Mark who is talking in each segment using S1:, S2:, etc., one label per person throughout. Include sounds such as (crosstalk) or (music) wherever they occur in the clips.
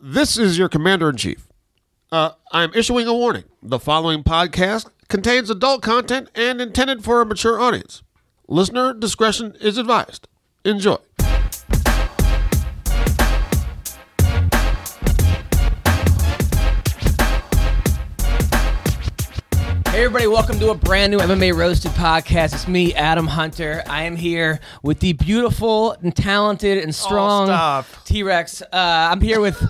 S1: This is your commander in chief. Uh, I'm issuing a warning. The following podcast contains adult content and intended for a mature audience. Listener discretion is advised. Enjoy.
S2: Hey everybody, welcome to a brand new MMA Roasted podcast. It's me, Adam Hunter. I am here with the beautiful and talented and strong
S3: Oh, stop.
S2: T Rex. Uh, I'm here
S3: (laughs)
S2: with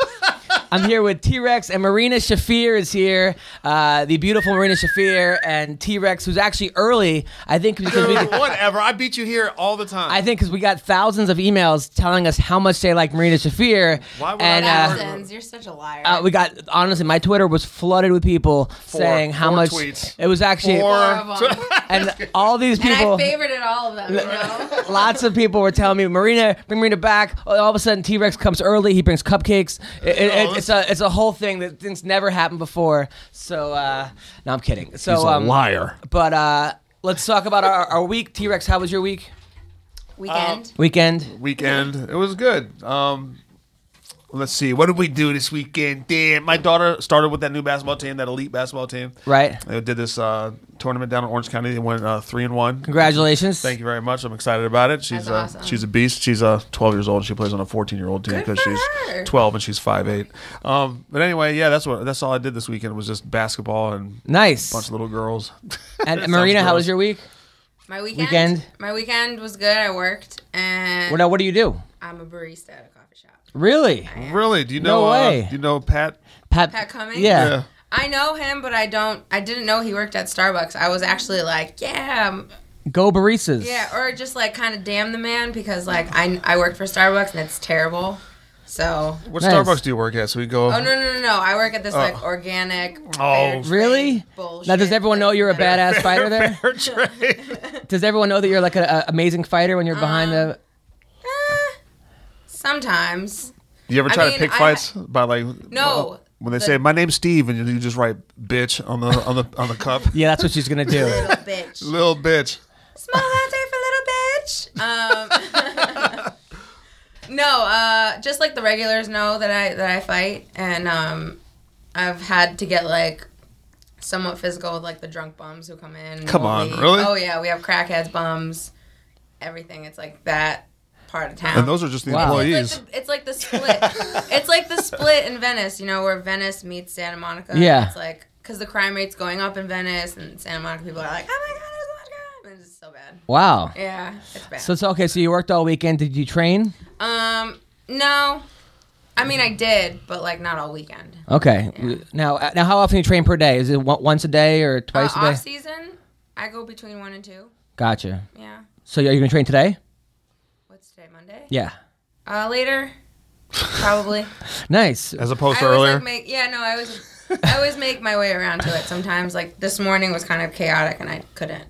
S2: I'm here with T Rex and Marina Shafir is here. Uh, the beautiful Marina Shafir and T Rex, who's actually early. I think because (laughs) we
S3: (laughs) Whatever. I beat you here all the time.
S2: I think because we got thousands of emails telling us how much they like Marina Shafir.
S3: Why would I
S2: and,
S3: not
S2: uh,
S3: work
S4: Thousands. You're such a liar.
S2: uh, we got honestly, my Twitter was flooded with people saying how
S3: four
S2: much
S3: tweets.
S2: it was actually,
S3: Four. (laughs)
S4: Four of 'em.
S2: and all these
S4: (laughs) and I
S2: people. Uh,
S4: favorited all of
S2: (laughs)
S4: them. You know?
S2: Lots of people were telling me, Marina, bring Marina back. All of a sudden, T Rex comes early. He brings cupcakes. It- it-
S3: Oh,
S2: it- it's a it's a whole thing that things never happened before. So uh, no, I'm kidding. So um,
S1: liar.
S2: But uh, let's talk about our, our week. T Rex, how was your week?
S4: Weekend.
S2: Weekend.
S3: weekend. It was good. Um, let's see. What did we do this weekend? Damn, my daughter started with that new basketball team, that elite basketball team.
S2: Right.
S3: They did this uh, tournament down in Orange County. They went uh, three and one.
S2: Congratulations.
S3: Thank you very much. I'm excited about it. She's
S4: That's
S3: uh,
S4: awesome.
S3: she's a beast. She's uh, 12 years old. She plays on a 14 year old team
S4: Good
S3: because
S4: for
S3: she's
S4: her.
S3: 12 and she's 5'8". Um, but anyway, yeah, that's what that's all I did this weekend was just basketball and
S2: Nice.
S3: bunch of little girls.
S2: and
S3: Sounds
S2: Marina, how
S3: gross.
S2: was your week?
S4: My weekend.
S2: Weekend.
S4: My weekend was good. I worked, and
S2: Well, now, what do you do?
S4: I'm a barista at a coffee shop.
S2: Really?
S3: (laughs) Really? Do you
S2: No
S3: know? uh,
S2: way.
S3: do you know Pat?
S4: Pat Cummings.
S2: Yeah.
S3: Yeah.
S4: I know him, but I don't. I didn't know he worked at Starbucks. I was actually like, yeah, um,
S2: Go baristas.
S4: yeah, or just like kind of damn the man because like I I worked for Starbucks and it's terrible. So.
S3: What
S2: Nice.
S3: Starbucks do you work at? So we go.
S4: Oh no no no! no. I work at this like organic.
S3: Oh.
S4: fair trade
S2: Really?
S4: Bullshit.
S2: Now, does everyone know you're a badass
S4: (laughs)
S2: fighter there?
S3: Fair trade.
S2: Does everyone know that you're like an amazing fighter when you're
S4: Um,
S2: behind the.
S4: Eh, sometimes.
S3: You ever
S4: I
S3: try to
S4: mean,
S3: pick
S4: I-
S3: fights by like? uh,
S4: No.
S3: When they
S4: The-
S3: say my name's Steve and you- you just write bitch on the on the on the (laughs) cup.
S2: Yeah, that's what she's going to do.
S4: (laughs) Little
S3: (laughs)
S4: bitch.
S3: Little bitch.
S4: Small latte for little bitch. Um, (laughs) no, uh, just like the regulars know that I that I fight, and um, I've had to get like somewhat physical with like the drunk bums who come in.
S3: Come
S4: We'll
S3: on,
S4: be-
S3: really?
S4: Oh yeah, we have crackheads, bums, everything. It's like that part of town.
S3: And those are just the
S2: Wow.
S4: It's
S3: employees.
S4: like, the, it's like the split. it's like the split in Venice, you know, where Venice meets Santa Monica.
S2: Yeah.
S4: It's like because the crime rate's going up in Venice, and Santa Monica people are like, "Oh my god, there's so much crime," and it's so bad.
S2: Wow.
S4: Yeah, it's bad.
S2: So it's okay. So you worked all weekend. Did you train?
S4: um, no, I mean I did, but like not all weekend.
S2: Okay. Now, uh, now, how often do you train per day? Is it on- once a day or
S4: Uh,
S2: twice a
S4: off
S2: day?
S4: season, I go between one and two.
S2: Gotcha.
S4: Yeah.
S2: So are you gonna train today?
S4: What's today? Monday.
S2: Yeah.
S4: Uh, later. Probably.
S2: Nice.
S3: As opposed
S4: I
S3: to
S4: always
S3: earlier.
S4: like make yeah no I always I always make my way around to it. Sometimes like this morning was kind of chaotic and I couldn't.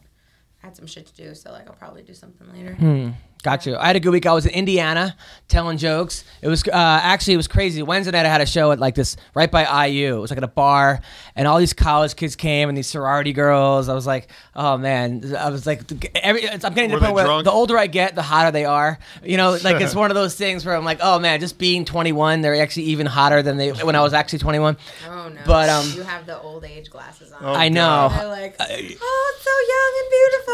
S4: I had some shit to do, so like I'll probably do something later.
S2: Hmm. Gotcha. I had a good week. I was in Indiana telling jokes. It was uh, actually it was crazy. Wednesday night I had a show at like this right by IU. It was like at a bar, and all these college kids came and these sorority girls. I was like, oh man. I was like, every, it's- I'm getting to
S3: Were
S2: the point
S3: they
S2: where
S3: drunk?
S2: the older I get, the hotter they are. You know, like
S3: (laughs)
S2: it's one of those things where I'm like, oh man, just being 21, they're actually even hotter than they when I was actually 21.
S4: Oh no!
S2: But, um,
S4: you have the old age glasses
S3: Oh,
S4: on.
S2: I know. Uh,
S4: They're like,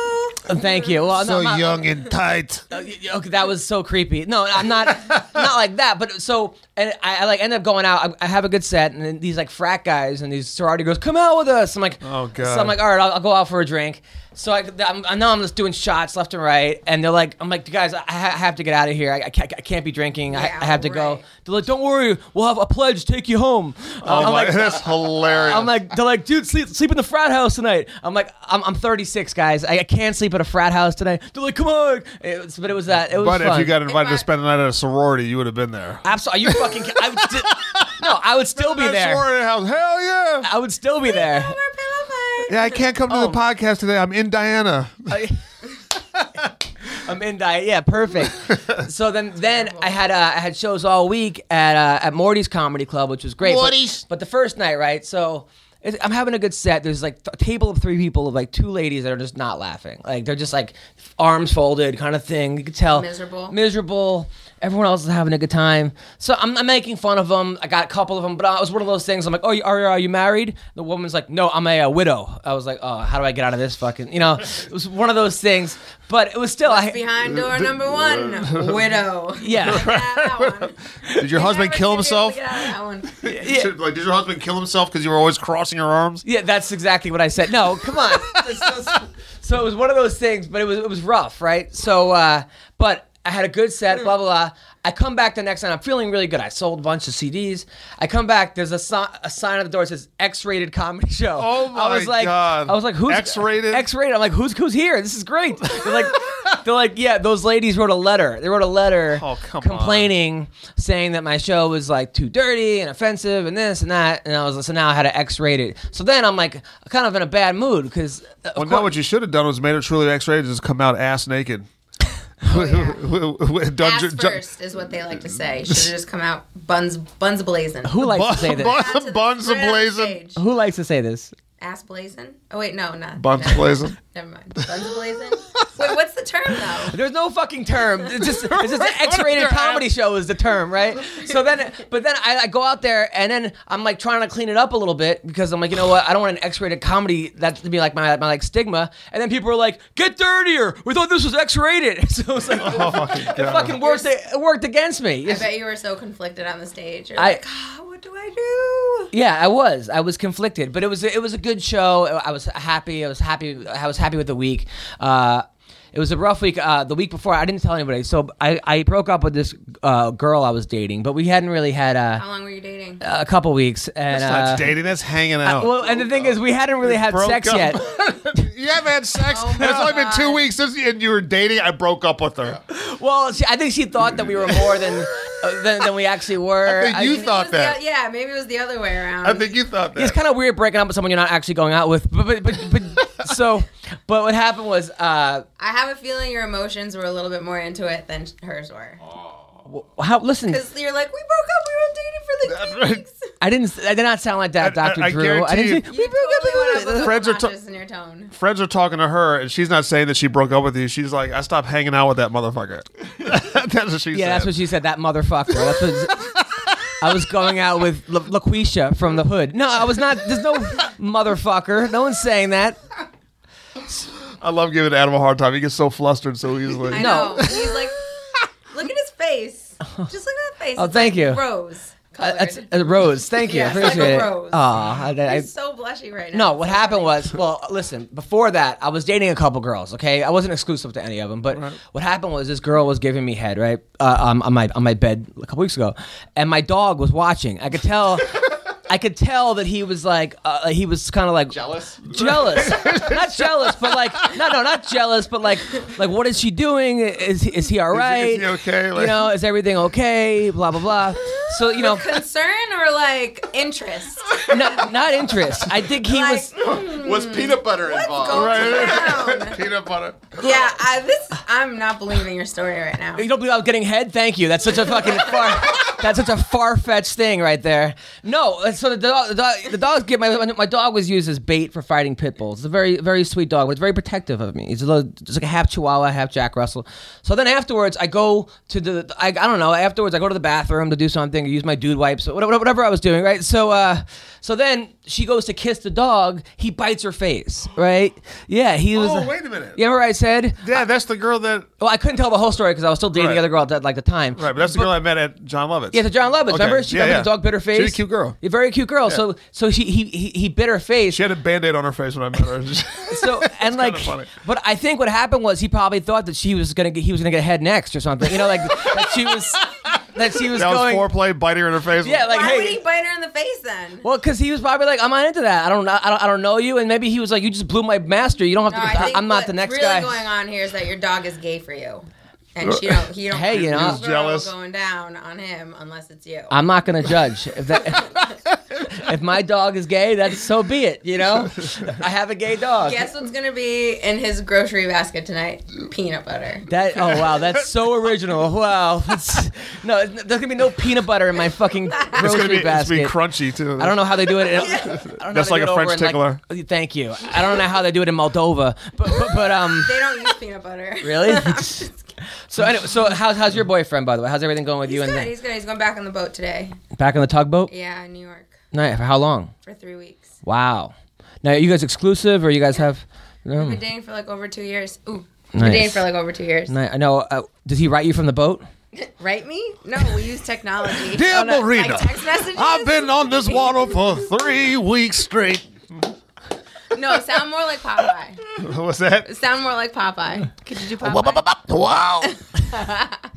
S4: oh, it's so young and beautiful.
S2: Thank you. Well, I'm not- I'm not-
S3: and
S4: (laughs)
S3: tight.
S2: Uh, okay, that was so creepy. No, I'm
S3: (laughs)
S2: not, not like that. But so, and I, I like end up going out. I, I have a good set, and then these like frat guys and these sorority girls come out with us. I'm like,
S3: Oh, God.
S2: So I'm like, all right, I'll, I'll go out for a drink. So I, I'm, I know I'm just doing shots left and right, and they're like, I'm like, guys, I, ha- I have to get out of here. I, I, can't, I can't be drinking. I,
S4: Yeah,
S2: I have to go.
S4: right.
S2: They're like, don't worry, we'll have a pledge take you home.
S3: Oh
S2: I'm
S3: my,
S2: like,
S3: that's hilarious.
S2: I'm like, they're like, dude, sleep, sleep in the frat house tonight. I'm like, I'm, I'm 36, guys. I, I can't sleep at a frat house tonight. They're like, come on. It was- but it was that. It was
S3: but if
S2: fun.
S3: you got invited to
S4: I-
S3: spend the night at a sorority, you would have been there.
S2: absolutely, are you fucking? ki- I would
S3: (laughs)
S2: sti- no, I would still be
S3: Night at a
S2: there.
S3: Sorority house. Hell yeah.
S2: I would still be there.
S4: Over pillow fight.
S3: Yeah, I can't come to
S2: Oh.
S3: the podcast today. I'm in Diana.
S2: I- (laughs) I'm in diet. Yeah, perfect. So then, then I had uh, I had shows all week at uh, at Morty's Comedy Club, which was great. Morty's. But, the first night, right? So it, I'm having a good set. There's like a table of three people of like two ladies that are just not laughing. Like they're just like arms folded, kind of thing. You could tell
S4: Miserable.
S2: miserable. Everyone else is having a good time. So I'm, I'm making fun of them. I got a couple of them, but I it was one of those things. I'm like, oh, you, are, are you married? The woman's like, no, I'm a, uh widow. I was like, oh, how do I get out of this fucking, you know? It was one of those things, but it was still, I,
S3: Uh,
S4: Behind door number one, (laughs) widow.
S2: yeah.
S4: that
S3: (laughs)
S4: one.
S3: Did your husband
S4: Never
S3: kill
S4: gonna be able
S3: himself?
S4: to get out of that
S3: (laughs)
S4: one.
S2: Yeah.
S3: Like, did your husband kill himself because you were always crossing your arms?
S2: Yeah, that's exactly what I said. No, come
S3: (laughs)
S2: on. so it was one of those things, but it was it was rough, right? So, uh, but I had a good set, blah blah blah. I come back the next night, I'm feeling really good. I sold a bunch of CDs. I come back, there's a, si- a sign on the door that says X-rated comedy show.
S3: Oh
S2: I was
S3: my
S2: like,
S3: God.
S2: I was like, who's
S3: X-rated?
S2: X-rated. I'm like, who's who's here? This is great. They're
S3: (laughs)
S2: like, they're like, yeah, those ladies wrote a letter. They wrote a letter
S3: Oh, come on.
S2: complaining, saying that my show was like too dirty and offensive and this and that. And I was so now I had to X rate it. So then I'm like kind of in a bad mood uh, because
S3: Well, no, what you should have done was made it truly X-rated, just come out ass
S4: (laughs)
S3: naked. (laughs) Done
S4: Oh, Ass
S3: ju- ju-
S4: first is what they like to say. Should have just come out buns buns blazing.
S2: who likes to say this?
S4: Out to
S3: (laughs)
S4: the-
S3: Buns
S4: right out of the
S3: blazing.
S4: stage.
S2: Who likes to say this?
S4: Ass blazing? Oh wait, no, not
S3: Buns
S4: never-
S3: blazing.
S4: (laughs) Never mind. Buns blazing. wait, what's the term though?
S2: There's no fucking term. It's just, it's just an X-rated comedy show is the term, right? So then, but then I, I go out there and then I'm like trying to clean it up a little bit because I'm like, you know what? I don't want an X-rated comedy that's to be like my, my like stigma. And then people are like, get dirtier. We thought this was X-rated. (laughs) So it's like, it fucking worked. It worked against me.
S4: I bet you were so conflicted on the stage. You're
S2: I-
S4: like, ah, what do I do?
S2: Yeah, I was. I was conflicted, but it was it was a good show. I was happy. I was happy. I was happy with the week. Uh, it was a rough week. Uh, the week before, I didn't tell anybody. So I, I broke up with this uh, girl I was dating, but we hadn't really had uh,
S4: How long were you dating?
S2: a couple weeks. And
S3: That's not
S2: uh,
S3: dating. That's hanging out.
S4: (laughs)
S2: well, and the thing is, we hadn't really had
S3: broke
S2: sex
S3: up.
S2: yet.
S3: (laughs)
S2: (laughs)
S3: you haven't had sex.
S4: Oh my
S3: it's only been
S4: God.
S3: two weeks since you, and you were dating. I broke up with her.
S2: Well, she, I think she thought that we were more than uh, than, than we actually were.
S3: I think you
S4: Maybe it
S3: thought
S4: was the
S3: that.
S4: o- yeah, maybe it was the other way around.
S3: I think you thought
S2: it's
S3: that.
S2: kind of weird breaking up with someone you're not actually going out with. But but but, but so, but what happened was. Uh,
S4: I have a feeling your emotions were a little bit more into it than hers were.
S2: how
S4: (laughs)
S2: listen
S4: Because you're like, we broke up, we were dating for like two weeks.
S2: I didn't. I did not sound like that,
S3: I-
S2: Doctor
S3: I
S2: Drew. I didn't. Say,
S3: guarantee
S4: You
S2: we broke
S4: totally
S2: up.
S4: went up
S3: Friends
S4: friends
S3: are ta-
S4: in your tone.
S3: Friends are talking to her, and she's not saying that she broke up with you. She's like, I stopped hanging out with that motherfucker. (laughs) that's what she said.
S2: yeah, that's what she said. That motherfucker. That's
S3: (laughs)
S2: what. I was going out with La- LaQuisha from the hood. No, I was not. There's no motherfucker. No one's saying that.
S3: I love giving Adam a hard time. He gets so flustered so easily.
S4: (laughs) I
S2: No.
S4: know. He's like, (laughs) look at his face. Just look at that face.
S2: Oh,
S4: It's
S2: thank
S4: like
S2: you.
S4: Rose.
S2: Uh,
S4: Colored.
S2: that's, uh, Rose, thank you. I
S4: Yes, like a
S2: appreciate it.
S4: rose.
S2: Aw, I- I-
S4: He's so blushy right
S2: No,
S4: now.
S2: what happened was, well, listen, before that, I was dating a couple girls, okay? I wasn't exclusive to any of them, but what happened was this girl was giving me head, right? Uh, um, on my on my bed a couple weeks ago, and my dog was watching. I could tell I could tell that he was like uh, he was kind of like
S5: Jealous?
S2: Jealous. not jealous, but like no, no, not jealous, but like like what is she doing? Is is he all right?
S3: he okay?
S2: you
S3: Like-
S2: know, is everything okay? Blah blah blah. So, you
S4: (laughs)
S2: know,
S4: Concern or like
S5: (laughs)
S4: interest?
S2: not, not interest. I think he
S4: Like, hmm.
S2: was
S5: Was peanut butter involved?
S4: going
S5: (laughs)
S3: Right. (laughs)
S4: down?
S3: Peanut butter.
S4: yeah, I, this I'm not believing your story right now.
S2: You don't believe I was getting head? Thank you. That's such a fucking
S3: (laughs)
S2: far. That's such a far-fetched thing right there. No, and so the dog, the dog, the dog's get my my dog was used as bait for fighting pit bulls. It's a very very sweet dog, but it's very protective of me. He's a little, just like a half Chihuahua, half Jack Russell. So then afterwards, I go to the I, I don't know. Afterwards, I go to the bathroom to do something, or use my dude wipes, or whatever, whatever I was doing. Right. So uh, so then she goes to kiss the dog. He bites her face. Right. Yeah. He was.
S3: Oh, wait a minute.
S2: You remember I said?
S3: Yeah, that's the girl that.
S2: Well, I couldn't tell the whole story because I was still dating
S3: Right.
S2: the other girl at that, like the time.
S3: Right, but that's the girl I met at John Lovett's.
S2: Yeah, the John Lovitz.
S3: Okay,
S2: Remember, she
S3: yeah,
S2: got me
S3: yeah.
S2: the dog bit her face.
S3: She was a cute girl.
S2: A very cute girl. So, so she he he, he bit her face.
S3: She had a band aid on her face when I met her. (laughs)
S2: so and like,
S3: funny.
S2: but I think what happened was he probably thought that she was gonna get, he was gonna get head next or something. You know, like that she was that she was
S3: that was
S2: going.
S3: foreplay, biting her in her face.
S2: yeah, like
S4: Why
S2: hey.
S4: would he bite her in the face then?
S2: well, because he was probably like, I'm not into that. I don't, know, I don't, I don't know you. And maybe he was like, you just blew my master. You don't have
S4: No,
S2: to.
S4: I think
S2: I'm not
S4: what's
S2: the next
S4: really
S2: guy.
S4: going on here is that your dog is gay for you, and she don't. He don't.
S2: Hey, you know.
S4: there's
S2: He's
S4: no girl
S3: jealous.
S4: Going down on him unless it's you.
S2: I'm not gonna judge. If
S3: (laughs)
S2: that, if my dog is gay, that's so be it. You
S3: (laughs)
S2: know, I have a gay dog.
S4: Guess what's gonna be in his grocery basket tonight? Peanut butter.
S2: That oh wow, that's so
S3: (laughs)
S2: original. Wow, That's- no, it's- there's gonna be no peanut butter in my fucking
S3: It's
S2: grocery
S3: gonna be, it's
S2: basket.
S3: gonna be crunchy too.
S2: I don't know how they do
S3: (laughs)
S2: it. In, I don't know how
S3: That's
S2: they
S3: like
S2: do
S3: a
S2: it
S3: French
S2: over in, like- uh, thank you. I don't know how they do it in Moldova, but but, but um,
S4: They don't use peanut butter. (laughs)
S2: really.
S4: I'm just kidding.
S2: So anyway, so how's how's your boyfriend by the way? How's everything going with
S4: He's
S2: you and
S4: good. He's good. He's going back on the boat today.
S2: the, back on the tugboat?
S4: Yeah, in New York
S2: Nice. For how long?
S4: for three weeks.
S2: Wow. Now are you guys exclusive or you guys have? No.
S4: Been dating for like over two years. Ooh,
S2: Nice.
S4: been dating for like over two years.
S2: Ni- I know. Uh, does he write you from the boat?
S4: Write me? No, we
S2: (laughs)
S4: use technology.
S1: Dear
S4: Oh, no,
S1: Marina,
S4: like text messages.
S1: I've been on this water for three weeks
S3: (laughs)
S1: straight.
S4: No, sound more like Popeye.
S3: What's that?
S4: Sound more
S2: (laughs)
S4: like Popeye. Could you do Popeye?
S1: Wow.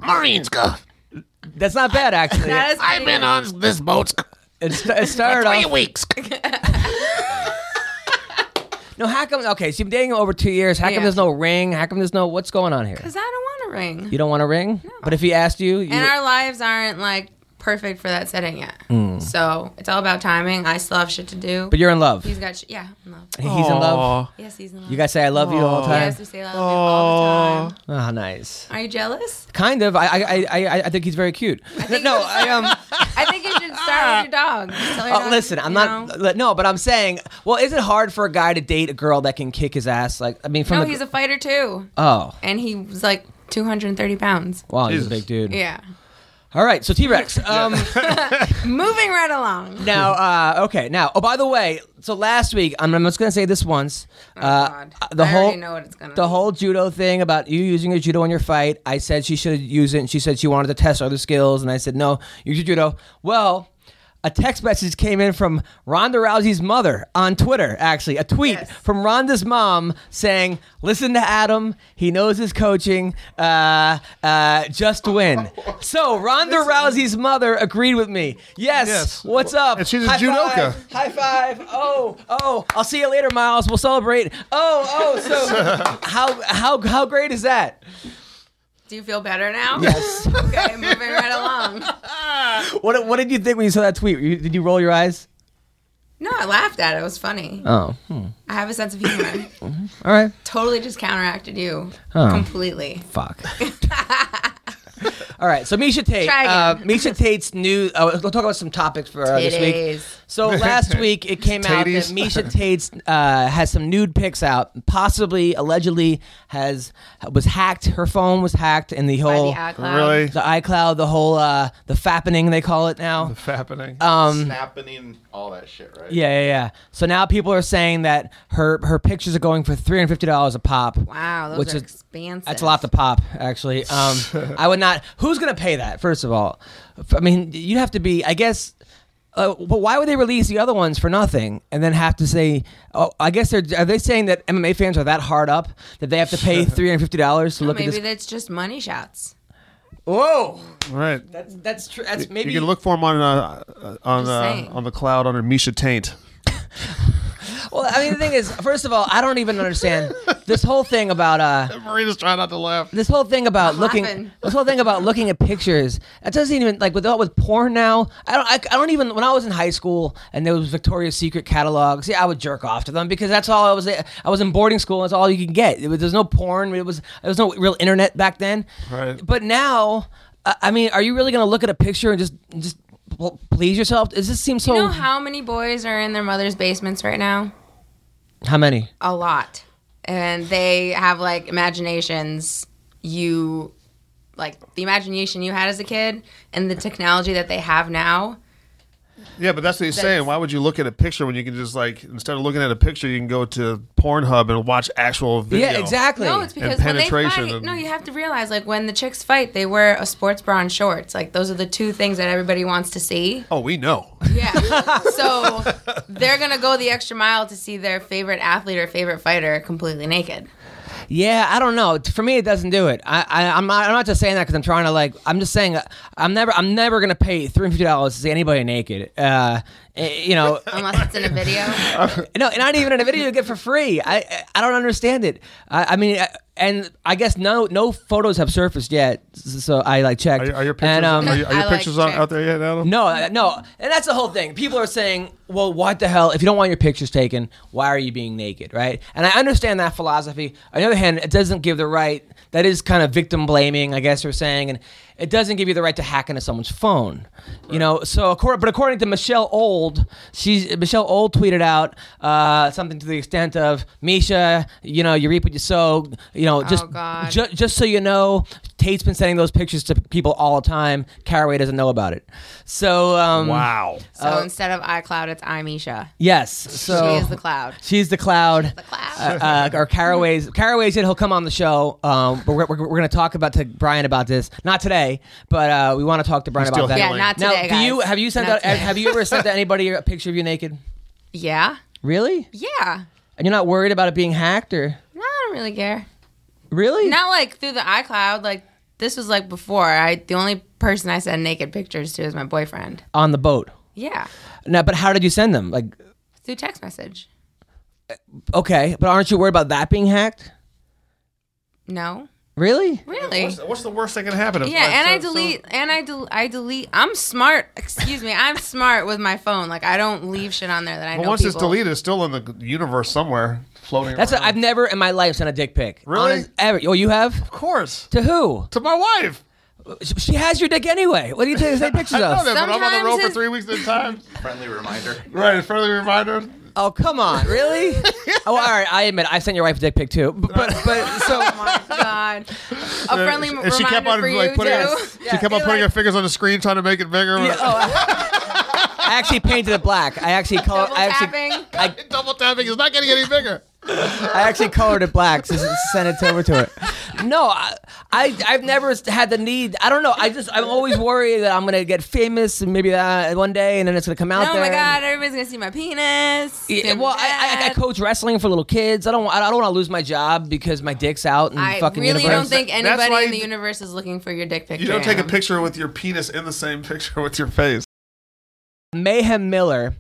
S1: Marinska,
S2: That's not bad
S3: (laughs)
S2: actually.
S4: That is pretty good.
S1: on this boat
S2: It, st- it started off.
S1: weeks.
S2: No, how come? Okay, so you've been dating him over two years. How come
S4: Yeah.
S2: there's no ring? How come there's no? What's going on here?
S4: Cause I don't want a ring.
S2: You don't want a ring, but if he asked you, you
S4: and our lives aren't like perfect for that setting yet. So it's all about timing. I still have shit to do.
S2: Hmm. but you're in love.
S4: he's got sh- yeah, I'm in love.
S2: (laughs) He's in love.
S4: Yes, he's in love.
S2: You guys say I love you all the time.
S4: Yes, we say I love you all the time.
S2: Oh, nice.
S4: Are you jealous?
S2: Kind of. I I I, I- I think he's very cute. (laughs)
S4: think
S2: no,
S4: you-
S2: I um.
S4: (laughs) I think you should start with your dog. Just tell your
S2: Oh,
S4: dog,
S2: listen, I'm
S4: you
S2: not.
S4: know.
S2: li- No, but I'm saying. Well, is it hard for a guy to date a girl that can kick his ass? Like, I mean, from
S4: No,
S2: the.
S4: he's a fighter too,
S2: oh,
S4: and he was like 230 pounds.
S2: wow, he's a
S3: Jesus.
S2: big dude.
S4: Yeah.
S2: All right, so T
S4: (laughs)
S2: Rex. Um,
S4: Moving right along.
S2: (laughs) now, uh, okay, now. Oh, by the way, so last week, I'm, I'm just gonna say this once. Uh,
S4: Oh, God.
S2: the
S4: I
S2: whole.
S4: already know what it's gonna
S2: the
S4: be.
S2: whole judo thing about you using your judo in your fight. I said she should use it, and she said she wanted to test other skills, and I said no, use your judo. Well, a text message came in from Ronda Rousey's mother on Twitter. Actually, a tweet
S4: Yes.
S2: from Ronda's mom saying, "Listen to Adam. He knows his coaching. Uh, uh, just
S4: (laughs)
S2: win." so Ronda Rousey's mother agreed with me. Yes.
S3: Yes.
S2: What's up?
S3: And she's a
S2: High
S3: judoka.
S2: five. High five! Oh, oh! I'll see you later, Miles. We'll celebrate. Oh, oh!
S3: (laughs)
S2: So, how how how great is that?
S4: Do you feel better now? Yes. okay, moving right along.
S2: What what did you think when you saw that tweet? Were you- Did you roll your eyes?
S4: No, I laughed at it. It was funny.
S2: Oh, hmm.
S4: I have a sense of humor.
S2: all right.
S4: totally just counteracted you
S2: Oh.
S4: completely. (laughs)
S2: Fuck. all right. So Misha Tate.
S4: Try
S2: Uh,
S4: again.
S2: Misha Tate's new. Uh, we'll talk about some topics for uh, this week.
S4: Titties.
S2: So
S3: (laughs)
S2: last week it came out that
S3: Taties.
S2: Misha Tate's uh, has some nude pics out. Possibly, allegedly, has was hacked. Her phone was hacked, and the
S4: By
S2: whole
S4: the iCloud.
S3: Really?
S2: the iCloud, the whole uh the fappening they call it now.
S3: Fappening.
S2: Um
S6: snapping, all that shit, right?
S2: yeah, yeah, yeah. So now people are saying that her her pictures are going for three hundred fifty dollars a pop.
S4: Wow, those
S2: Which
S4: are
S2: is-
S4: expansive.
S2: That's a lot to pop, actually.
S3: (laughs)
S2: Um, I would not. Who's gonna pay that? First of all, F- I mean, you'd have to be. I guess. Uh, but why would they release the other ones for nothing and then have to say? Oh, I guess they're. Are they saying that MMA fans are that hard up that they have to
S3: (laughs)
S2: pay three hundred fifty dollars to look
S4: Maybe
S2: at this?
S4: that's just money shots.
S2: Whoa,
S3: right.
S2: that's that's true. That's maybe
S3: you can look for him on uh, uh, on
S4: Just
S3: uh,
S4: saying.
S3: on the cloud under Misha Taint.
S2: Well, I mean, the thing is, first of all, I don't even understand this whole thing about uh,
S1: Marina's trying not to laugh.
S2: this whole thing about looking,
S4: laughing.
S2: this whole thing about looking at pictures. That doesn't even like with all with porn now. I don't, I, I don't even when I was in high school and there was Victoria's Secret catalogs. Yeah, I would jerk off to them because that's all I was. I was in boarding school. That's all you could get. It was, there was no porn. It was there was no real internet back then.
S3: Right.
S2: But now, I I mean, are you really gonna look at a picture and just just pl- please yourself? Does this seem so?
S4: You know how many boys are in their mother's basements right now?
S2: how many?
S4: A lot. And they have like imaginations you like the imagination you had as a kid and the technology that they have now.
S3: Yeah, but that's what he's saying. Why would you look at a picture when you can just like instead of looking at a picture, you can go to Pornhub and watch actual video.
S2: Yeah, exactly.
S4: No, it's because
S3: And
S4: when they
S3: penetration
S4: fight,
S3: and-
S4: no, you have to realize like when the chicks fight, they wear a sports bra and shorts. Like those are the two things that everybody wants to see.
S3: Oh, we know.
S4: Yeah. (laughs) so they're gonna go the extra mile to see their favorite athlete or favorite fighter completely naked.
S2: Yeah, I don't know. For me, it doesn't do it. I, I I'm not I'm not just saying that because I'm trying to like. I'm just saying uh, I'm never I'm never gonna pay three hundred fifty dollars to see anybody naked. Uh, eh, you
S3: (laughs)
S2: know,
S4: Unless it's in a video.
S2: no, not even in a video you get for free. I I- I don't understand it. I, I mean, I, and I guess no no photos have surfaced yet. s- So I like checked.
S3: Are, you- are your pictures
S2: And, um,
S3: are, you, are
S4: I
S3: your
S4: like
S3: pictures on,
S4: chicks.
S3: out there yet, Adam?
S2: no, uh, no, and that's the whole thing. People are saying, "Well, what the hell? If you don't want your pictures taken, why are you being naked?" Right? And I understand that philosophy. On the other hand, it doesn't give the right. That is kind of victim blaming, I guess we're saying, and it doesn't give you the right to hack into someone's phone. You know. So, according, but according to Michelle Old, she's Michelle Old tweeted out uh, something to the extent of, "Misha, you know, you reap what you sow. You know, just
S4: Oh, God.
S2: ju- just so you know." Tate's been sending those pictures to people all the time. Caraway doesn't know about it. So um,
S3: Wow.
S4: So instead of iCloud, it's iMisha.
S2: Yes. So
S4: she is
S3: (laughs)
S4: the cloud.
S2: She's the cloud.
S4: The cloud.
S2: uh, or
S4: (laughs)
S2: Caraway's. Caraway's in. He'll come on the show. Um, but we're, we're, we're going to talk about to Brian about this. Not today, but uh, we want to talk to Brian
S3: still
S2: about that.
S4: yeah, not
S2: now,
S4: today,
S2: do
S4: guys.
S2: you have you sent
S4: Not
S2: out?
S4: today.
S2: Have you ever
S4: (laughs)
S2: sent out anybody a picture of you naked?
S4: yeah.
S2: Really?
S4: Yeah.
S2: And you're not worried about it being hacked or
S4: No, I don't really care.
S2: really?
S4: Not like through the iCloud. Like this was like before. I the only person I send naked pictures to is my boyfriend.
S2: On the boat.
S4: Yeah.
S2: No, but how did you send them? Like,
S4: Through text message.
S2: okay, but aren't you worried about that being hacked?
S4: No.
S2: Really?
S4: Really?
S3: What's, what's the worst that can happen? If,
S4: yeah,
S3: like,
S4: and I
S3: so- so-
S4: delete, and I, del- I delete. I'm smart. Excuse me, I'm smart with my phone. Like I don't leave shit on there that I
S3: But
S4: know.
S3: once it's
S4: people-
S3: deleted, it's still in the universe somewhere, floating.
S2: That's
S3: around.
S2: i I've never in my life sent a dick pic.
S3: Really?
S2: Honest- ever? Oh, you have?
S3: of course
S2: To who?
S3: to my wife.
S2: She- She has your dick anyway. What do you
S3: (laughs)
S2: take- take pictures
S3: I know
S2: of?
S3: that, but I'm on the
S4: Sometimes
S3: road for
S4: it's-
S3: three weeks at a time.
S6: Friendly reminder.
S3: right, a friendly reminder.
S2: Oh come on,
S3: (laughs)
S2: really? Oh, all right. I admit I sent your wife a dick pic too, B- but but
S3: (laughs)
S2: so
S4: Oh my god, a friendly
S3: and
S4: reminder
S3: she kept on
S4: for
S3: like
S4: you
S3: putting
S4: too.
S3: her, she kept on
S4: Be
S3: putting her
S4: like,
S3: fingers on the screen trying to make it bigger.
S2: Yeah,
S3: (laughs)
S2: oh, I, I actually painted it black. I actually color.
S4: double
S2: I actually
S4: tapping.
S3: Double tapping is not getting any bigger.
S2: I actually colored it black. So s- sent it over to her. No, I, I I've never s- had the need. I don't know. I just I'm always worried that I'm gonna get famous and maybe that one day and then it's gonna come out
S4: oh
S2: there.
S4: my god,
S2: and-
S4: everybody's gonna see my penis.
S2: Yeah,
S4: see
S2: well,
S4: my
S2: I, I, I
S4: dad.
S2: coach wrestling for little kids. I don't. I don't want to lose my job because my dick's out and
S4: I
S2: fucking
S4: really
S2: universe.
S4: don't think
S3: That's why
S4: anybody in the
S3: you-
S4: universe is looking for your dick picture.
S3: You don't take a
S4: Adam.
S3: picture with your penis in the same picture with your face.
S2: Mayhem Miller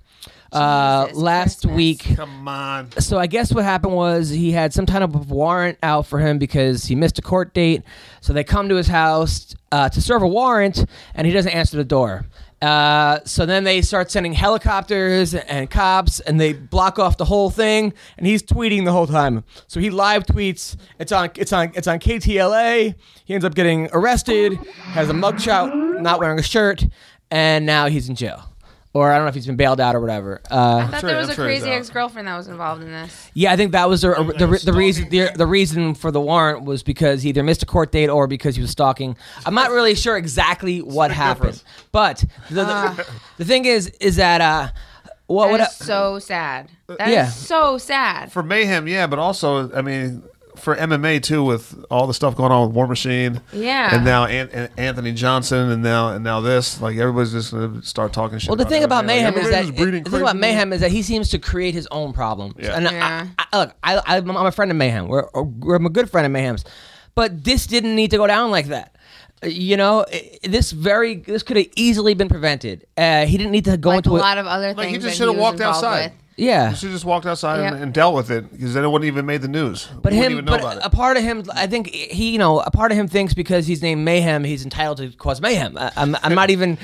S2: uh,
S4: Jesus
S2: last
S4: Christmas.
S2: week.
S3: Come on.
S2: So I guess what happened was he had some kind of warrant out for him because he missed a court date. So they come to his house uh, to serve a warrant, and he doesn't answer the door. Uh, so then they start sending helicopters and cops, and they block off the whole thing. And he's tweeting the whole time. So he live tweets. It's on. It's on. It's on KTLA. He ends up getting arrested. Has a mugshot, not wearing a shirt, and now he's in jail. Or I don't know if he's been bailed out or whatever. Uh,
S4: I thought
S3: sure-
S4: there
S3: I'm
S4: was a
S3: sure he's
S4: crazy
S3: out.
S4: ex-girlfriend that was involved in this.
S2: yeah, I think that was the the, the reason the, the reason for the warrant was because he either missed a court date or because he was stalking. I'm not really sure exactly what happened, but the, the,
S4: Ah.
S2: the thing is is that uh, what
S4: That
S2: what
S4: is so sad. That is
S2: Yeah.
S4: so sad.
S3: For Mayhem, yeah, but also, I mean, for MMA too, with all the stuff going on with War Machine.
S4: Yeah.
S3: And now An- An- Anthony Johnson, and now and now this, like everybody's just gonna start talking shit.
S2: Well, the thing about
S3: MMA. Like,
S2: mayhem is that
S3: everybody's
S2: the
S3: breeding
S2: thing about
S3: crazy.
S2: mayhem is that he seems to create his own problems.
S3: Yeah.
S2: And I-
S4: Yeah.
S2: I, I, look, I, I, I'm a friend of mayhem. We're, we're I'm a good friend of mayhem's, but this didn't need to go down like that. Uh, You know, i- this very this could have easily been prevented. Uh, he didn't need to go
S4: Like a
S2: into
S4: lot of other things.
S3: Like he
S4: that
S3: just should have
S4: was
S3: walked
S4: involved
S3: outside.
S4: with.
S2: yeah.
S3: You should just walked outside
S4: Yeah.
S3: and, and dealt with it because then it wouldn't even made the news.
S2: But
S3: we
S2: him,
S3: wouldn't even know
S2: but
S3: about it.
S2: a part of him, I think he, you know, a part of him thinks because he's named Mayhem, he's entitled to cause mayhem. I, I'm, I'm not even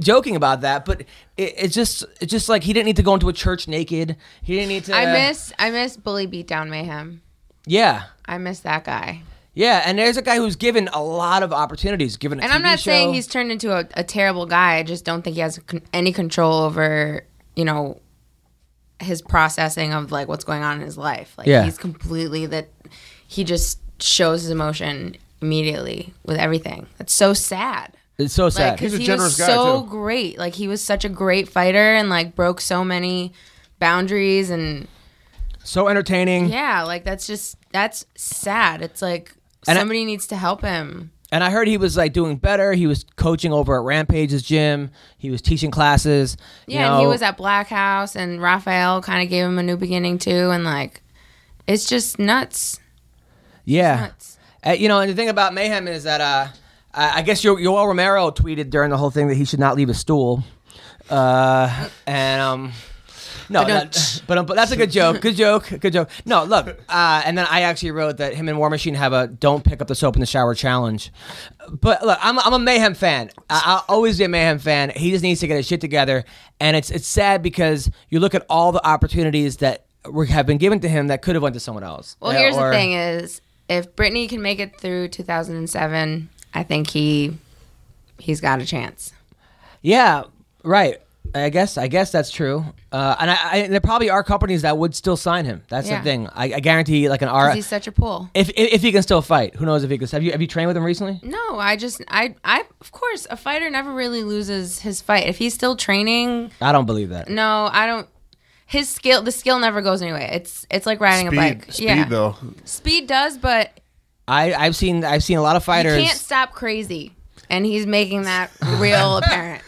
S2: joking about that. But it, it's just, it's just like he didn't need to go into a church naked. He didn't need to.
S4: I miss I miss Bully Beatdown Mayhem.
S2: Yeah,
S4: I miss that guy.
S2: yeah. And there's a guy who's given a lot of opportunities. Given, a
S4: And I'm
S2: TV
S4: not
S2: show.
S4: saying he's turned into a, a terrible guy. I just don't think he has con- any control over, you know, his processing of like what's going on in his life. Like
S2: Yeah.
S4: he's completely that he just shows his emotion immediately with everything. That's so sad.
S2: It's so sad.
S4: Like, because
S3: He's a
S4: he
S3: generous
S4: was
S3: guy,
S4: so
S3: too.
S4: great. Like he was such a great fighter and like broke so many boundaries and
S2: so entertaining.
S4: yeah, like that's just that's sad. It's like
S2: And I-
S4: somebody needs to help him.
S2: And I heard he was like doing better. He was coaching over at Rampage's gym. He was teaching classes. you
S4: Yeah, and he
S2: know.
S4: was at Black House, and Raphael kind of gave him a new beginning too, and like, it's just nuts.
S2: Yeah.
S4: nuts.
S2: Uh, you know, and the thing about mayhem is that uh, I I guess Yo- Yoel Romero tweeted during the whole thing that he should not leave his stool. Uh, and um, no, that, but, um, but that's a good joke. Good joke. Good joke. No, look. Uh, and then I actually wrote that him and War Machine have a "Don't pick up the soap in the shower" challenge. But look, I'm, I'm a mayhem fan. I, I'll always be a mayhem fan. He just needs to get his shit together. And it's it's sad because you look at all the opportunities that were, have been given to him that could have went to someone else.
S4: Well,
S2: Yeah,
S4: here's
S2: or-
S4: the thing: is if Britney can make it through 2007, I think he he's got a chance.
S2: Yeah, right. I guess I guess that's true, uh, and I, I, there probably are companies that would still sign him. That's
S4: Yeah.
S2: the thing. I, I guarantee, like an R,
S4: 'Cause he's such a pull.
S2: if, if if he can still fight, who knows if he can? Have you have you trained with him recently?
S4: No, I just I I of course a fighter never really loses his fight. If he's still training,
S2: I don't believe that.
S4: no, I don't. His skill, the skill never goes anyway. It's it's like riding
S3: Speed,
S4: a bike.
S3: speed
S4: yeah,
S3: though.
S4: speed does, but
S2: I I've seen I've seen a lot of fighters.
S4: you can't stop crazy, and he's making that
S3: (laughs)
S4: real apparent.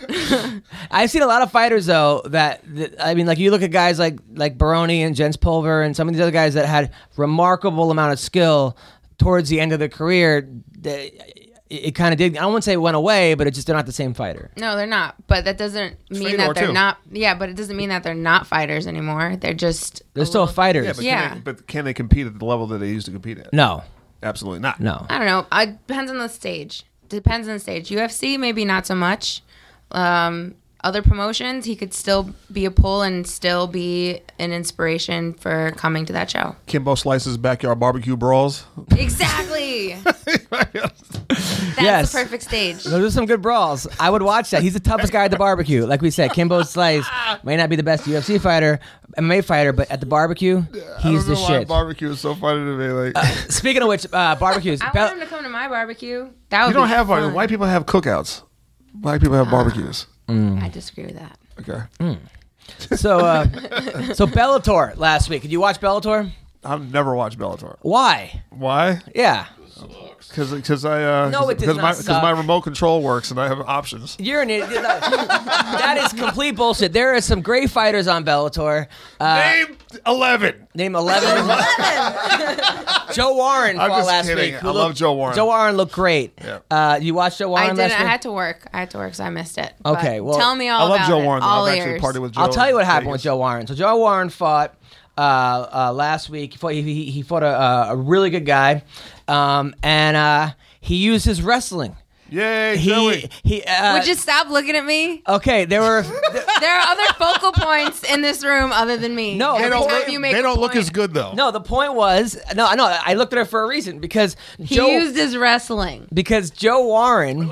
S2: I've seen a lot of fighters though that, that I mean, like you look at guys like like Baroni and Jens Pulver and some of these other guys that had remarkable amount of skill towards the end of their career. They, it it kind of did. I wouldn't say it went away, but it just they're not the same fighter.
S4: No, they're not. But that doesn't mean
S3: Fedor,
S4: that they're
S3: too.
S4: not. Yeah, but it doesn't mean that they're not fighters anymore. They're just.
S2: They're still fighters.
S3: Yeah, but,
S4: Oh, Yeah.
S3: Can they, but can they compete at the level that they used to compete at?
S2: no,
S3: Absolutely not.
S2: no.
S4: I don't know. I depends on the stage. Depends on the stage. UFC maybe not so much. Um, other promotions, he could still be a pull and still be an inspiration for coming to that show.
S3: Kimbo Slice's backyard barbecue brawls. (laughs)
S4: Exactly. That's
S2: Yes.
S4: the perfect stage.
S2: Those are some good brawls. I would watch that. He's the toughest guy at the barbecue. Like we said, Kimbo Slice may not be the best UFC fighter, MMA fighter, but at the barbecue, he's
S3: I don't know
S2: the
S3: why
S2: shit.
S3: barbecue is so funny to me. Like
S2: Speaking of
S3: (laughs)
S2: which, uh, barbecues.
S4: I
S2: Bel-
S4: want him to come to my barbecue. That would
S3: you don't
S4: be
S3: have
S4: fun.
S3: white people have cookouts. Black people
S2: Ah.
S3: have barbecues. Mm.
S4: I disagree with that.
S3: Okay.
S2: Hmm. So, uh, so Bellator last week. Did you watch Bellator?
S3: I've never watched Bellator.
S2: Why?
S3: Why?
S2: Yeah,
S3: Because because I uh,
S2: No, it did
S3: because
S2: not
S3: my because
S2: suck.
S3: my remote control works and I have options.
S2: you're an idiot. that is complete bullshit. There are some great fighters on Bellator. Uh,
S3: Name eleven.
S2: name eleven. Joe Warren
S3: I'm
S2: fought
S3: just
S2: last
S3: kidding.
S2: week.
S3: I love Joe Warren.
S2: Joe Warren looked great.
S3: Yeah.
S2: Uh, you watched Joe Warren
S4: I didn't.
S2: last
S4: I
S2: week.
S4: had to work. I had to work, so I missed it. But
S2: Okay, well-
S4: tell me
S3: I
S4: all
S3: love
S4: about
S3: Joe
S4: it.
S3: Warren. though.
S4: All
S3: I've
S4: ears.
S3: actually partied with Joe.
S2: I'll tell you what
S3: in
S2: happened
S3: Vegas.
S2: with Joe Warren. So Joe Warren fought uh, uh, last week. He fought, he- he, he fought a, uh, a really good guy, um, and uh, he used his wrestling.
S3: Yay,
S2: He
S3: Joey.
S2: he. Uh,
S4: Would you stop looking
S2: (laughs)
S4: at me?
S2: okay, there
S4: (laughs)
S2: were.
S4: There are other focal points in this room other than me.
S2: No,
S4: Every
S2: they don't
S4: time
S2: look-
S4: you make
S3: They
S4: a
S3: don't look
S4: point,
S3: as good though.
S2: No, the point was no, no. I looked at her for a reason because
S4: He
S2: Joe
S4: used his wrestling.
S2: because Joe
S4: (laughs)
S2: Warren.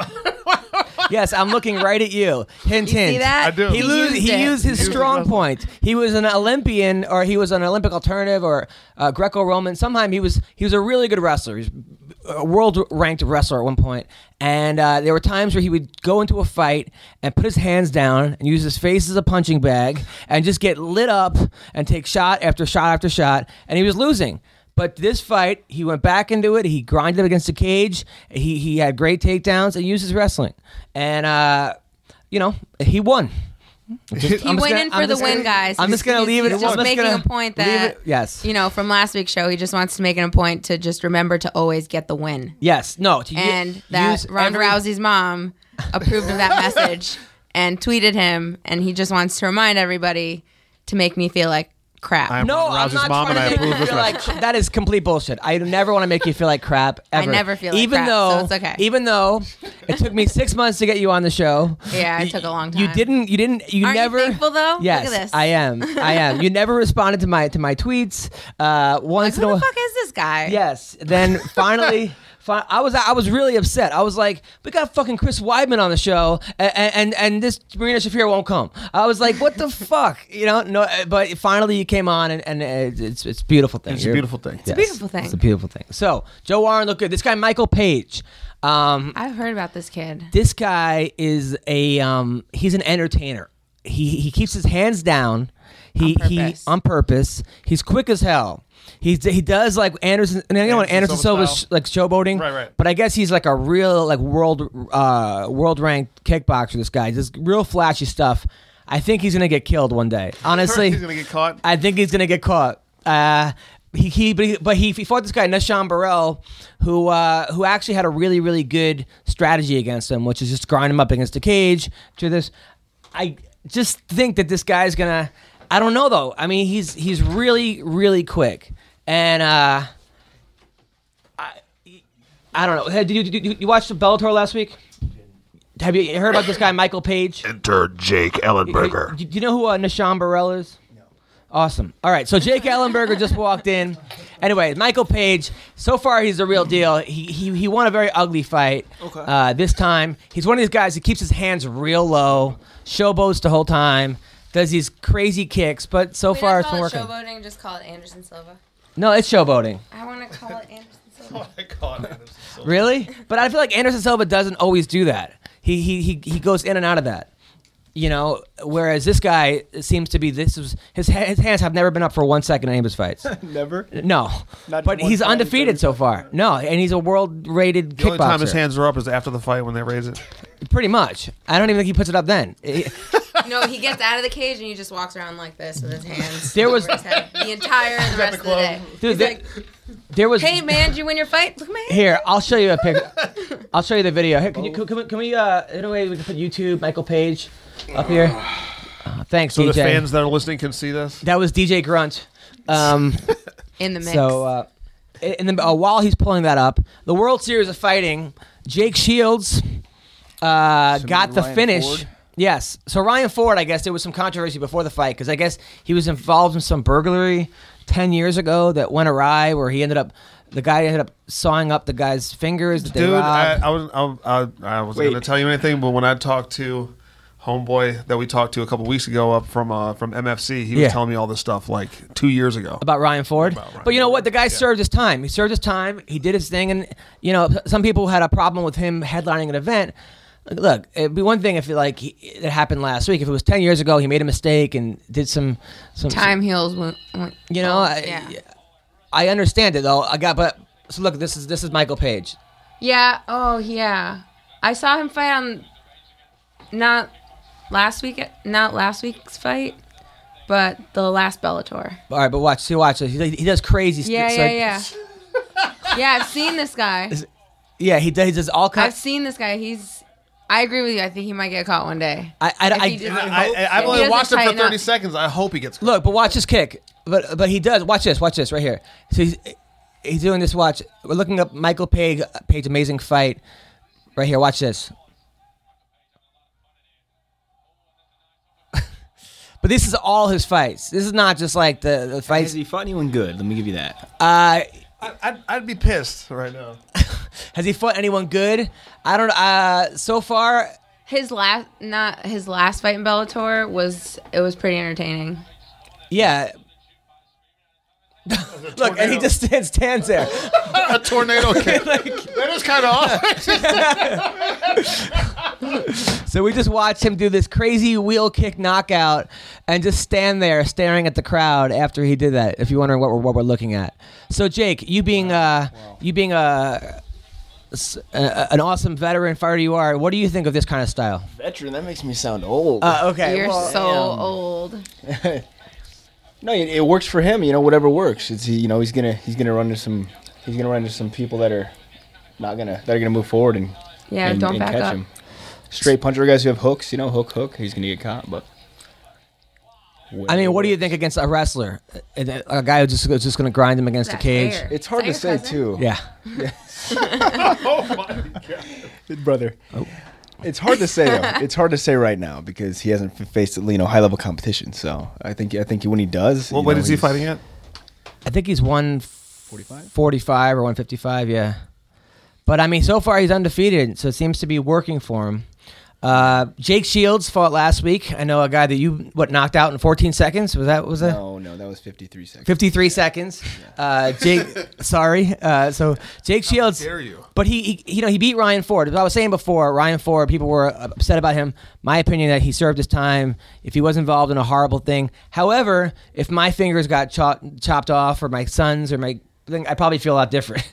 S2: yes, I'm looking right at you. Hint,
S4: You
S2: hint.
S4: see that?
S3: I do.
S2: He, lo-
S4: used
S2: he
S4: it.
S2: used his
S3: He used
S2: strong
S3: wrestling.
S2: point. He was an Olympian, or he was an Olympic alternative, or uh, Greco-Roman. Sometime he was he was a really good wrestler. He was a world-ranked wrestler at one point. And uh, there were times where he would go into a fight and put his hands down and use his face as a punching bag and just get lit up and take shot after shot after shot, and he was losing. But this fight, he went back into it. He grinded up against the cage. He he had great takedowns and used his wrestling, and uh, you know he won.
S4: He went in for the win, guys.
S2: I'm just gonna
S4: He's-
S2: leave it. I'm
S4: He's just
S2: just
S4: making
S2: gonna
S4: a point
S2: leave
S4: that
S2: it- yes,
S4: you know from last week's show, he just wants to make it a point to just remember to always get the win,
S2: yes, no, to u-
S4: and that
S2: use
S4: Ronda
S2: every-
S4: Rousey's mom approved of
S2: (laughs)
S4: that message and tweeted him, and he just wants to remind everybody to make me feel like crap.
S3: I'm-
S2: No,
S3: Ronda
S2: I'm
S3: Rousey's
S2: not
S3: mom
S2: trying
S3: and I
S2: to make you
S3: approve
S2: feel
S3: of
S2: like that is complete bullshit. I never want to make you feel like crap. Ever.
S4: never feel like
S2: even
S4: crap,
S2: though
S4: so it's okay.
S2: even though it took me six months to get you on the show.
S4: Yeah, it
S2: y-
S4: took a long
S2: You
S4: time.
S2: didn't. You didn't. You
S4: Aren't you
S2: never.
S4: thankful, though? Look
S2: Yes,
S4: at this.
S2: I am. I am. You never responded to my to my tweets. Uh, once
S4: Who
S2: in a
S4: the
S2: while.
S4: fuck is this guy?
S2: Yes. Then finally, fi- I was I was really upset. I was like, we got fucking Chris Weidman on the show, and and, and this Marina Shafir won't come. I was like, what the fuck, you know? No, uh, but finally you came on, and, and it's- it's it's a beautiful thing.
S3: It's a
S2: You're-
S3: beautiful thing.
S2: Yes,
S4: beautiful thing.
S2: It's a beautiful thing. So Joe Warren looked good. This guy Michael Page. Um,
S4: I've heard about this kid.
S2: this guy is a um, he's an entertainer. He he keeps his hands down. He
S4: On
S2: he
S4: purpose.
S2: on purpose. He's quick as hell. He he does like Anderson. And I know when Anderson
S3: Anderson
S2: Silva
S3: Silva
S2: Silva's
S3: style.
S2: like showboating,
S3: Right, right.
S2: But I guess he's like a real like world uh, world ranked kickboxer. This guy, just real flashy stuff. I think he's gonna get killed one day. Honestly,
S3: He's gonna get caught.
S2: I think he's gonna get caught. Uh, he, he but he, but he, he fought this guy Nashan Burrell, who uh, who actually had a really really good strategy against him, which is just grind him up against the cage. To this, I just think that this guy's gonna. I don't know though. I mean, he's he's really really quick, and uh, I I don't know. Hey, did you, did you you watched the Bellator last week? Have you heard about this guy Michael Page?
S7: Enter Jake Ellenberger.
S2: Do, do you know who uh, Nashawn Burrell is? No. Awesome. All right, so Jake Ellenberger just walked in. Anyway, Michael Page. So far, he's the real deal. He he, he won a very ugly fight. Okay. Uh, this time, he's one of these guys who keeps his hands real low. showboats the whole time, does these crazy kicks, but so
S8: We
S2: far
S8: don't
S2: it's been
S8: call it
S2: working.
S8: showboating. Just call it Anderson Silva.
S2: No, it's showboating.
S8: I want to call it Anderson (laughs) Silva.
S2: Really? But I feel like Anderson Silva doesn't always do that. He he he he goes in and out of that. You know, whereas this guy seems to be this is his ha- his hands have never been up for one second in any of his fights.
S9: (laughs) Never.
S2: No,
S9: Not
S2: but
S9: one
S2: he's
S9: time,
S2: undefeated so far. No, and he's a world rated
S3: The only time his
S2: kickboxer.
S3: hands are up is after the fight when they raise it.
S2: Pretty much. I don't even think he puts it up then.
S9: (laughs)
S2: It-
S8: no, he gets out of the cage and he just walks around like this with his hands.
S2: (laughs) There was-
S8: over his head the entire the rest of the day.
S2: dude, there, there was.
S8: Hey man, did you win your fight? Look at my hands.
S2: Here, I'll show you a
S9: (laughs)
S2: picture. I'll show you the video. Here, can you
S9: Oh.
S2: can, we- can we uh in a way we can put YouTube Michael Page up here?
S3: (sighs)
S2: Uh, thanks,
S3: So
S2: DJ.
S3: the fans that are listening can see this.
S2: That was DJ Grunt. Um,
S8: in the mix.
S2: so, uh, and then uh, while he's pulling that up, the World Series of Fighting, Jake Shields uh, got the
S9: Ryan
S2: finish.
S9: Ford?
S2: Yes. So Ryan Ford, I guess there was some controversy before the fight because I guess he was involved in some burglary ten years ago that went awry, where he ended up the guy ended up sawing up the guy's fingers. That they
S3: Dude, I,
S9: uh,
S2: robbed.
S3: I was I, I, I wasn't going
S9: Wait.
S3: to tell you anything, but when I talked to homeboy that we talked to a couple weeks ago up from uh, from MFC, he
S2: Yeah.
S3: was telling me all this stuff like two years ago.
S2: about Ryan Ford.
S3: Ryan
S2: but you know what? The guy served his time. He served his time. He did his thing, and you know, some people had a problem with him headlining an event. Look, it'd be one thing if it, like he, it happened last week. If it was ten years ago, he made a mistake and did some some
S8: Time heals. When, when-
S2: You know, I,
S8: yeah.
S2: I understand it though. I got, but so look, this is this is Michael Page.
S8: Yeah. Oh, yeah. I saw him fight on not last week, not last week's fight, but the last Bellator.
S2: All right, but watch, see, watch this. He, he does crazy. st-
S8: Yeah,
S2: so-
S8: yeah, yeah. yeah, I've seen this guy.
S2: yeah. He does, he does all
S8: I've
S2: kinds.
S8: seen this guy. He's. I agree with you. I think he might get caught one day.
S2: I, I,
S8: If
S2: I,
S8: he didn't-
S3: I, I, I've
S8: He
S3: only
S8: doesn't
S3: watched him for
S8: tighten up.
S3: thirty seconds. I hope he gets.
S2: Look, but watch his kick. But but he does. Watch this. Watch this right here. So he's he's doing this. Watch. We're looking up Michael Page. Page amazing fight. Right here. Watch this. (laughs) but this is all his fights. This is not just like the the
S9: Has
S2: fights.
S9: he fought anyone good? Let me give you that.
S2: Uh,
S3: I, I'd, I'd be pissed
S2: (laughs)
S3: right now.
S2: has he fought anyone good? I don't. Uh, so far.
S8: His last, not his last fight in Bellator was. It was pretty entertaining.
S2: Yeah. (laughs) Look, and he just stands stands there.
S1: a tornado kick. that is
S2: (laughs)
S1: kind of off.
S2: So we just watched him do this crazy wheel kick knockout and just stand there staring at the crowd after he did that. If you're wondering what we're, what we're looking at, so Jake, you being uh, you being a, a an awesome veteran fighter you are, what do you think of this kind of style?
S9: Veteran, that makes me sound old.
S2: Uh, okay,
S8: You're
S2: well, um,
S8: so
S9: damn.
S8: old.
S9: no, it, it works for him. You know, whatever works. It's he. You know, he's gonna he's gonna run into some he's gonna run into some people that are not gonna that are gonna move forward and
S8: Yeah,
S9: and,
S8: don't
S9: and
S8: back
S9: catch
S8: up.
S9: him. Straight puncher guys who have hooks. You know, hook hook. He's gonna get caught. But
S2: I mean, what do you think against a wrestler, a, a guy who's just who's just gonna grind him against a
S8: That
S2: cage?
S8: hair.
S9: It's hard to
S8: Is that
S9: say
S8: your
S9: too.
S2: Yeah,
S9: brother. Oh. It's hard to
S8: (laughs)
S9: say. Though. It's hard to say right now because he hasn't f- faced you know high level competition. So I think I think when he does,
S3: What
S9: you
S3: weight
S9: know,
S3: is he
S9: he's-
S3: fighting at?
S2: I think he's one
S9: Forty-five?
S2: forty-five or one fifty-five. Yeah, but I mean, so far he's undefeated, so it seems to be working for him. Uh, Jake Shields fought last week. I know a guy that you what knocked out in 14 seconds. Was that was that
S9: No, no, that was fifty three seconds.
S2: 53 seconds? Uh,
S3: (laughs)
S2: Jake, sorry. Uh, so Jake Shields.
S3: dare you.
S2: But he, he, you know, he beat Ryan Ford. As I was saying before, Ryan Ford, people were upset about him. My opinion that he served his time. If he was involved in a horrible thing, however, if my fingers got chop, chopped off or my sons or my thing, I probably feel a lot different.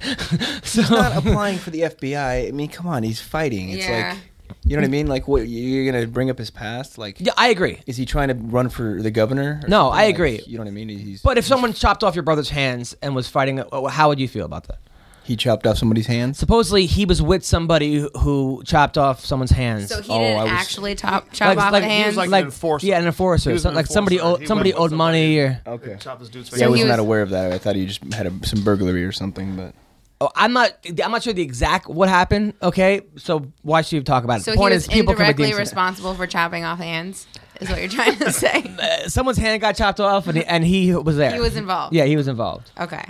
S2: (laughs) so
S9: not applying for the FBI. I mean, come on, he's fighting. It's
S8: Yeah.
S9: like, you know what I mean? Like, what you're gonna bring up his past? Like,
S2: yeah, I agree.
S9: is he trying to run for the governor? or
S2: No,
S9: something?
S2: I
S9: Like,
S2: agree.
S9: you know what I mean? He's
S2: But if someone chopped off your brother's hands and was fighting, uh, how would you feel about that?
S9: he chopped off somebody's hands.
S2: Supposedly he was with somebody who chopped off someone's hands.
S8: So he
S9: Oh, I
S8: didn't
S9: was-
S8: actually top, chop off the hands.
S3: was like an enforcer.
S2: Yeah, an enforcer.
S3: He was
S2: So-
S3: an
S2: like somebody
S3: enforcer.
S2: owed
S3: He
S2: somebody
S3: went with
S2: owed money
S3: somebody.
S2: or
S9: Okay.
S3: Chop this dude's face.
S9: Yeah, I
S8: he
S9: was,
S8: was-
S9: not aware of that. I thought he just had a, some burglary or something. But
S2: oh, I'm not I'm not sure the exact what happened. Okay, so why should you talk about it?
S8: So
S2: the point
S8: he was
S2: is people can
S8: indirectly
S2: redeem some-
S8: responsible for chopping off hands, is what you're trying
S2: (laughs)
S8: to say.
S2: uh, someone's hand got chopped off and he, and he was there.
S8: He was involved.
S2: Yeah, he was involved.
S8: Okay.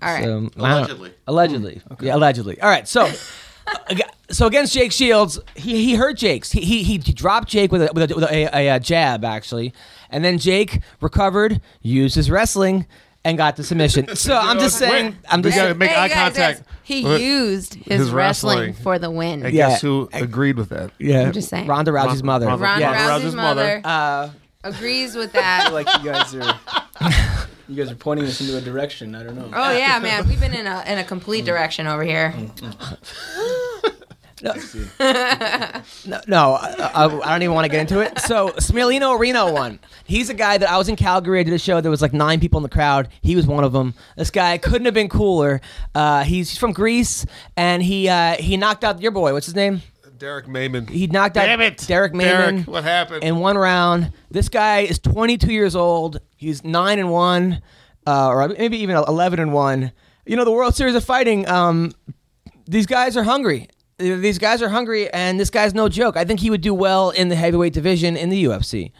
S8: All right.
S2: So, I don't-
S6: Allegedly.
S2: Allegedly. Yeah, allegedly. All right. So (laughs) Aga- so against Jake Shields, he, he hurt Jake's. He, he he dropped Jake with a with, a, with a, a, a jab actually, and then Jake recovered, used his wrestling, and got the
S3: (laughs)
S2: submission. So I'm just saying, I'm
S3: we
S2: just
S3: gotta make
S4: Hey,
S3: eye
S4: guys, guys,
S3: contact.
S4: He
S3: with-
S4: used his,
S3: his
S4: wrestling,
S3: wrestling.
S4: for the win.
S3: I
S2: Yeah.
S3: guess who agreed with that?
S2: yeah,
S4: just saying.
S2: Ronda Rousey's mother.
S3: Ronda-
S8: Ronda
S3: Yeah.
S8: Rousey's
S3: Rousey's
S8: mother
S3: mother.
S2: Uh,
S8: agrees with
S2: (laughs)
S8: that.
S9: like you guys are. (laughs) You guys are pointing us into a direction. I don't know.
S8: Oh yeah, man, we've been in a in a complete direction over here.
S2: Mm. No, no I, I- I don't even want to get into it.
S4: (laughs)
S2: So Smirlino Reno won. He's a guy that I was in Calgary. I did a show. There was like nine people in the crowd. He was one of them. This guy couldn't have been cooler. Uh, he's from Greece, and he uh, he knocked out your boy. What's his name?
S3: Derek Maimon.
S2: He knocked out
S3: Damn it,
S2: Derek Maimon.
S3: Derek, what happened?
S2: in one round? This guy is 22 years old. He's nine and one, uh, or maybe even 11 and one. You know, the World Series of Fighting. Um, these guys are hungry. These guys are hungry, and this guy's no joke. I think he would do well in the heavyweight division in the UFC.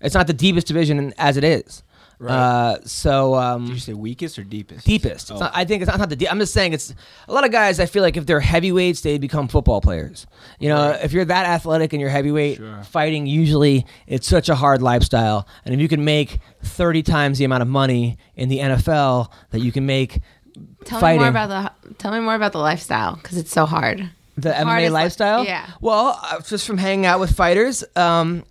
S2: It's not the deepest division as it is. Uh, so um,
S9: say weakest or deepest?
S2: deepest. It's not, I think it's not, not the deep. I'm just saying it's a lot of guys. I feel like if they're heavyweights, they become football players. You know, if you're that athletic and you're heavyweight fighting, usually it's such a hard lifestyle. And if you can make 30 times the amount of money in the NFL that you can make
S4: Tell
S2: fighting
S4: me more about the tell me more about the lifestyle because it's so hard.
S2: the MMA
S4: hardest li-
S2: lifestyle.
S4: yeah.
S2: Well, uh, just from hanging out with fighters. Um,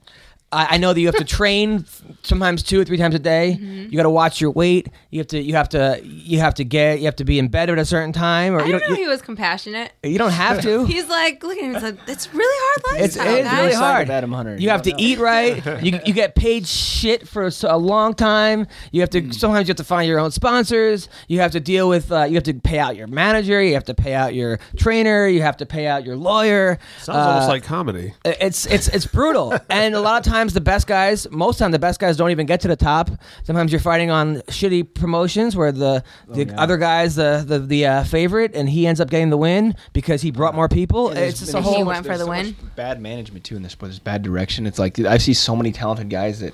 S2: I, I know that you have to train sometimes two or three times a day. You got to watch your weight. You have to. You have to. You have to get. You have to be in bed at a certain time, or
S8: I
S2: you
S8: didn't
S2: don't.
S8: know
S2: You,
S8: he was compassionate.
S2: you don't have to.
S8: He's like, look at him. He's like, it's really hard
S2: It's,
S8: lifestyle.
S2: it is
S8: guys."
S2: really
S9: Other side
S2: hard.
S9: of Adam Hunter.
S2: You,
S9: You
S2: have to
S9: don't know.
S2: eat right. you, you get paid shit for s- a long time. You have to sometimes you have to find your own sponsors. You have to deal with uh, you have to pay out your manager. You have to pay out your trainer. You have to pay out your lawyer. Uh,
S1: Sounds
S9: Uh,
S1: almost like comedy.
S2: It's it's it's brutal, and a lot of times the best guys, most time the best guys don't even get to the top. Sometimes you're fighting on shitty promotions where the the other guy's the the, the uh, favorite, and he ends up getting the win because he brought more people. it's just a
S4: been
S2: whole.
S4: He went for
S9: there's
S4: the
S9: so
S4: win.
S9: much Bad management too in this sport. There's bad direction. It's like dude, I see so many talented guys that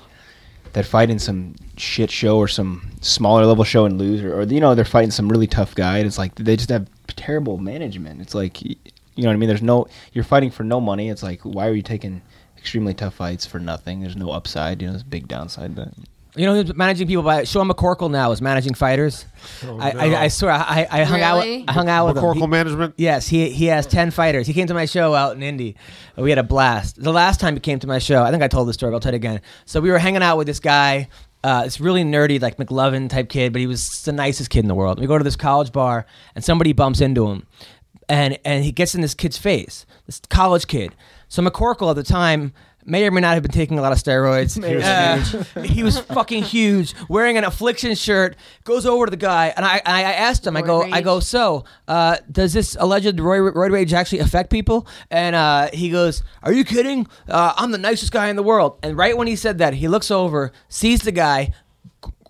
S9: that fight in some shit show or some smaller level show and lose, or, or you know they're fighting some really tough guy and it's like they just have terrible management. It's like y- you know what I mean. There's no you're fighting for no money. It's like why are you taking extremely tough fights for nothing? There's no upside. You know, there's a big downside. But
S2: You know who's managing people by Sean McCorkle now is managing fighters. I, I, I swear I, I hung
S4: Really?
S2: out I hung
S9: oh,
S2: out with him.
S1: McCorkle
S2: He-
S1: management.
S2: Yes, he he has ten fighters. He came to my show out in Indy. We had a blast. The last time he came to my show, I think I told this story. But I'll tell it again. So we were hanging out with this guy. Uh, it's really nerdy, like McLovin type kid, but he was the nicest kid in the world. We go to this college bar, and somebody bumps into him, and and he gets in this kid's face, this college kid. So McCorkle at the time may or may not have been taking a lot of steroids. he, was (laughs) he was fucking huge, wearing an affliction shirt. Goes over to the guy, and I I I asked him. I go
S4: Roid
S2: I go.
S4: rage.
S2: So uh, does this alleged roid, roid rage actually affect people? And uh, he goes, Are you kidding? Uh, I'm the nicest guy in the world. And right when he said that, he looks over, sees the guy,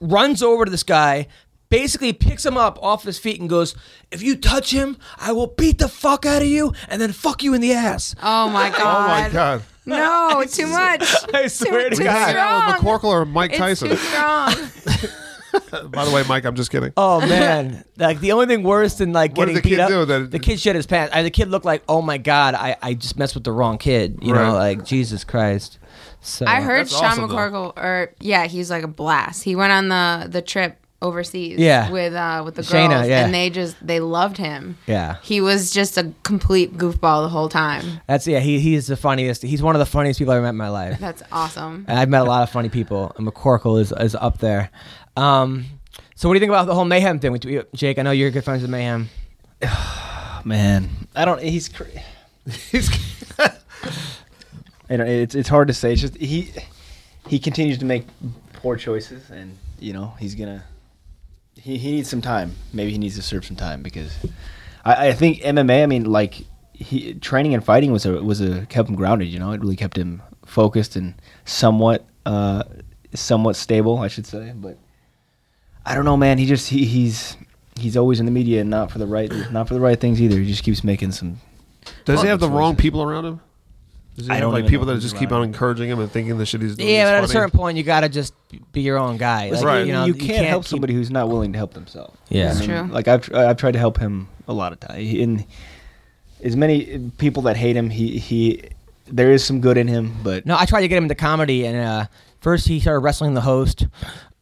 S2: runs over to this guy, basically picks him up off his feet and goes, If you touch him, I will beat the fuck out of you and then fuck you in the ass.
S8: Oh my god.
S3: Oh my god.
S8: No, too much.
S2: (laughs) I swear
S8: to
S1: We gotta hang out with
S8: strong.
S1: McCorkle or Mike
S8: It's
S1: Tyson.
S8: too strong.
S1: By the way, Mike, I'm just kidding.
S2: Oh (laughs) man! Like the only thing worse than like
S3: What
S2: getting
S3: did the kid
S2: beat up.
S3: do then?
S2: The kid shit his pants. I, the kid looked like, oh my god, I, I just messed with the wrong kid. You
S3: Right.
S2: know, like Jesus Christ. So
S8: I heard
S3: That's
S8: Sean
S3: awesome, though.
S8: McCorkle, or yeah, he's like a blast. He went on the the trip overseas,
S2: Yeah.
S8: with uh with the
S2: Shayna,
S8: girls,
S2: yeah.
S8: and they just they loved him.
S2: Yeah.
S8: he was just a complete goofball the whole time.
S2: That's yeah. He he is the funniest. He's one of the funniest people I've met in my (laughs) life.
S8: That's awesome.
S2: And I've met a lot of funny people. And McCorkle is is up there. Um, so what do you think about the whole mayhem thing? with- Jake, I know you're good friends with mayhem.
S9: oh, man, I don't. He's cra- (laughs)
S3: He's
S9: I don't, it's it's hard to say. It's just he he continues to make poor choices, and you know he's gonna he, he needs some time. Maybe he needs to serve some time because I, I think MMA. I mean, like he training and fighting was a was a kept him grounded. You know, it really kept him focused and somewhat uh somewhat stable, I should say. But I don't know, man. He just he, he's he's always in the media and not for the right not for the right things either. He just keeps making some.
S1: Does he have the
S9: choices.
S1: wrong people around him? Does he
S9: I
S1: have
S9: don't
S1: like
S9: even
S1: people
S9: know
S1: that
S9: who's
S1: just keep
S9: around
S1: on
S9: him.
S1: encouraging him and thinking the shit he's doing? is
S2: Yeah, but at a
S1: funny?
S2: certain point, you gotta just be your own guy. Like,
S9: Like,
S2: You, know,
S9: you can't, help
S2: keep-
S9: somebody who's not willing to help themself.
S2: Yeah.
S9: I
S8: That's
S9: mean,
S8: true.
S9: Like I've I've tried to help him a lot of times, and as many people that hate him, he he there is some good in him, but
S2: No, I tried to get him into comedy, and uh, first he started wrestling the host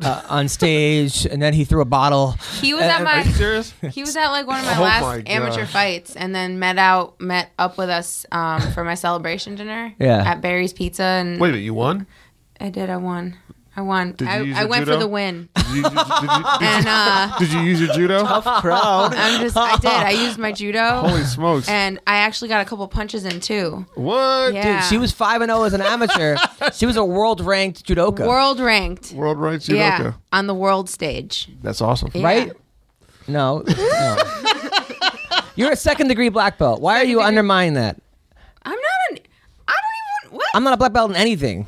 S2: uh, on stage, (laughs) and then he threw a bottle.
S4: He was
S2: And-
S4: at
S2: and-
S4: my.
S3: Serious?
S4: He was at like one of my
S3: Oh
S4: last
S3: my
S4: amateur
S3: gosh.
S4: fights, and then met out met up with us um, for my celebration dinner.
S2: Yeah.
S4: At Barry's Pizza, and
S3: Wait a minute, you won?
S4: I did. I won. I won.
S3: you
S4: I,
S3: use
S4: I
S3: your
S4: went for
S3: judo?
S4: the win,
S3: Did you, did you-
S4: and uh,
S3: did you use your
S4: (laughs)
S3: judo?
S2: crowd.
S4: I'm just. I did. I used my judo.
S3: Holy smokes!
S4: and I actually got a couple punches in too.
S3: What?
S4: Yeah.
S2: Dude, she was five and zero as an
S4: (laughs)
S2: amateur. she was a world ranked judoka,
S4: world ranked.
S3: World rights judoka.
S4: Yeah, on the world stage.
S3: That's awesome.
S4: Yeah.
S2: right? No, no. You're a second degree black belt. Why are you undermining that?
S4: I'm not an. I don't even. What?
S2: I'm not a black belt in anything.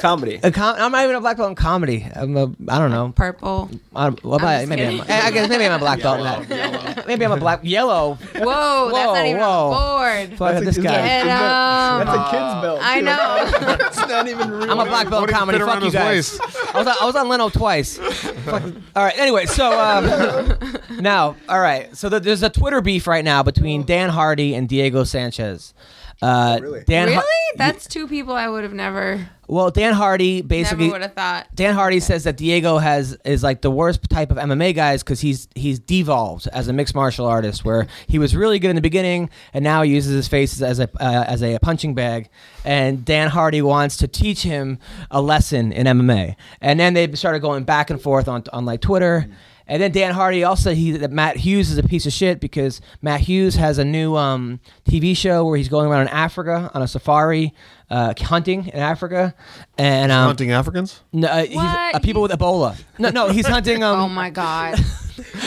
S9: comedy.
S2: A com- I'm not even a black belt in comedy. I'm a, I don't know.
S4: purple.
S2: I'm, well,
S4: I'm
S2: I-
S4: just
S2: maybe I'm,
S4: kidding.
S2: I guess maybe I'm a black belt. in that. Maybe I'm a black yellow.
S4: Whoa, that's not even
S2: whoa.
S4: on the board.
S2: Fuck this guy.
S4: Get
S3: (laughs)
S4: him.
S9: That's a kid's belt.
S4: I know.
S9: It's not
S2: (laughs)
S9: even real.
S2: I'm a black belt in
S3: Wouldn't
S2: comedy.
S3: fit
S2: Fuck
S3: around
S2: you
S3: his
S2: guys. I was on, I was on Leno twice. Fuck. All right. Anyway, so um, (laughs) now, all right. So th- there's a Twitter beef right now between Dan Hardy and Diego Sanchez. Uh,
S9: really?
S2: Dan Har-
S4: Oh. really? That's two people I would have never,
S2: well, Dan Hardy basically.
S4: never would have thought.
S2: Dan Hardy says that Diego has is like the worst type of MMA guys because he's he's devolved as a mixed martial artist, where he was really good in the beginning and now he uses his face as a uh, as a punching bag. And Dan Hardy wants to teach him a lesson in MMA, and then they started going back and forth on on like Twitter. And then Dan Hardy also he that Matt Hughes is a piece of shit because Matt Hughes has a new um, TV show where he's going around in Africa on a safari uh, hunting in Africa, and um,
S3: Hunting Africans.
S2: no, uh, he's,
S4: What?
S2: uh, people with Ebola. No, no, he's hunting. Um, (laughs)
S4: Oh my god.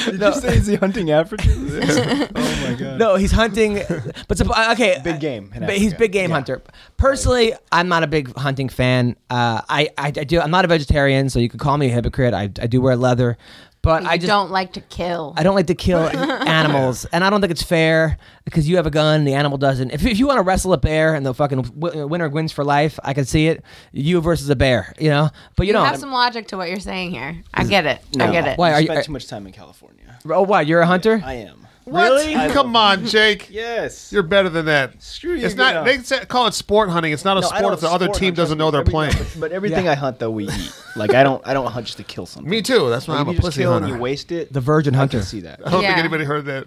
S9: Did you say is he hunting Africans? oh my god.
S2: No, he's hunting. But supp- uh, okay,
S9: Big game in
S2: But he's
S9: Africa.
S2: big game hunter. Personally, I'm not a big hunting fan. Uh, I, I I do. I'm not a vegetarian, so you could call me a hypocrite. I, I do wear leather, but I
S4: I
S2: just
S4: don't like to kill.
S2: I don't like to kill animals, and I don't think it's fair because you have a gun, the animal doesn't. If, if you want to wrestle a bear and the fucking w- winner wins for life, I can see it. You versus a bear, you know. But you,
S4: You
S2: don't.
S4: have some logic to what you're saying here.
S9: Mm.
S4: I get it. I get it.
S2: Why
S9: I
S2: are you?
S9: spent
S2: Are,
S9: too much time in California.
S2: oh, why you're a hunter?
S9: I am.
S2: Really?
S9: I
S3: Come
S9: love-
S3: on, Jake.
S9: Yes.
S3: You're better than that.
S9: Screw you,
S3: It's not.
S9: Guido.
S3: They say, call it sport hunting. It's not a
S9: No, I
S3: sport
S9: don't
S3: if the other
S9: sport
S3: team
S9: hunt,
S3: doesn't
S9: trust
S3: know
S9: me.
S3: they're
S9: Every-
S3: playing.
S9: But, but everything
S2: Yeah.
S9: I hunt though we eat. Like I don't I don't hunt just to kill something.
S3: Me too. That's why
S9: When
S3: I'm
S9: Oh, you
S3: a
S9: just
S3: pussy
S9: kill
S3: hunter.
S9: And you waste it.
S2: The virgin
S9: I can
S2: hunter.
S9: see that.
S3: I don't think
S4: Yeah.
S3: anybody heard
S9: (laughs)
S3: that.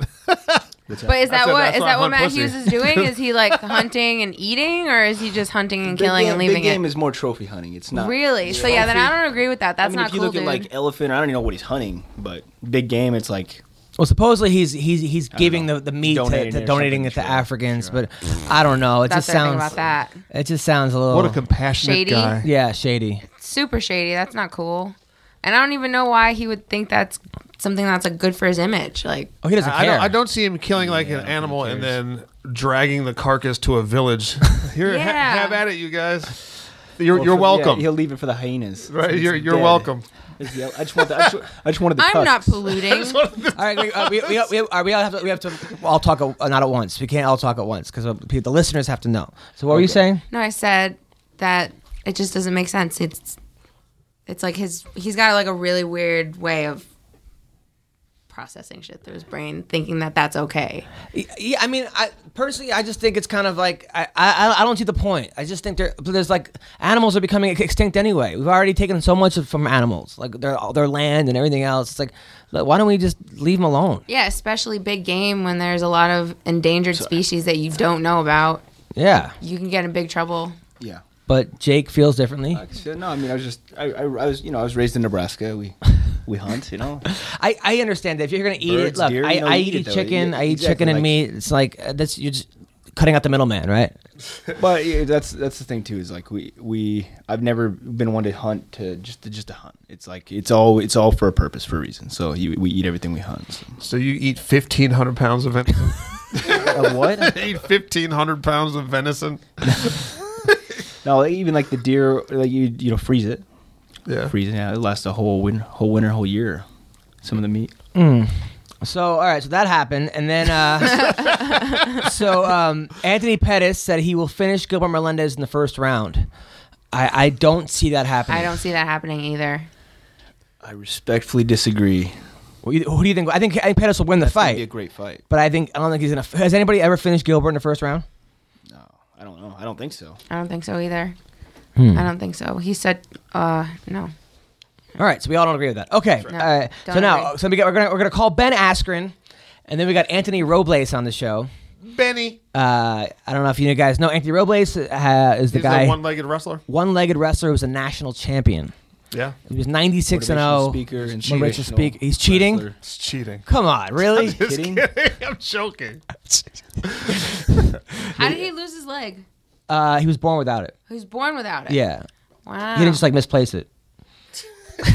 S4: But is that
S3: said
S4: what
S3: that's
S4: is
S3: why I
S4: that what
S3: hunt
S4: Matt
S3: pussy.
S4: Hughes is doing? Is
S3: (laughs)
S4: he like hunting and eating, or is he just hunting and
S9: Big
S4: killing
S9: game,
S4: and leaving
S9: big game
S4: it?
S9: is more trophy hunting. It's not
S4: really? So yeah, then I don't agree with that.
S9: I
S4: That's
S9: mean,
S4: not
S9: if you
S4: cool,
S9: look
S4: dude.
S9: at like elephant, I don't even know what he's hunting, but big game, it's like
S2: Well, supposedly he's he's he's giving the, the meat
S9: Donating
S2: to,
S9: it
S2: to
S9: or
S2: donating
S9: something,
S2: it to
S9: sure.
S2: Africans, but I don't know. It
S4: That's
S2: just
S4: the thing
S2: sounds
S4: about that.
S2: It just sounds a little
S3: What a compassionate
S4: Shady.
S3: guy.
S2: yeah shady.
S4: Super shady. That's not cool. And I don't even know why he would think that's something that's like good for his image. Like
S2: Oh, he doesn't
S3: I, I
S2: care.
S3: don't, I don't see him killing like an animal and then dragging the carcass to a village. (laughs) Here, ha-
S4: Yeah.
S3: have at it, you guys. You're,
S9: Well,
S3: you're
S9: for-
S3: welcome.
S9: yeah, he'll leave it for the hyenas.
S3: right?
S9: It's
S3: You're, you're
S9: dead.
S3: welcome.
S9: It's yellow. I just want the. I just, I just wanted the.
S4: I'm not
S3: (laughs)
S9: tusks.
S4: polluting.
S2: all right, we, uh, we, we, we, are, we all have to we have to all talk uh, not at once. We can't all talk at once because the listeners have to know. So what were you saying?
S4: no, I said that it just doesn't make sense. It's it's like his he's got like a really weird way of processing shit through his brain, thinking that that's okay.
S2: Yeah, I mean, I personally, I just think it's kind of like I, I, I don't see the point. I just think there, there's like animals are becoming ex- extinct anyway. We've already taken so much of- from animals, like their their land and everything else. It's like, like, why don't we just leave them alone?
S4: Yeah, especially big game when there's a lot of endangered species that you don't know about.
S2: Yeah,
S4: You can get in big trouble.
S9: Yeah.
S2: but Jake feels differently.
S9: Like I said, no, I mean, I was just. I, I, I was, you know, I was raised in Nebraska. We, we hunt. You know.
S2: I, I understand that if you're gonna eat it,
S9: Birds,
S2: look,
S9: deer,
S2: I,
S9: you know,
S2: I
S9: you
S2: eat,
S9: eat it, though.
S2: chicken,
S9: Yeah,
S2: I eat chicken
S9: exactly,
S2: and
S9: like-
S2: meat. It's like uh, that's you're just cutting out the middleman, right?
S9: But yeah, that's that's the thing too. Is like we we I've never been one to hunt to just to, just to hunt. It's like it's all it's all for a purpose for a reason. So you, we eat everything we hunt. So.
S3: So you eat 1,500 pounds
S1: (laughs)
S3: of venison.
S9: what?
S3: eat 1,500 pounds of venison.
S9: No, like, even like the deer, like you you know freeze it,
S3: Yeah.
S9: freeze it. Yeah, it lasts a whole win, whole winter, whole year. Some of the meat.
S2: (laughs) So all right, so that happened, and then uh, (laughs) so um, Anthony Pettis said he will finish Gilbert Melendez in the first round. I, I don't see that happening.
S4: I don't see that happening either.
S9: I respectfully disagree.
S2: Well, you- Who do you think? I think I think Pettis will win the
S9: That'd
S2: fight.
S9: be a great fight.
S2: but I think I don't think he's gonna. Has anybody ever finished Gilbert in the first round?
S9: No, I don't know. I don't think so.
S4: I don't think so either.
S2: Hmm.
S4: I don't think so. He said, uh, no.
S2: All right, so we all don't agree with that. Okay, all right.
S4: don't
S2: so now
S4: agree.
S2: so we got, we're gonna we're gonna call Ben Askren, and then we got Anthony Robles on the show.
S3: Benny
S2: Uh, I don't know if you guys know Anthony Robles uh, is the
S3: is
S2: guy
S3: a one-legged wrestler.
S2: one-legged wrestler who was a national champion.
S3: Yeah,
S2: He was 96 and
S9: Motivational
S2: 0.
S9: speaker and
S2: Motivational
S9: cheating.
S2: speak- He's cheating.
S9: Wrestler.
S3: it's cheating. (laughs)
S2: Come on, really?
S9: Kidding?
S3: I'm joking.
S4: How did he lose his leg?
S2: Uh, he was born without it.
S4: He was born without it.
S2: Yeah.
S4: Wow.
S2: He didn't just like misplace it. (laughs)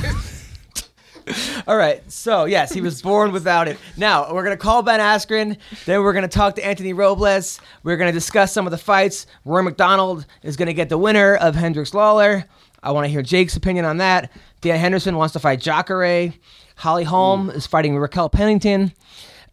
S2: All right, so yes, he was born without it. Now we're gonna call Ben Askren. Then we're gonna talk to Anthony Robles. We're gonna discuss some of the fights. Roy McDonald is gonna get the winner of Hendricks Lawler. I want to hear Jake's opinion on that. Dan Henderson wants to fight Jacare. Holly Holm is fighting Raquel Pennington.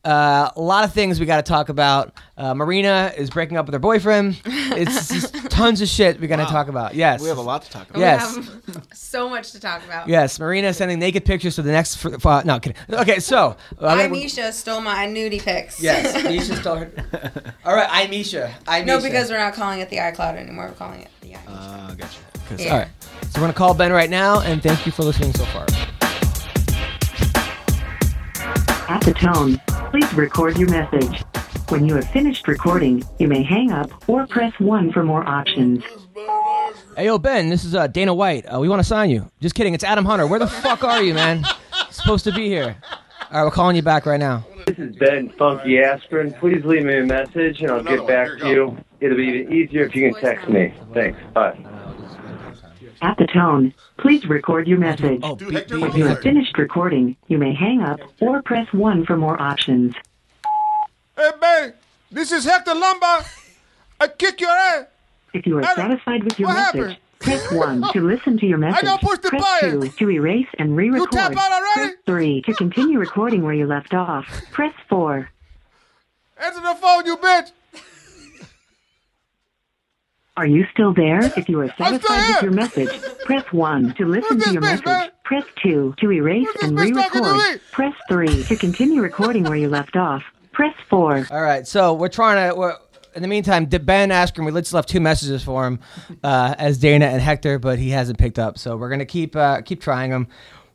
S2: Uh, a lot of things we got to talk about. Uh, Marina is breaking up with her boyfriend. It's just (laughs) tons of shit we got to talk about. Yes,
S9: We have a lot to
S8: Oh,
S9: talk about.
S2: Yes.
S4: We have (laughs) so much to talk about.
S2: Yes, Marina is sending naked pictures to the next. F- f- no, kidding. Okay, so uh,
S8: I
S2: we-
S8: Misha stole my nudie pics.
S4: (laughs)
S2: Yes, Misha stole her. All right, I Misha. I
S8: no,
S2: Misha.
S8: because we're not calling it the iCloud anymore. We're calling it the iMisha.
S9: Uh, gotcha.
S8: yeah.
S2: all right. So we're gonna call Ben right now, and thank you for listening so far.
S10: At the tone, please record your message. When you have finished recording, you may hang up or press 1 for more options.
S2: Hey, yo, Ben, this is uh, Dana White. Uh, we want to sign you. Just kidding. It's Adam Hunter. Where the fuck are you, man? supposed to be here. All right, we're calling you back right now.
S11: This is Ben Funky Aspirin. Please leave me a message and I'll
S6: Another
S11: get
S6: one.
S11: back
S6: Here you
S11: to you. It'll be even easier if you can text me. Thanks. Bye.
S10: At the tone, please record your message.
S2: Oh,
S6: Dude, Hector
S10: When you have
S6: Lombard.
S10: finished recording, you may hang up or press 1 for more options.
S3: Hey, Ben, this is Hector Lombard. I kick your ass.
S10: If you are
S3: Adam,
S10: satisfied with your
S3: what happened?
S10: message,
S3: (laughs)
S10: press 1 to listen to your message.
S3: don't push the
S10: press
S3: button.
S10: 2 to erase and re-record.
S3: tap out already?
S10: Press 3 to continue recording where you left off. Press 4.
S3: Answer the phone, you bitch.
S10: Are you still there? If you are
S3: (laughs) I'm still
S10: satisfied with
S3: here.
S10: your message, press 1 to listen
S3: Who's
S10: to
S3: this
S10: your
S3: bitch,
S10: message.
S3: man?
S10: Press 2 to erase
S3: Who's this
S10: and
S3: bitch talking to me?
S10: re-record. Press 3 to continue recording where you left off. Press 4.
S2: All right, so we're trying to. We're, in the meantime, D- Ben Askren, we just left two messages for him uh, as Dana and Hector, but he hasn't picked up. So we're gonna keep uh, keep trying him.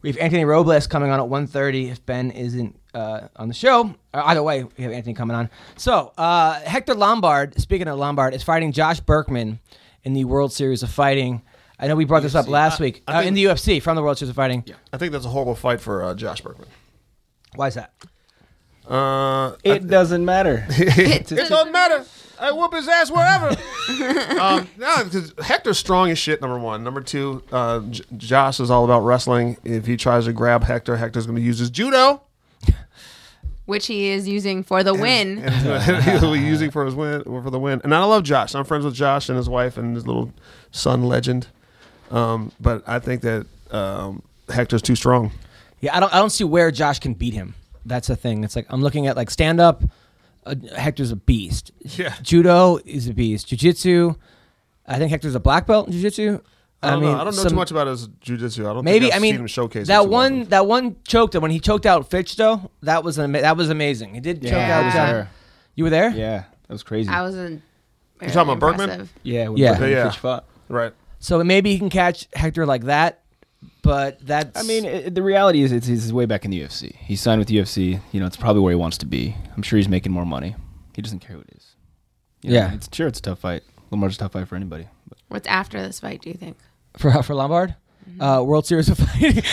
S2: We have Anthony Robles coming on at 1.30 if Ben isn't uh, on the show. Uh, Either way, we have Anthony coming on. So uh, Hector Lombard, speaking of Lombard, is fighting Josh Berkman in the World Series of Fighting. I know we brought this up last week uh, in the UFC from the World Series of Fighting. Yeah.
S3: I think that's a horrible fight for uh, Josh Berkman.
S2: Why is that?
S3: Uh,
S9: It doesn't matter.
S3: It doesn't matter. I whoop his ass wherever. (laughs) um, no, because Hector's strong as shit. Number one. Number two, uh, J- Josh is all about wrestling. If he tries to grab Hector, Hector's going to use his judo. (laughs)
S4: Which he is using for the win.
S3: And he'll be using for his win for the win. And I love Josh. I'm friends with Josh and his wife and his little son, Legend. Um, but I think that um, Hector's too strong.
S2: Yeah, I don't. I don't see where Josh can beat him. That's the thing. It's like I'm looking at like stand up. Uh, Hector's a beast.
S3: Yeah.
S2: Judo is a beast. Jiu jitsu. I think Hector's a black belt in jiu jitsu.
S3: I don't know. I don't know
S2: some-
S3: too much about his jujitsu. I don't.
S2: Maybe
S3: think
S2: I
S3: I've
S2: mean
S3: seen him showcase it
S2: that
S3: too
S2: one
S3: often.
S2: that one choked him when he choked out Fitch though. That was ama- that was amazing. He did choke
S4: I
S2: out.
S4: was
S2: John-
S9: there.
S2: You were there.
S9: (laughs) yeah, that was crazy.
S4: I wasn't. You
S3: talking about Bergman?
S9: yeah, when
S2: Yeah.
S9: Berkman
S3: Yeah.
S9: Fitch fought.
S3: Right.
S2: So maybe he can catch Hector like that. But that's.
S9: I mean, it, the reality is, it's, he's way back in the UFC. He signed with UFC. You know, it's probably where he wants to be. I'm sure he's making more money. He doesn't care who it is. You know,
S2: Yeah.
S9: it's sure it's a tough fight. Lamar's a tough fight for anybody. But
S4: What's after this fight, do you think?
S2: for (laughs) for Lombard.
S9: Mm-hmm.
S2: Uh, World Series of Fighting.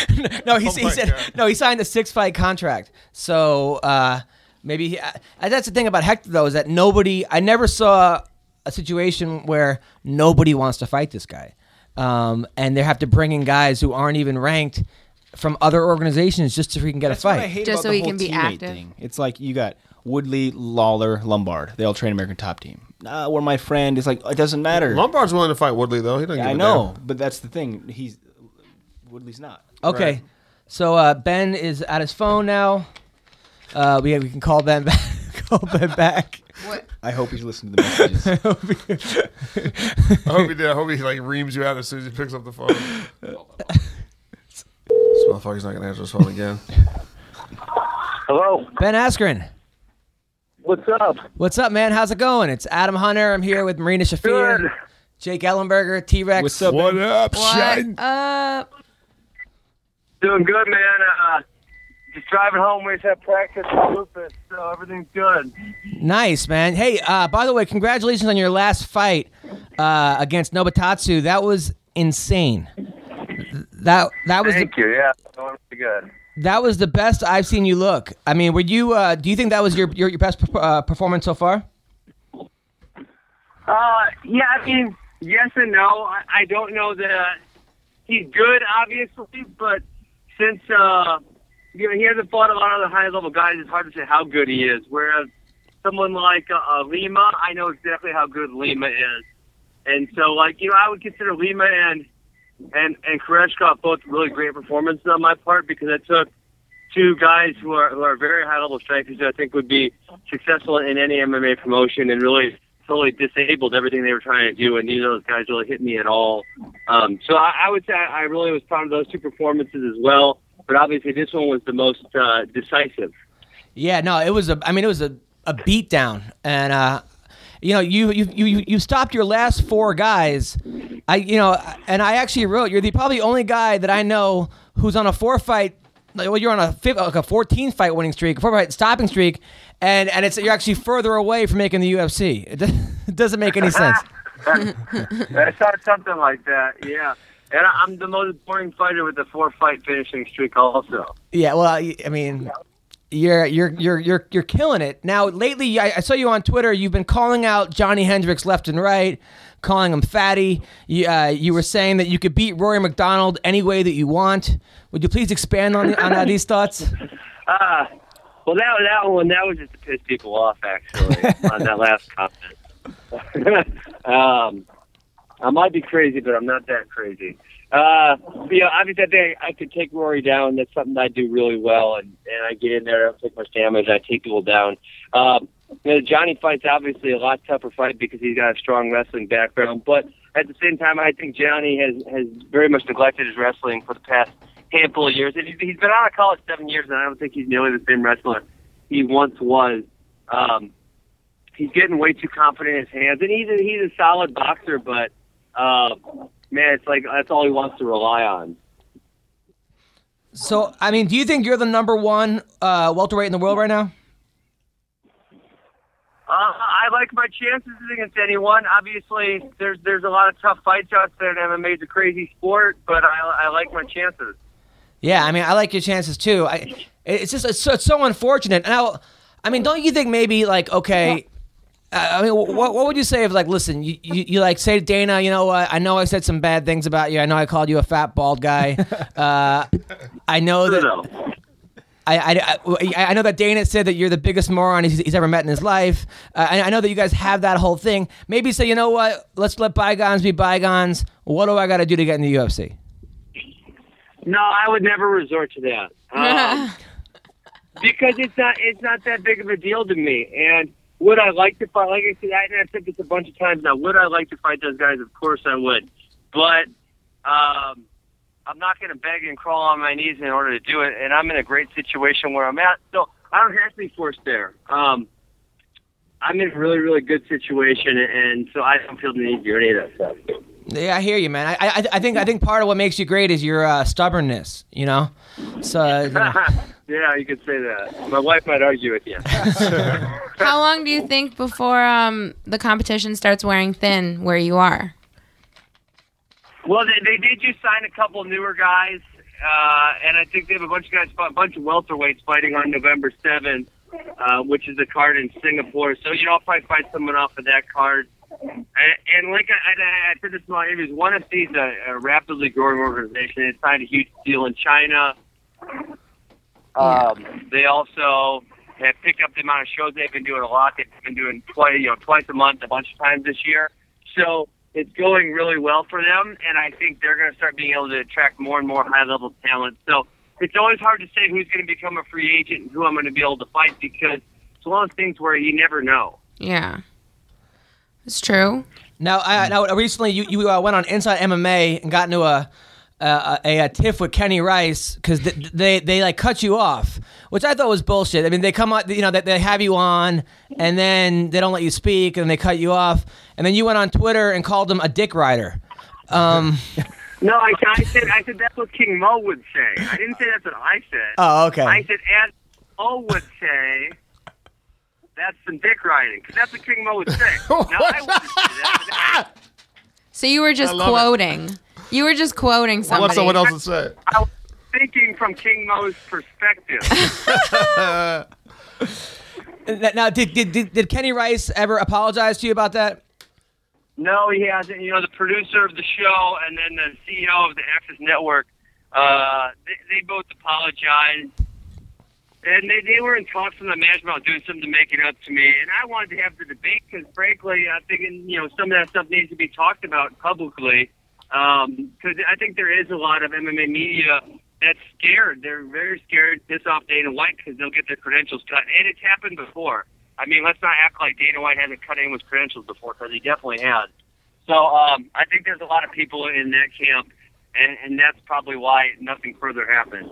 S2: (laughs) no, he, he
S3: my
S2: said
S3: God.
S2: no. He signed a six fight contract. So uh, maybe he, uh, that's the thing about Hector though is that nobody. I never saw a situation where nobody wants to fight this guy, um, and they have to bring in guys who aren't even ranked from other organizations just so we can get a
S9: what I
S2: fight.
S9: hate
S4: Just
S9: about
S4: so
S9: the
S4: he
S9: whole
S4: can be
S9: teammate
S4: active.
S9: Thing. It's like you got Woodley, Lawler, Lombard. They all train American Top Team. Uh, where my friend is like, it doesn't matter.
S3: Lombard's willing to fight Woodley though. He doesn't.
S9: I
S3: give a
S9: know,
S3: damn.
S9: but that's the thing. He's Woodley's not.
S2: Okay,
S3: Right.
S2: so uh, Ben is at his phone now. Uh, we we can call Ben (laughs) back. call Ben back.
S4: What?
S9: I hope he's listening to the messages.
S3: (laughs) I hope he did. I hope he like reams you out as soon as he picks up the phone. this motherfucker's not gonna answer his phone again.
S12: Hello.
S2: Ben Askren.
S12: What's up?
S2: What's up, man? How's it going? It's Adam Hunter. I'm here with Marina Shafir, Jake Ellenberger, T Rex.
S12: What's up, What man? up, Shine?
S2: What up?
S12: Doing good, man. Uh, just driving home. We just had practice with Lupus, so everything's good.
S2: Nice, man. Hey, uh, by the way, congratulations on your last fight uh, against Nobutatsu. That was insane. That that was
S12: Thank
S2: the,
S12: you. Yeah, that was pretty good.
S2: that was the best I've seen you look. I mean, were you? Uh, do you think that was your your, your best per- uh, performance so far?
S12: Uh, yeah, I mean, yes and no. I, I don't know that uh, he's good, obviously, but since uh, you know he hasn't fought a lot of the high level guys, it's hard to say how good he is. Whereas someone like uh, uh, Lima, I know exactly how good Lima is, and so like you know, I would consider Lima and and and Koreshkov both really great performances on my part because I took two guys who are who are very high level strikers that I think would be successful in any MMA promotion and really totally disabled everything they were trying to do, and neither of those guys really hit me at all. Um, so I, I would say I really was proud of those two performances as well. But obviously, this one was the most uh, decisive.
S2: Yeah, no, it was a. I mean, it was a a beatdown, and uh, you know, you you you you- you stopped your last four guys. I you know, and I actually wrote you're the probably only guy that I know who's on a four fight. Like, well, you're on a fifth, like a 14 fight winning streak, a four fight stopping streak, and and it's you're actually further away from making the UFC. It, do- (laughs) it doesn't make any sense.
S12: (laughs) I saw something like that, yeah. And I, I'm the most boring fighter with a four fight finishing streak, also.
S2: Yeah, well, I I mean, you're you're you're you're you're killing it now. Lately, I, I saw you on Twitter. You've been calling out Johnny Hendricks left and right, calling him fatty. You uh, you were saying that you could beat Rory McDonald any way that you want. Would you please expand on on uh, these thoughts?
S12: Uh, well, that that one that was just to piss people off, actually, on that last comment. (laughs) um, I might be crazy, but I'm not that crazy. Uh, but, you know, obviously, I think I could take Rory down. That's something I do really well, and and I get in there. I don't take much damage. I take people down. Um, you know, Johnny fight's obviously a lot tougher fight because he's got a strong wrestling background, but at the same time, I think Johnny has has very much neglected his wrestling for the past handful of years, and he's, he's been out of college seven years, and I don't think he's nearly the same wrestler he once was. Um, he's getting way too confident in his hands, and he's a, he's a solid boxer, but uh, man, it's like that's all he wants to rely on.
S2: So, I mean, do you think you're the number one uh, welterweight in the world right now?
S12: Uh, I like my chances against anyone. Obviously, there's there's a lot of tough fights out there, and MMA's a crazy sport, but I, I like my chances.
S2: Yeah, I mean, I like your chances too. I, it's just it's so, it's so unfortunate. Now, I mean, don't you think maybe like okay, I I mean, what what would you say if like listen, you, you, you like say to Dana, you know what? I know I said some bad things about you. I know I called you a fat bald guy. Uh, I know that. I, I, I, I know that Dana said that you're the biggest moron he's, he's ever met in his life. Uh, I, I know that you guys have that whole thing. Maybe say, you know what? Let's let bygones be bygones. What do I got to do to get in the UFC?
S12: No, I would never resort to that. Um, because it's not it's not that big of a deal to me. And would I like to fight? Like I said, I, and I've said this a bunch of times now. Would I like to fight those guys? Of course I would. But um, I'm not going to beg and crawl on my knees in order to do it. And I'm in a great situation where I'm at, so I don't have to be forced there. Um, I'm in a really really good situation, and so I don't feel the need to do any of that stuff.
S2: Yeah, I hear you, man. I, I, I think I think part of what makes you great is your uh, stubbornness. You know, so uh, you
S12: (laughs)
S2: know.
S12: yeah, you could say that. My wife might argue with you.
S4: How long do you think before um, the competition starts wearing thin where you are?
S12: Well, they, they did just sign a couple newer guys, uh, and I think they have a bunch of guys, a bunch of welterweights fighting on November seventh, uh, which is the card in Singapore. So you know, I'll probably fight someone off of that card. And, and like I, I, I said this in my interviews, one of these a, a rapidly growing organization. It signed a huge deal in China. Um, they also have picked up the amount of shows they've been doing a lot. They've been doing twice, you know, twice a month, a bunch of times this year. So it's going really well for them, and I think they're going to start being able to attract more and more high-level talent. So it's always hard to say who's going to become a free agent and who I'm going to be able to fight because it's one of those things where you never know.
S4: Yeah. It's true.
S2: Now, I, now recently you you uh, went on Inside MMA and got into a uh, a, a tiff with Kenny Rice because they, they they like cut you off, which I thought was bullshit. I mean, they come on, you know, they, they have you on, and then they don't let you speak, and they cut you off, and then you went on Twitter and called him a dick rider. Um,
S12: No, I, I said I said that's what King Mo would say. I didn't say that's what I said.
S2: Oh, okay.
S12: I said as Mo would say, that's some dick riding because that's what King Mo would say. Now, I wouldn't say that. but that-
S4: So you were
S12: I
S4: just
S12: love it.
S4: quoting. You were just quoting somebody.
S3: say?
S12: I was thinking from King Mo's perspective.
S2: n- now, did, did did did Kenny Rice ever apologize to you about that?
S12: no, he hasn't. You know, the producer of the show and then the CEO of the Access Network, uh, they, they both apologized. And they, they were in talks with the management about doing something to make it up to me. And I wanted to have the debate because, frankly, I'm thinking, you know, some of that stuff needs to be talked about publicly. Because I think there is a lot of MMA media that's scared. They're very scared this off Dana White because they'll get their credentials cut. And it's happened before. I mean, let's not act like Dana White hasn't cut anyone's credentials before because he definitely has. So um, I think there's a lot of people in that camp, and, and that's probably why nothing further happened.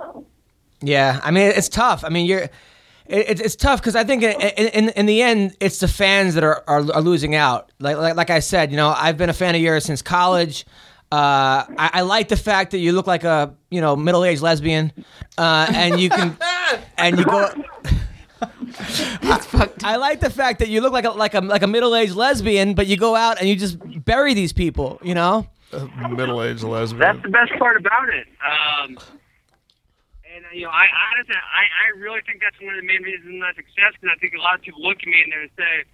S2: Yeah, I mean it's tough. I mean you're, it, it's it's tough because I think in, in in the end it's the fans that are, are are losing out. Like like like I said, you know I've been a fan of yours since college. Uh, I, I like the fact that you look like a you know middle aged lesbian, uh, and you (laughs) can and you go. I like the fact that you look like a like a like a middle aged lesbian, but you go out and you just bury these people. You know.
S3: Middle aged (laughs) lesbian.
S12: That's the best part about it. Um, and uh, you know, I honestly, I, I really think that's one of the main reasons my success. Because I think a lot of people look at me and they say,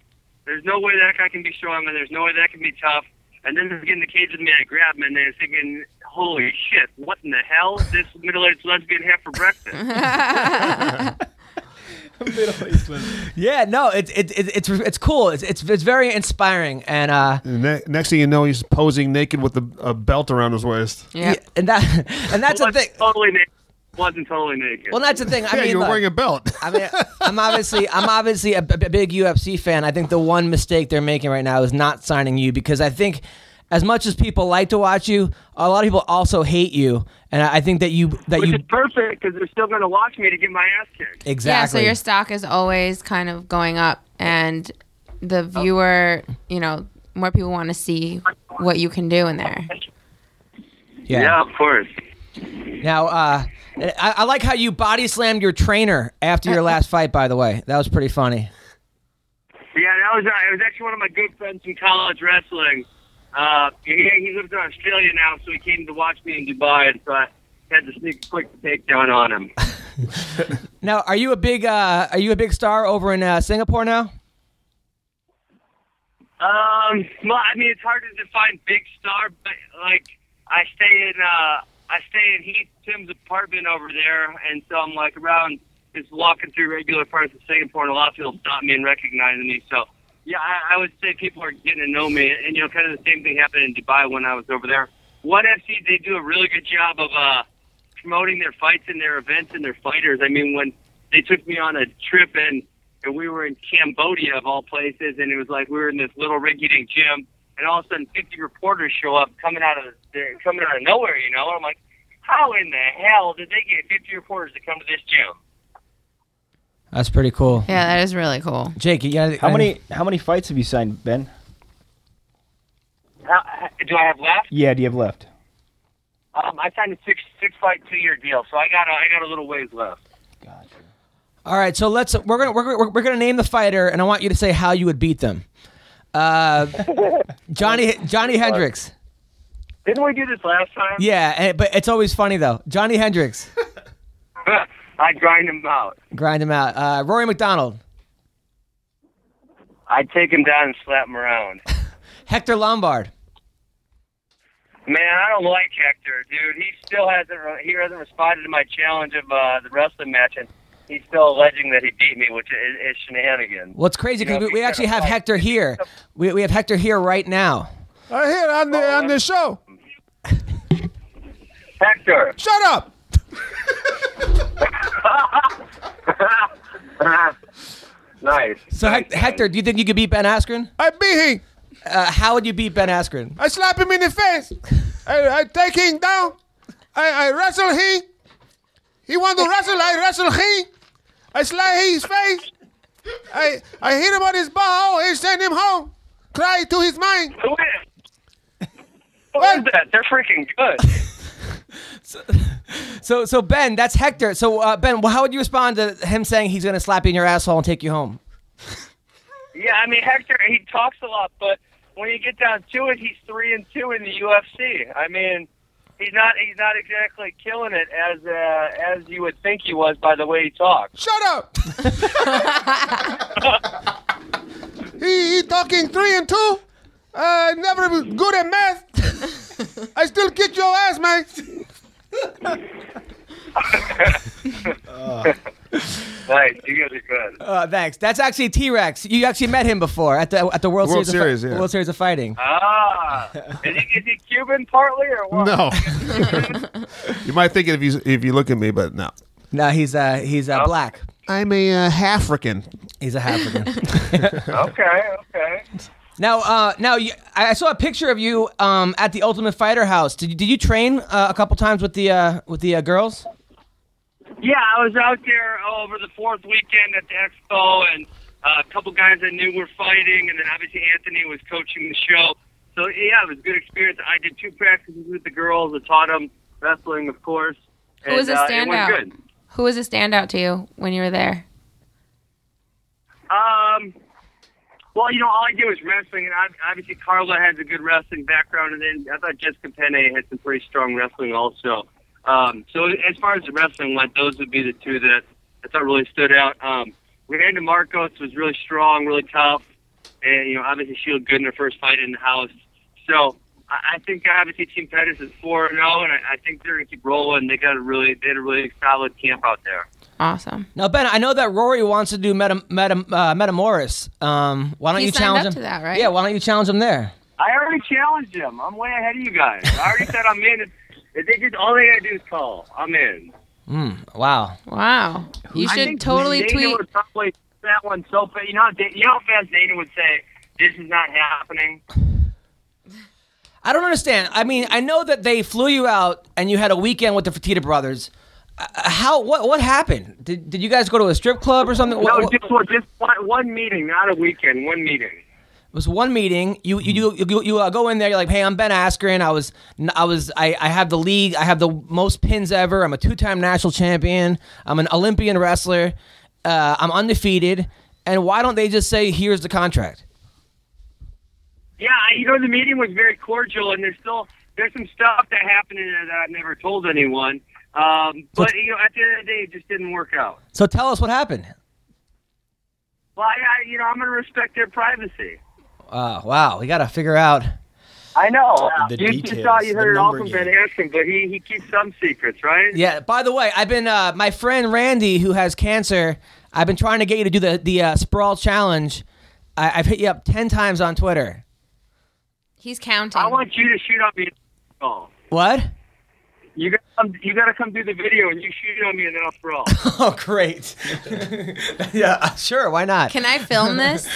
S12: "There's no way that guy can be strong, and there's no way that can be tough." And then they get in the cage with me, I grab him, and they're thinking, "Holy shit! What in the hell? Is this middle-aged lesbian have
S2: (laughs)
S12: for breakfast?"
S2: Yeah, no, it's it's it's it's it's cool. It's it's, it's very inspiring, and uh,
S3: Ne- next thing you know, he's posing naked with a, a belt around his waist.
S2: yeah, and that (laughs) and that's the thing.
S12: Totally naked. Wasn't totally naked.
S2: Well, that's the thing. I
S3: yeah,
S2: mean,
S3: you were
S2: look,
S3: wearing a belt. (laughs)
S2: I mean, I'm obviously I'm obviously a b- b- big UFC fan. I think the one mistake they're making right now is not signing you because I think as much as people like to watch you, a lot of people also hate you, and I I think that you that
S12: Which
S2: you
S12: is perfect because they're still going to watch me to get my ass kicked.
S4: Yeah, so
S2: exactly.
S4: your stock is always kind of going up, and the viewer, you know, more people want to see what you can do in there.
S2: Yeah.
S12: of course.
S2: now, uh, I, I like how you body slammed your trainer after
S4: Uh,
S2: your last fight. By the way, that was pretty funny.
S12: Yeah, that was uh, it was actually one of my good friends from college wrestling. Uh, he, he lives in Australia now, so he came to watch me in Dubai, and so I had to sneak a quick takedown on him.
S2: Now, are you a big uh, are you a big star over in uh, Singapore now?
S12: Um, well, I mean, it's hard to define big star, but like I stay in uh, I stay in Heath Tim's apartment over there, and so I'm like around just walking through regular parts of Singapore, and a lot of people stop me and recognize me. So yeah, I, I would say people are getting to know me, and you know, kind of the same thing happened in Dubai when I was over there. One FC they do a really good job of uh, promoting their fights and their events and their fighters. I mean, when they took me on a trip and and we were in Cambodia of all places, and it was like we were in this little rinky-dink gym, and all of a sudden, 50 reporters show up coming out of the, coming out of nowhere, you know. And I'm like, how in the hell did they get 50 reporters to come to this gym?
S2: That's pretty cool.
S4: Yeah, that is really cool.
S2: Jake, you got
S9: How many how many fights have you signed, Ben?
S12: How, do I have left?
S9: Yeah, do you have left?
S12: Um, I signed a six six fight two year deal, so I got a, I got a little ways left.
S2: All right, so let's we're gonna we're, gonna- we're gonna name the fighter, and I want you to say how you would beat them.
S12: (laughs)
S2: Uh, Johnny Johnny Hendricks.
S12: Didn't we do this last time?
S2: Yeah, and, but it's always funny though. Johnny Hendricks,
S12: (laughs) I grind him out.
S2: grind him out. Uh, Rory McDonald,
S12: I take him down and slap him around.
S2: Hector Lombard,
S12: Man, I don't like Hector, dude. He still hasn't re- he hasn't responded to my challenge of uh, the wrestling match, and he's still alleging that he beat me, which is, is shenanigans.
S2: Well, it's crazy
S12: You know,
S2: because
S12: if
S2: we, we
S12: he's
S2: actually
S12: gonna
S2: have
S12: fight-
S2: Hector here. We, we have Hector here right now.
S3: I hear on the on the show.
S12: Hector.
S3: Shut
S2: (laughs)
S3: up.
S12: (laughs) nice.
S2: So Hec- Hector, do you think you could beat Ben Askren?
S3: I beat him.
S2: Uh, how would you beat Ben Askren?
S3: I slap him in the face. I, I take him down. I, I wrestle he. He want to wrestle. I wrestle he. I slay his face. I I hit him on his bow and send him home. Cry to his mind.
S12: Who is? What is that? They're freaking good.
S2: So, so Ben, that's Hector. So, uh, Ben, well, how would you respond to him saying he's going to slap you in your asshole and take you home?
S12: Yeah, I mean Hector, he talks a lot, but when you get down to it, he's three and two in the UFC. I mean, he's not he's not exactly killing it as uh, as you would think he was by the way he talks.
S3: Shut up. (laughs) he, he talking three and two. I never was good at math. I still kick your ass, man.
S12: nice, you guys are good.
S2: Uh, thanks. That's actually T Rex. You actually met him before at the at the World,
S3: World
S2: Series.
S3: Series,
S2: of, fi-
S3: yeah.
S2: World Series of Fighting.
S4: Uh,
S12: Ah, is he, is he Cuban partly or what?
S3: No. (laughs) you might think it if you if you look at me, but no.
S2: No, he's uh he's
S4: oh.
S2: uh, black.
S3: I'm a uh, African.
S2: He's a African.
S12: okay, okay.
S2: (laughs) now, uh, now you, I I saw a picture of you um at the Ultimate Fighter house. Did you, did you train uh, a couple times with the uh, with the uh, girls?
S12: Yeah, I was out there uh, over the fourth weekend at the expo, and uh, a couple guys I knew were fighting, and then obviously Anthony was coaching the show. So yeah, it was a good experience. I did two practices with the girls. I taught them wrestling, of course.
S4: Who was a
S12: and, uh, it went
S4: standout?
S12: good.
S4: Who was a standout to you when you were there?
S12: Um, well, you know, all I do is wrestling, and ob- obviously Carla has a good wrestling background, and then I thought Jessica Penne had some pretty strong wrestling also. Um, so as far as the wrestling went, those would be the two that I thought really stood out. Um, Miranda Marcos was really strong, really tough, and you know, obviously she looked good in her first fight in the house. So I, I think obviously Team Pettis is four and zero, and I, I think they're gonna keep rolling. They got a really, they had a really solid camp out there.
S4: Awesome.
S2: Now, Ben, I know that Rory wants to do Meta Meta uh, Metamoris. Um, why don't
S4: He
S2: you
S4: signed
S2: challenge
S4: up
S2: him
S4: to that, right?
S2: Yeah, why don't you challenge him there?
S12: I already challenged them. I'm way ahead of you guys. I already said I'm in. If they just all they gotta do is call, I'm in.
S2: Mm, wow.
S4: Wow. You
S12: I
S4: should
S12: think
S4: totally
S12: Dana
S4: tweet.
S12: would probably that one so fast. You know, how Da- you know how fast Dana would say, "This is not happening."
S2: I don't understand. I mean, I know that they flew you out and you had a weekend with the Fertitta brothers. Uh, uh, how? What? What happened? Did, did you guys go to a strip club or something? What-
S12: no,
S2: what-
S12: just one, just one, one meeting, not a weekend. One meeting.
S2: It was one meeting. You you you, you, you uh, go in there. You're like, hey, I'm Ben Askren. I was I was I, I have the league. I have the most pins ever. I'm a two time national champion. I'm an Olympian wrestler. Uh, I'm undefeated. And why don't they just say, here's the contract?
S12: Yeah, I- you know the meeting was very cordial, and there's still there's some stuff that happened in there that I've never told anyone. Um, but you know, at the end of the day, it just didn't work out.
S2: So tell us what happened.
S12: Well, I, I you know, I'm gonna respect their privacy.
S2: Uh, wow, we got to figure out.
S12: I know.
S2: The
S12: you,
S2: details,
S12: you saw you
S2: the
S12: heard it all
S2: number
S12: from Ben Askren, but he, he keeps some secrets, right?
S2: Yeah. By the way, I've been uh, my friend Randy, who has cancer. I've been trying to get you to do the the uh, sprawl challenge. I, I've hit you up ten times on Twitter.
S4: He's counting.
S12: I want you to shoot on me. Oh,
S2: What?
S12: you got um, you got to come do the video and you shoot on me and then I'll throw.
S2: (laughs) (laughs) Oh, great. yeah, sure. Why not?
S4: Can I film this?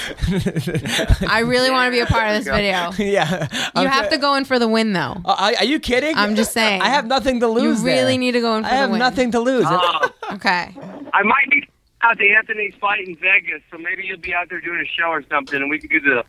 S4: I really want to be a part of this video.
S2: yeah. (laughs)
S4: You have to go in for the win, though.
S2: Are, are you kidding?
S4: I'm just saying.
S2: I have nothing to
S4: You
S2: lose.
S4: really
S2: there.
S4: need to go in for
S2: I have
S4: the win.
S2: nothing to lose.
S12: Oh,
S4: Okay.
S12: I might be out to Anthony's fight in Vegas, so maybe you'll be out there doing a show or something, and we could do the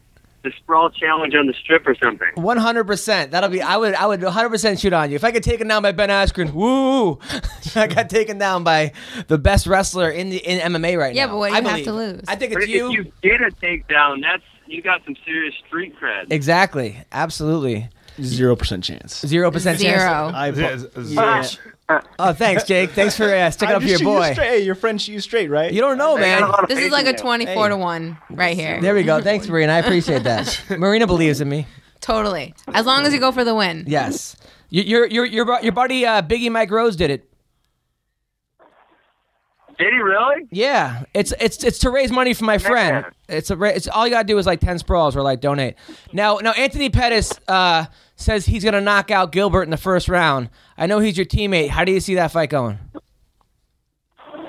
S12: the sprawl challenge on the strip or something.
S2: (laughs) One hundred percent. That'll be. I would. I would. One hundred percent shoot on you. If I get taken down by Ben Askren, woo! (laughs) I got taken down by the best wrestler in the in MMA right
S4: Yeah,
S2: now.
S4: but what do
S2: I
S4: you have
S2: believe.
S4: to lose?
S2: I think
S12: But
S2: it's
S12: if
S2: you.
S12: you get a takedown, that's you got some serious street cred.
S2: Exactly. Absolutely.
S9: Zero percent chance.
S2: Zero percent chance.
S4: Zero.
S9: I
S3: Yeah,
S9: yeah,
S3: z-
S9: yeah.
S3: zero.
S2: Oh, thanks, Jake. Thanks for uh, sticking
S9: (laughs) I
S2: up for your
S9: just shoot you
S2: boy.
S9: straight. Hey, your friend shoot you straight, right?
S2: You don't know,
S12: I got
S2: man.
S12: a lot of
S4: This is
S12: faith
S4: like
S12: in
S4: a
S12: you.
S4: 24 to 1 right here.
S2: There we go. Thanks, Marina. I appreciate
S9: (laughs)
S2: that. Marina believes in me.
S4: Totally. As long as you go for the win.
S2: Yes. Y- Your your your bu- your buddy uh, Biggie Mike Rose did it.
S12: Did he really?
S2: Yeah, it's it's it's to raise money for my friend. It's a ra- it's all you gotta do is like ten sprawls or like donate. Now now Anthony Pettis uh, says he's gonna knock out Gilbert in the first round. I know he's your teammate. How do you see that fight going?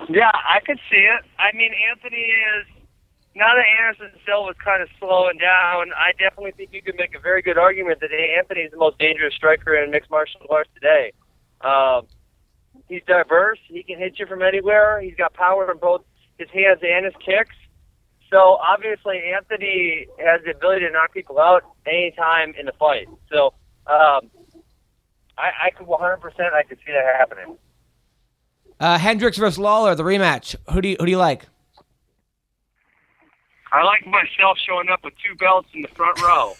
S12: Yeah, I could see it. I mean, Anthony is now that Anderson Silva's kind of slowing down. I definitely think you could make a very good argument that Anthony's the most dangerous striker in mixed martial arts today. Um, he's diverse. He can hit you from anywhere. He's got power in both his hands and his kicks. So obviously, Anthony has the ability to knock people out anytime in the fight. So um, I, I could 100%. I could see that happening.
S2: Uh, Hendricks versus Lawler, the rematch. Who do you who do you like?
S12: I like myself showing up with two belts in the front row.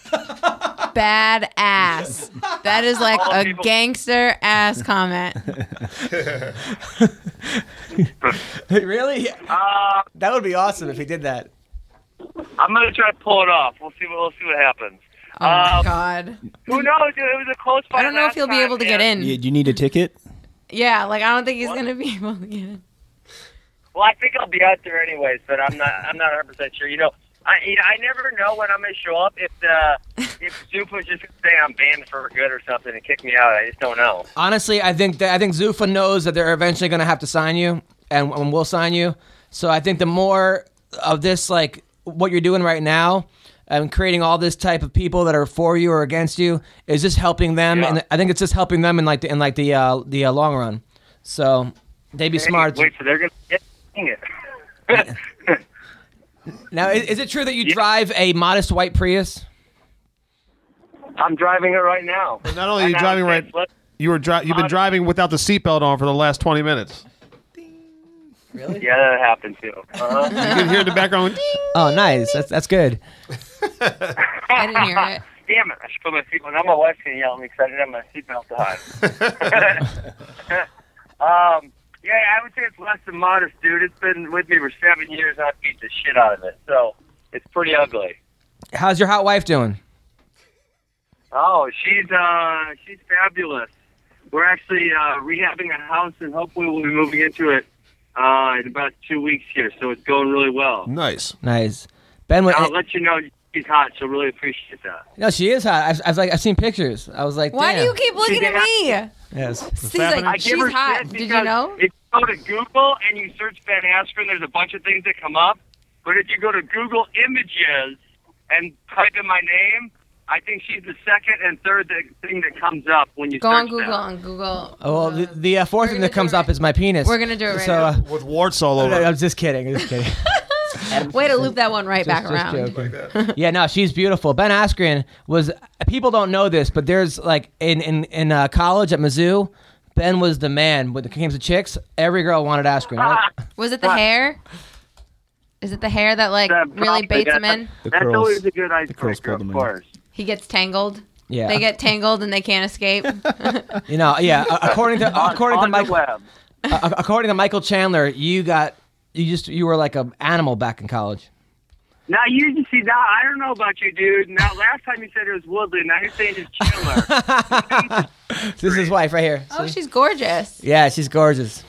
S4: Bad ass. That is like
S12: All
S4: a
S12: people-
S4: gangster ass comment. Oh
S2: really? that would be awesome if he did that.
S12: Uh, I'm gonna try to pull it off. We'll see what we'll see what happens.
S4: Oh my
S12: Um,
S4: god.
S12: Who knows? It was a close fight.
S4: I don't know if he'll be able to get in.
S9: You, you need a ticket?
S4: Yeah, like I don't think he's gonna be able to get in.
S12: Well, I think I'll be out there anyways, but I'm not. I'm not 100 percent sure. You know, I you know, I never know when I'm gonna show up. If
S4: (laughs)
S12: the if Zupa's just gonna say I'm banned for good or something and kick me out, I just don't know.
S2: Honestly, I think that, I think Zuffa knows that they're eventually going to have to sign you, and, and will sign you. So I think the more of this, like what you're doing right now, and creating all this type of people that are for you or against you, is just helping them. And I think it's just helping them in like the in like the uh, the uh, long run. So they'd be
S12: Hey,
S2: smart.
S12: Wait, so they're gonna get dang it.
S2: Now, is, is it true that you drive a modest white Prius?
S12: (laughs) I'm driving it right now.
S2: not
S1: only are you driving right- You were dri- you've been driving without the seatbelt on for the last 20 minutes.
S12: Really? Yeah, that happened too. Uh-huh.
S1: You can hear in the background.
S2: Oh, nice. That's that's good.
S12: I didn't hear (laughs) it. Damn it! I should put my seatbelt. Now my wife's gonna yell at me because I didn't have my seatbelt (laughs) on. um, yeah, I would say it's less than modest, dude. It's been with me for seven years. and I beat the shit out of it, so it's pretty ugly.
S2: How's your hot wife doing?
S12: Oh, she's uh, she's fabulous. We're actually uh, rehabbing a house, and hopefully we'll be moving into it uh, in about two weeks here. So it's going really well.
S1: Nice.
S2: Nice. Ben, what,
S12: I'll let you know she's hot. She'll really appreciate that.
S2: no, she is hot. I, I was like, I've seen pictures. I was like,
S4: Why do
S2: damn.
S4: you keep looking at me?
S2: Yes.
S4: He's like,
S12: I give her
S4: she's hot.
S12: shit
S4: Did you
S12: because
S4: know?
S12: If you go to Google and you search Ben Askren, there's a bunch of things that come up. But if you go to Google Images and type in my name, I think she's the second and third that, thing that comes up when you
S4: Go
S12: search
S4: on Google,
S12: That.
S4: on Google.
S2: Oh, well, the, the uh, fourth thing that comes up is my penis.
S4: We're gonna do it right
S2: so,
S4: now.
S2: uh,
S1: With warts all
S2: (laughs)
S1: over.
S2: I was just kidding. I'm just kidding.
S4: Way to loop that one right (laughs) back
S2: uh, Just- just
S4: around.
S2: joking. (laughs) yeah, no, she's beautiful. Ben Askren was. People don't know this, but there's like in in in uh, college at Mizzou, Ben was the man when it came to chicks. Every girl wanted Askren. Right?
S4: Was it the hair? Is it the hair that like really baits him in?
S12: That's
S2: curls-
S12: always a good
S2: curls
S12: icebreaker,
S2: pulled
S12: of
S2: him in.
S12: course.
S4: He gets tangled.
S2: Yeah.
S4: They get tangled and they can't
S2: (laughs)
S4: escape.
S2: You know, yeah. a- According
S12: (laughs)
S2: to according to Michael, uh, according to Michael Chandler, you got you just you were like an animal back in college.
S12: Now you you see now I don't know about you, dude. Now (laughs) last time you said it was Woodley. Now you're saying it's Chandler.
S2: (laughs) This is his wife right here.
S4: oh, she's gorgeous.
S2: Yeah, she's gorgeous.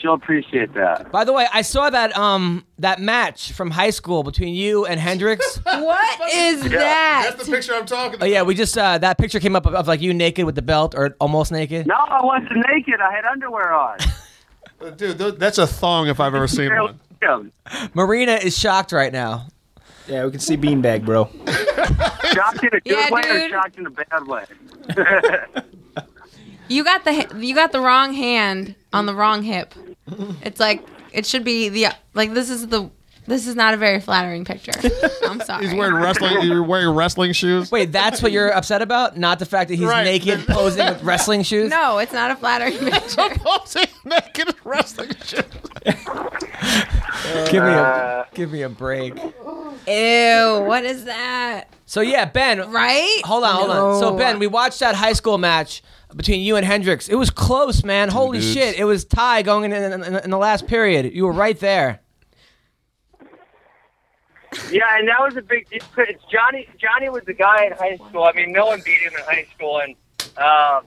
S12: She'll appreciate that.
S2: By the way, I saw that um that match from high school between you and Hendrix.
S4: What is that?
S1: That's the picture I'm talking
S2: oh yeah, we just uh, that picture came up of, of like you naked with the belt or almost naked.
S12: No, I wasn't naked. I had
S2: (laughs)
S12: underwear on.
S1: about. Uh, Dude, th- that's a thong if I've ever seen one.
S2: Marina is shocked right now.
S9: Yeah, we can see beanbag, bro.
S12: Shocked in a good
S4: Yeah,
S12: way or
S4: dude.
S12: shocked in a bad way?
S4: You got the h- you got the wrong hand on the wrong hip. It's like it should be the like this is the this is not a very flattering picture. I'm
S1: (laughs)
S4: sorry.
S1: He's wearing wrestling. You're wearing wrestling shoes.
S2: Wait, that's what you're upset about? Not the fact that he's
S1: Right.
S2: naked posing with wrestling shoes?
S4: No, it's not a flattering picture.
S1: naked wrestling shoes.
S2: Give me a give me a break.
S4: Ew, what is that?
S2: So yeah, Ben.
S4: Right?
S2: Hold on, hold on. So
S4: No.
S2: Ben, we watched that high school match between you and Hendrix. It was close, man. Holy
S1: dudes.
S2: shit! It was tie going in, in, in- in the last period. You were right there.
S12: Yeah, and that was a big. It's it's Johnny. Johnny was the guy in high school. I mean, no one beat him in high school, and um,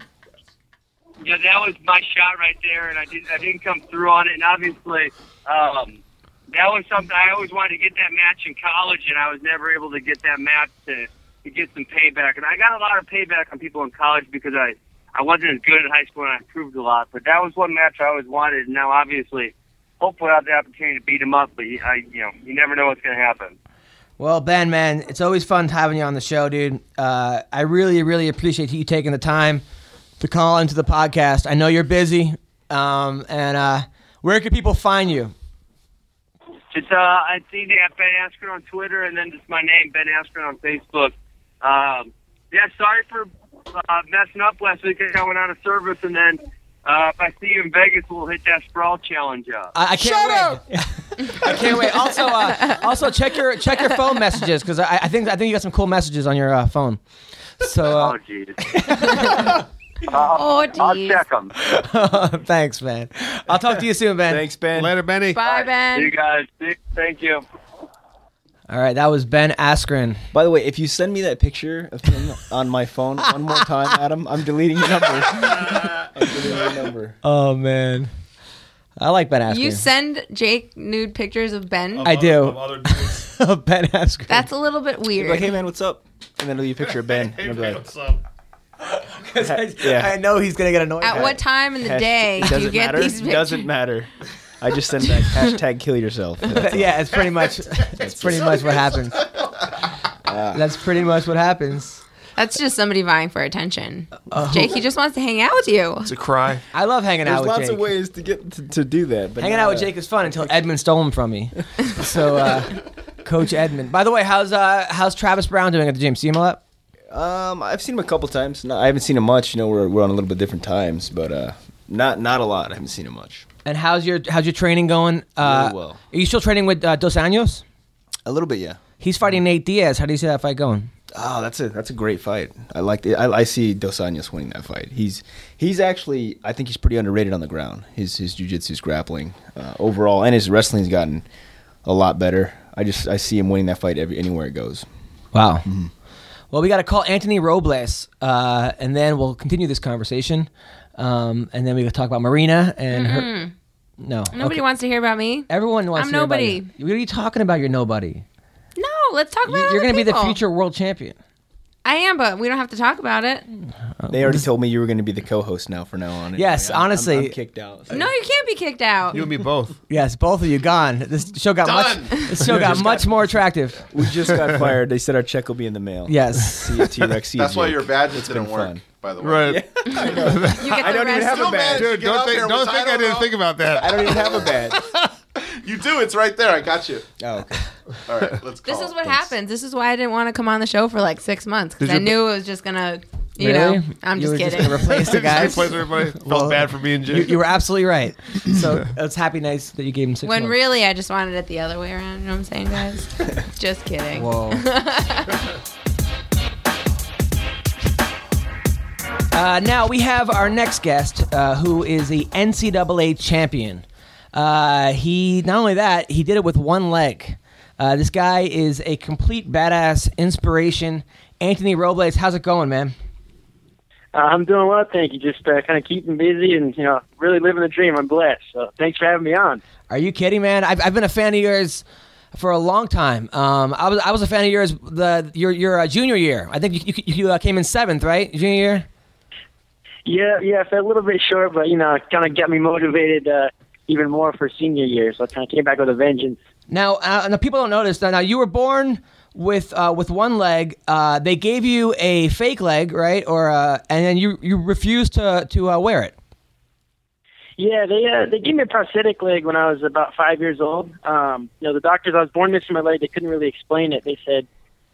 S12: yeah, that was my shot right there, and I didn't. I didn't come through on it, and obviously, um, that was something I always wanted to get that match in college, and I was never able to get that match to to get some payback, and I got a lot of payback on people in college because I I wasn't as good in high school, and I improved a lot. But that was one match I always wanted, and now obviously. Hopefully, I have the opportunity to beat him up, but I, you know, you never know what's going to happen.
S2: Well, Ben, man, it's always fun having you on the show, dude. Uh, I really, really appreciate you taking the time to call into the podcast. I know you're busy, um, and uh, where can people find you?
S12: Just uh, I see that Ben Askren on Twitter, and then just my name, Ben Askren, on Facebook. Um, yeah, sorry for uh, messing up last week. I went out of service, and then uh, if I see you in Vegas, we'll hit that sprawl challenge up.
S2: I, I can't wait. (laughs) I can't wait. Also, uh, also check your check your phone messages because I, I think I think you got some cool messages on your uh, phone. So uh,
S12: (laughs) Oh, jeez. oh, I'll check them.
S2: (laughs) thanks, man. I'll talk to you soon, Ben. Thanks, Ben. Later, Benny.
S12: You guys, th- thank you.
S2: All right, that was Ben Askren.
S9: By the way, if you send me that picture of him on my (laughs) phone one more time, Adam, I'm deleting your (laughs) number. I'm deleting your number.
S2: Oh man, I like Ben Askren.
S4: You send Jake nude pictures of Ben.
S2: I do. (laughs) ben Askren.
S4: That's a little bit weird.
S9: Like, hey man, what's up? And then it'll be a picture
S2: (laughs)
S9: of Ben. and I'll be like,
S2: I,
S9: Yeah.
S2: I know he's gonna get annoyed.
S4: At what time in the
S9: Hasht-
S4: day
S9: it
S4: do you
S9: doesn't
S4: get
S9: matter.
S4: these pictures?
S9: Doesn't matter. I just send (laughs) back hashtag kill (laughs) yourself.
S2: yeah, it's
S4: (laughs)
S2: pretty much. That's pretty much what happens. That's pretty much what happens.
S4: That's just somebody vying for attention.
S2: Oh.
S4: Jake, he just wants to hang out with you.
S3: To cry.
S2: I love hanging
S9: There's
S2: out with
S9: lots
S2: Jake.
S9: of ways to get to, to do that. But
S2: Hanging out with Jake is fun until Edmund stole him from (laughs) me. so, uh, Coach Edmund. By the way, how's uh, how's Travis Brown doing at the gym? See him a lot?
S9: Um, I've seen him a couple times. No, I haven't seen him much. You know, we're we're on a little bit different times, but uh, not not a lot. I haven't seen him much.
S2: And how's your how's your training going? Uh,
S9: Really well.
S2: Are you still training with uh, Dos Anjos?
S9: A little bit, yeah.
S2: He's fighting Nate Diaz. How do you see that fight going?
S9: Oh, that's a that's a great fight. I like it. I, I see Dos Anjos winning that fight. He's he's actually I think he's pretty underrated on the ground. His his jujitsu's grappling uh, overall, and his wrestling's gotten a lot better. I just I see him winning that fight every, anywhere it goes.
S2: Wow. Well, we got to call Anthony Robles, uh, and then we'll continue this conversation, um, and then we will talk about Marina and her.
S4: Mm-mm.
S2: No,
S4: Mm-hmm. Nobody
S2: okay.
S4: wants to hear about me.
S2: Everyone wants.
S4: I'm
S2: to hear about
S4: nobody.
S2: you. What are you talking about? You're nobody.
S4: No, let's talk about.
S2: You- You're
S4: other
S2: going to be the
S4: people.
S2: future world champion.
S4: I am, but we don't have to talk about it.
S9: They already told me you were going to be the co-host now for now on. anyway.
S2: Yes,
S9: I'm- I'm-
S2: honestly.
S9: I'm kicked out.
S4: No, you can't be kicked out.
S3: and (laughs) me both.
S2: Yes, both of you gone. This show got much. (laughs) This show got much more attractive.
S9: We just (laughs) got fired. They said our check will be in the mail.
S2: Yes. (laughs)
S9: See you, T-Rex. See you,
S6: That's why
S9: Jake.
S6: your badges
S9: It's
S6: didn't
S9: been
S6: work,
S9: fun.
S6: by the way.
S3: Right.
S6: (laughs) I don't even have a badge.
S3: Dude, don't think, don't think I didn't think about that.
S9: I don't even have a badge.
S6: You do. It's right there. I got you.
S9: Oh, okay.
S6: All right. Let's
S4: This
S6: call.
S2: Oh,
S4: is what happens. This is why I didn't want to come on the show for like six months because
S3: Did
S4: I
S3: you-
S4: knew it was just gonna, you
S2: Really?
S4: know, I'm
S2: You
S4: just
S2: were
S4: kidding.
S2: gonna
S3: (laughs)
S2: replace the guys.
S3: Replace everybody. Felt
S2: Well,
S3: bad for me and Jake.
S2: You, you were absolutely right. (laughs) So it's happy nice that you gave him six.
S4: (laughs) when
S2: months.
S4: really I just wanted it the other way around. You know what I'm
S2: (laughs)
S4: saying, guys? just kidding.
S2: Whoa. Uh, now we have our next guest, uh, who is the NCAA champion. Uh, he not only that, he did it with one leg. Uh, this guy is a complete badass, inspiration. Anthony Robles, how's it going, man?
S11: Uh, I'm doing well, thank you. Just uh, kind of keeping busy and you know really living the dream. I'm blessed. So thanks for having me on.
S2: Are you kidding, man? I've, I've been a fan of yours for a long time. Um, I was I was a fan of yours the your your uh, junior year. I think you you, you uh, came in seventh, right? Junior year.
S11: Yeah, yeah, I fell a little bit short, but you know, kind of got me motivated uh, even more for senior year. So I kind of came back with a vengeance.
S2: Now, uh, now people don't notice that. Now you were born with uh, with one leg. Uh, they gave you a fake leg, right? Or uh, and then you you refused to to uh, wear it.
S11: Yeah, they uh, they gave me a prosthetic leg when I was about five years old. Um, you know, the doctors I was born missing my leg. They couldn't really explain it. They said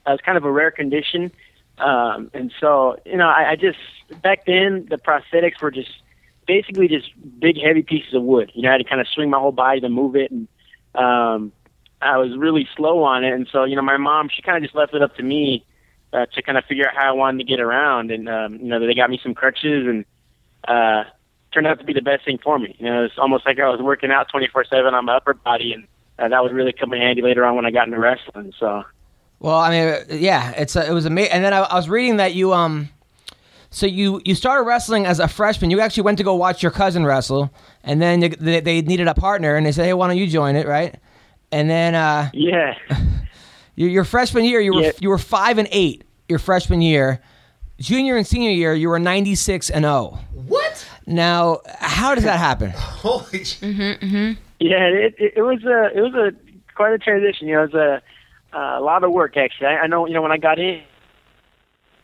S11: uh, it's kind of a rare condition, um, and so you know, I, I just back then the prosthetics were just basically just big heavy pieces of wood. You know, I had to kind of swing my whole body to move it, and um, I was really slow on it. And so you know, my mom she kind of just left it up to me uh, to kind of figure out how I wanted to get around, and um, you know, they got me some crutches and. Uh, turned out to be the best thing for me. You know, it's almost like I was working out 24/7 on my upper body, and uh, that would really come in handy later on when I got into wrestling. So
S2: Well, I mean, uh, yeah, it's a, it was amazing. And then I, I was reading that you um, so you you started wrestling as a freshman. You actually went to go watch your cousin wrestle, and then they, they needed a partner, and they said, "Hey, why don't you join it?" Right? And then uh,
S11: yeah,
S2: your, your freshman year, you were
S11: Yeah.
S2: you were five and eight. Your freshman year, junior and senior year, you were ninety six and zero.
S6: What?
S2: Now, how does that happen?
S6: Holy. sh-
S11: yeah, it, it, it was a it was a quite a transition. You know, it was a
S12: Uh, a lot of work, actually. I, I know, you know, when I got in,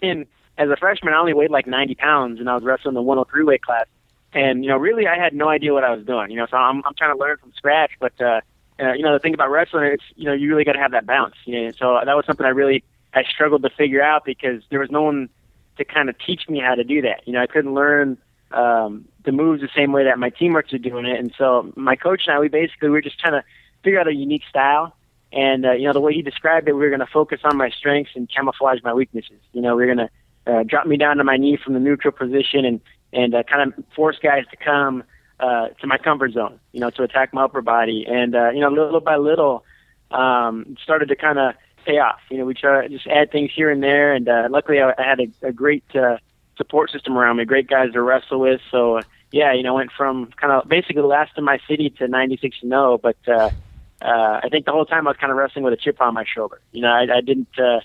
S12: in as a freshman, I only weighed like 90 pounds, and I was wrestling the 103 weight class. And you know, really, I had no idea what I was doing. You know, so I'm I'm trying to learn from scratch. But uh, uh, you know, the thing about wrestling, it's you know, you really got to have that bounce. You know? So that was something I really I struggled to figure out because there was no one to kind of teach me how to do that. You know, I couldn't learn um, the moves the same way that my teammates are doing it. And so my coach and I, we basically we were just trying to figure out a unique style. And uh, you know, the way he described it, we were going to focus on my strengths and camouflage my weaknesses. You know, we were going to uh, drop me down to my knee from the neutral position and and uh, kind of force guys to come uh, to my comfort zone. You know, to attack my upper body. And uh, you know, little by little, um, it started to kind of pay off. You know, we try to just add things here and there. And uh, luckily, I, I had a, a great uh, support system around me, great guys to wrestle with. So uh, yeah, you know, went from kind of basically last in my city to 96 and 0, but uh, uh, I think the whole time I was kind of wrestling with a chip on my shoulder. You know, I, I didn't uh,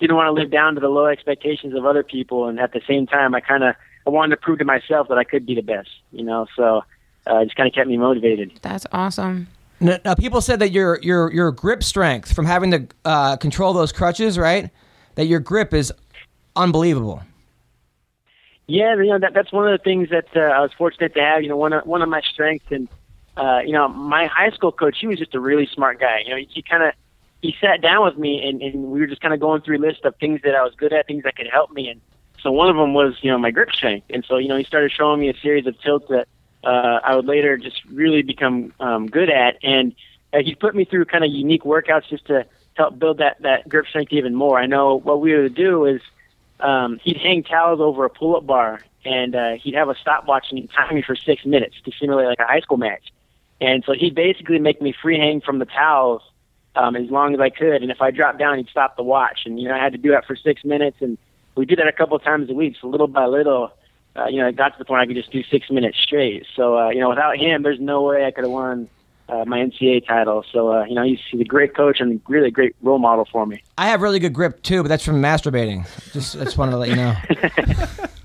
S12: didn't want to live down to the low expectations of other people, and at the same time, I kind of I wanted to prove to myself that I could be the best. You know, so uh, it just kind of kept me motivated.
S4: That's awesome.
S2: Now, now, people said that your your your grip strength from having to uh, control those crutches, right? That your grip is unbelievable.
S12: Yeah, you know that that's one of the things that uh, I was fortunate to have. You know, one of, one of my strengths, and uh, you know, my high school coach, he was just a really smart guy. You know, he, he kind of he sat down with me, and, and we were just kind of going through a list of things that I was good at, things that could help me, and so one of them was you know my grip strength, and so you know he started showing me a series of tilts that uh, I would later just really become um, good at, and uh, he put me through kind of unique workouts just to help build that that grip strength even more. I know what we would do is um, he'd hang towels over a pull-up bar, and uh, he'd have a stopwatch and he'd time me for six minutes to simulate like a high school match. And so he'd basically make me free hang from the towels um, as long as I could. And if I dropped down, he'd stop the watch. And you know, I had to do that for six minutes, and we did that a couple of times a week. So little by little, uh, you know, it got to the point I could just do six minutes straight. So uh, you know, without him, there's no way I could have won. Uh, my NCAA title, so uh, you know he's, he's a great coach and really a great role model for me.
S2: I have really good grip too, but that's from masturbating. Just just wanted to let you know.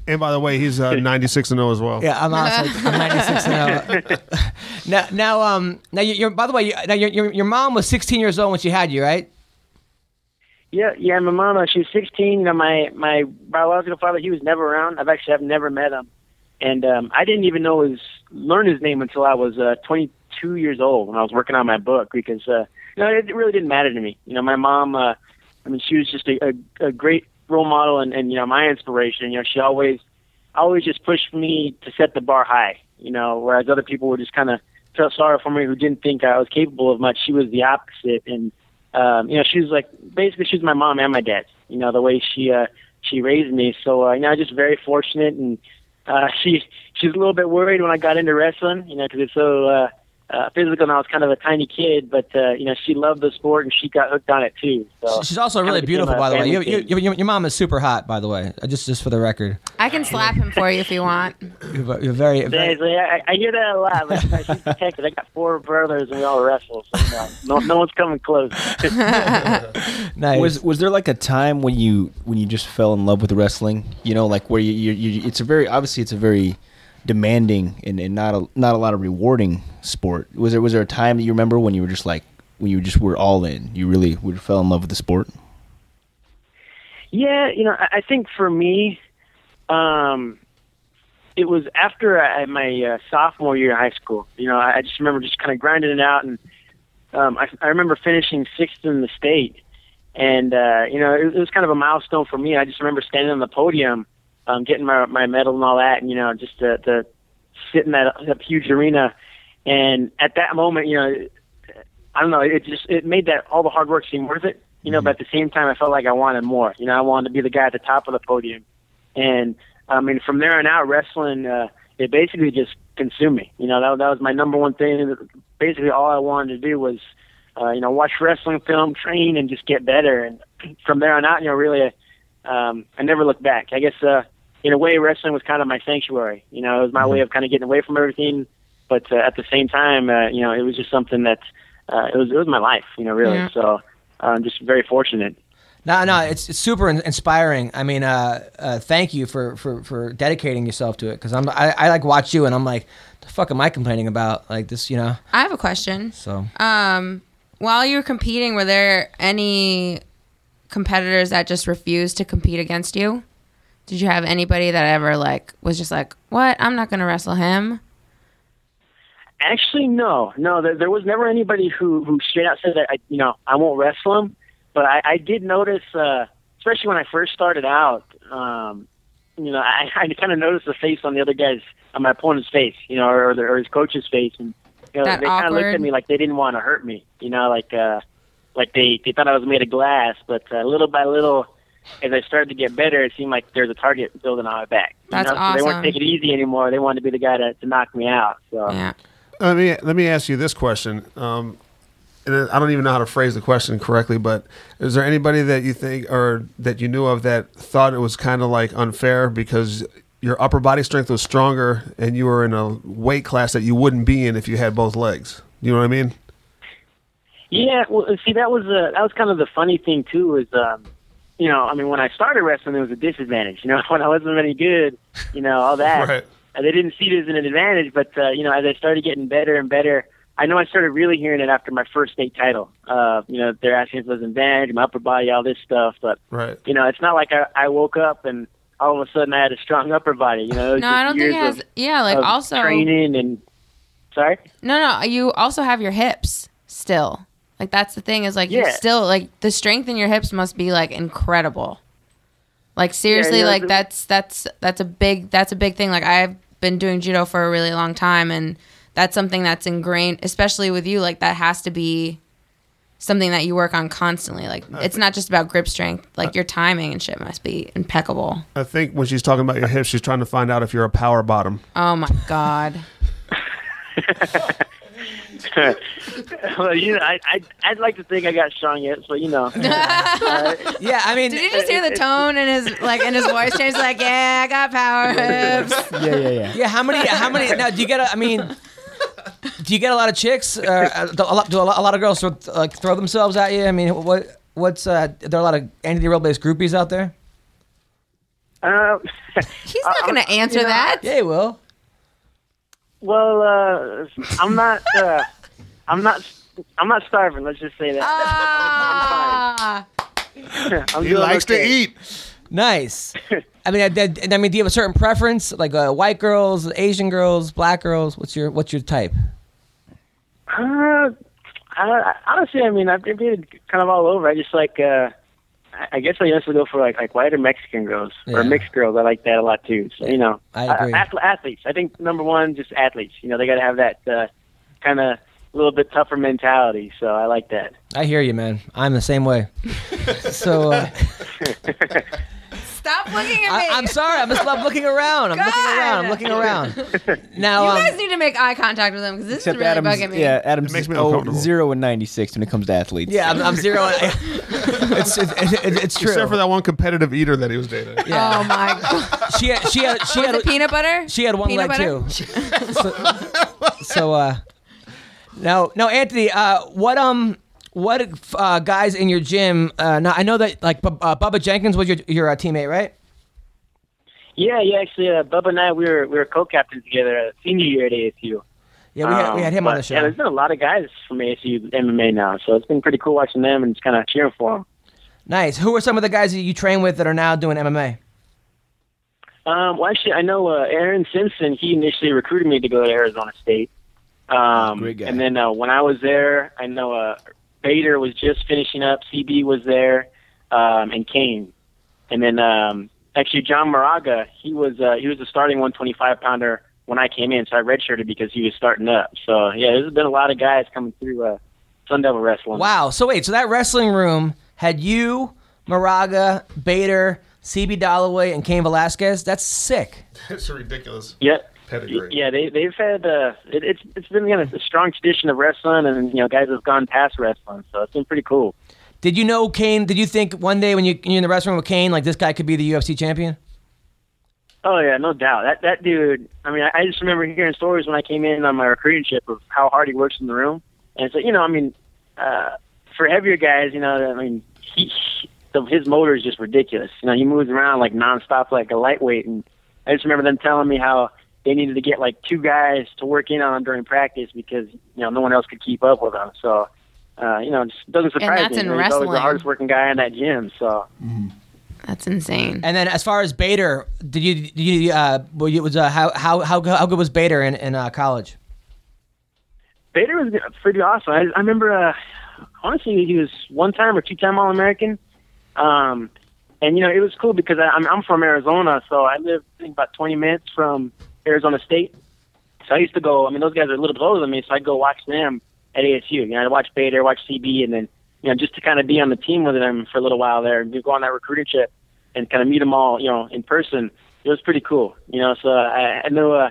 S3: And by the way, he's (laughs) uh, 96 and 0 as well.
S2: Yeah, I'm honestly I'm 96 and 0. (laughs) now, now, um, now you- you're. By the way, you- now your your your mom was 16 years old when she had you, right?
S12: Yeah, yeah. My mom, uh, she was 16. You know, my my biological father, he was never around. I've actually I've never met him, and um, I didn't even know his learn his name until I was uh, 22 years old when I was working on my book because uh, you know it really didn't matter to me. You know, my mom, uh, I mean, she was just a, a, a great role model and, and you know my inspiration. You know, she always always just pushed me to set the bar high. You know, whereas other people were just kind of felt sorry for me who didn't think I was capable of much. She was the opposite, and um, you know, she was like basically she was my mom and my dad. You know, the way she uh, she raised me. So uh, you know, I'm just very fortunate, and uh, (laughs) she she's a little bit worried when I got into wrestling. You know, because it's so uh, uh, physical, and I was kind of a tiny kid. But uh, you know, she loved the sport, and she got hooked on it too. So
S2: She's also
S12: kinda
S2: really
S12: became
S2: beautiful,
S12: a
S2: by the way.
S12: family
S2: You,
S12: kid.
S2: you, your, your mom is super hot, by the way. Uh, Just just for the record,
S4: I can slap him for you if you want.
S2: you're ve- you're very, very
S12: Seriously, I, I hear that a lot. Like, she's protected. I got four brothers, and we all wrestle. So no, no, no one's coming close. (laughs)
S9: Was was there like a time when you when you just fell in love with wrestling? You know, like where you, you, you it's a very obviously it's a very demanding and, and not a not a lot of rewarding sport. Was there was there a time that you remember when you were just like when you just were all in? You really were fell in love with the sport.
S12: Yeah, you know, I, I think for me, um, it was after I, my uh, sophomore year in high school. You know, I, I just remember just kind of grinding it out, and um, I, I remember finishing sixth in the state, and uh, you know, it, it was kind of a milestone for me. I just remember standing on the podium, um, getting my my medal and all that, and you know, just to, to sit in that, that huge arena, and at that moment, you know, I don't know, it just it made that all the hard work seem worth it. You know, but at the same time, I felt like I wanted more. You know, I wanted to be the guy at the top of the podium, and I mean, from there on out, wrestling uh, it basically just consumed me. You know, that that was my number one thing. Basically, all I wanted to do was, uh, you know, watch wrestling film, train, and just get better. And (clears throat) from there on out, you know, really, um, I never looked back. I guess uh, in a way, wrestling was kind of my sanctuary. You know, it was my way of kind of getting away from everything, but uh, at the same time, uh, you know, it was just something that uh, it was it was my life. You know, really.
S2: Yeah.
S12: So uh, I'm just very fortunate.
S2: No, no, it's, it's super in- inspiring. I mean, uh, uh, thank you for, for, for dedicating yourself to it because I'm I, I like watch you and I'm like, the fuck am I complaining about? Like this, you know.
S4: I have a question.
S2: So
S4: Um, while you were competing, were there any competitors that just refused to compete against you? Did you have anybody that ever like was just like, "What? I'm not going to wrestle him."
S12: Actually, no, no. There, there was never anybody who who straight out said that I, you know I won't wrestle him. But I, I did notice, uh, especially when I first started out, um, you know, I, I kind of noticed the face on the other guy's on my opponent's face, you know, or, the, or his coach's face, and you know,
S4: That
S12: they kind of looked
S4: awkward-
S12: at me like they didn't want to hurt me, you know, like uh, like they they thought I was made of glass. But uh, little by little, as I started to get better, it seemed like there's a target building on my back. you
S4: That's
S12: know? So They
S4: awesome.
S12: weren't taking it easy anymore. They wanted to be the guy to, to knock me out. So
S4: yeah.
S1: Let me let me ask you this question. Um, and I don't even know how to phrase the question correctly, but is there anybody that you think or that you knew of that thought it was kind of like unfair because your upper body strength was stronger and you were in a weight class that you wouldn't be in if you had both legs? You know what I mean?
S12: Yeah, well, and see, that was uh, that was kind of the funny thing too. Is um, you know, I mean, when I started wrestling, there was a disadvantage. (laughs) You know, when I wasn't any good, you know, all
S1: (laughs)
S12: that.
S1: Right.
S12: And they didn't see it as an advantage, but uh, you know, as I started getting better and better, I know I started really hearing it after my first state title. Uh, you know, they're asking if it was an advantage, my upper body, all this stuff. But
S1: Right.
S12: you know, it's not like I, I woke up and all of a sudden I had a strong upper body. You know, it was
S4: No,
S12: just
S4: I don't
S12: years
S4: think it has.
S12: of-
S4: yeah, like
S12: of
S4: also
S12: training and sorry.
S4: No, no, you also have your hips still. Like that's the thing is like you
S12: Yeah.
S4: still like the strength in your hips must be like incredible. Like seriously,
S12: yeah,
S4: like
S12: the-
S4: that's that's that's a big that's a big thing. Like I've been doing judo for a really long time and that's something that's ingrained especially with you like that has to be something that you work on constantly. Like
S9: Uh,
S4: it's not just about grip strength, like your timing and shit must be impeccable.
S1: I think when she's talking about your hips, she's trying to find out if you're a power bottom.
S4: Oh my
S12: (laughs)
S4: god.
S12: well, you know, I, I, I'd like to think I got strong hips, but you know.
S2: yeah, I mean,
S4: Did you just hear the tone in his like in his voice change? Like, yeah, I got
S9: (laughs)
S4: power hips.
S9: Yeah, yeah, yeah.
S2: (laughs) Yeah, how many? How many? Now, do you get? A, I mean, do you get a lot of chicks? Or, uh, do a lot, do a lot, a lot of girls sort of, like throw themselves at you? I mean, what? What's? Uh, are there are a lot of anti role based groupies out there.
S12: Um, (laughs)
S4: He's not going to answer
S12: you know,
S4: that.
S2: Yeah, he will.
S12: well, uh, I'm not. Uh, I'm not. I'm not starving. Let's just say that.
S4: Ah.
S12: (laughs) I'm doing okay.
S1: eat.
S4: (laughs)
S2: Nice. I mean, I, I- I mean, do you have a certain preference? Like uh, white girls, Asian girls, black girls. What's your What's your type?
S12: Uh, I, honestly, I mean, I've been kind of all over. I just like. Uh, I- I guess I also go for like like white or Mexican girls or
S2: Yeah.
S12: mixed girls. I like that a lot too. So you know,
S2: I agree.
S12: ath- athletes. I think number one, just athletes. You know, they got to have that uh, kind of little bit tougher mentality. So I like that.
S2: I hear you, man. I'm the same way. (laughs) so
S4: (laughs)
S2: uh,
S4: Stop looking at me.
S2: I, I'm sorry. I'm just love looking around. I'm
S4: God.
S2: looking around. I'm looking around. Now,
S4: (laughs) you
S2: um,
S4: guys need to make eye contact with him because this
S9: Except
S4: is really
S9: Adam's,
S4: bugging me.
S9: yeah, Adam's
S1: makes me
S9: oh,
S1: uncomfortable.
S9: zero and ninety six when it comes to athletes.
S2: yeah, I'm, I'm zero. it's, (laughs) it, (laughs) it, it's true.
S1: Except for that one competitive eater that he was dating.
S2: Yeah.
S4: Oh my god.
S2: she had, she had,
S4: (laughs)
S2: she
S4: Was
S2: had,
S4: it peanut butter?
S2: she had one
S4: peanut
S2: leg
S4: butter?
S2: too. so, so, uh, no, no, Anthony, uh, what, um, what uh, guys in your gym? Uh, now I know that like Bu- uh, Bubba Jenkins was your your uh, teammate, right?
S12: Yeah, yeah. Actually, uh, Bubba and I we were we were co-captains together uh, senior year at ASU.
S2: Yeah, we had,
S12: Um,
S2: we had him on
S12: but,
S2: the show.
S12: Yeah, there's been a lot of guys from ASU MMA now, so it's been pretty cool watching them and just kind of cheering for them.
S2: nice. Who are some of the guys that you train with that are now doing MMA?
S12: Um, well, actually, I know uh, Aaron Simpson. He initially recruited me to go to Arizona State. Um,
S9: Great guy.
S12: And then uh, when I was there, I know uh, Bader was just finishing up. CB was there, um, and Kane. And then um, actually, John Moraga. He was uh, he was a starting 125 pounder when I came in, so I redshirted because he was starting up. So yeah, there's been a lot of guys coming through uh, Sun Devil Wrestling.
S2: Wow. So wait, so that wrestling room had you, Moraga, Bader, CB Dalloway, and Cain Velasquez. That's sick.
S1: It's a ridiculous
S12: Yep.
S1: pedigree.
S12: Yeah, they they've had uh, it, it's it's been kind of a strong tradition of wrestling, and you know guys have gone past wrestling, so it's been pretty cool.
S2: Did you know Kane? Did you think one day when you you're in the wrestling room with Kane, like this guy could be the UFC champion?
S12: Oh yeah, no doubt. That that dude. I mean, I, I just remember hearing stories when I came in on my recruiting trip of how hard he works in the room, and so you know, I mean, uh, for heavier guys, you know, I mean, he, the, his motor is just ridiculous. You know, he moves around like nonstop, like a lightweight, and I just remember them telling me how they needed to get like two guys to work in on him during practice because you know no one else could keep up with him. So uh, you know, it just doesn't
S4: And
S12: surprise
S4: that's
S12: me.
S4: in
S12: you know, He's always
S4: wrestling.
S12: the hardest working guy in that gym. So
S4: (laughs) That's insane.
S2: And then as far as Bader, did you did you uh, were you- was uh, how how how go- how good was Bader in in uh, college?
S12: Bader was pretty awesome. I, I remember, uh, honestly, he was one time or two time All American. Um, and, you know, it was cool because I, I'm, I'm from Arizona, so I live, I think, about 20 minutes from Arizona State. So I used to go, I mean, those guys are a little bit older than me, so I'd go watch them at ASU. You know, I'd watch Bader, watch CB, and then, you know, just to kind of be on the team with them for a little while there and go on that recruiting trip and kind of meet them all, you know, in person. It was pretty cool, you know. So I, I know uh,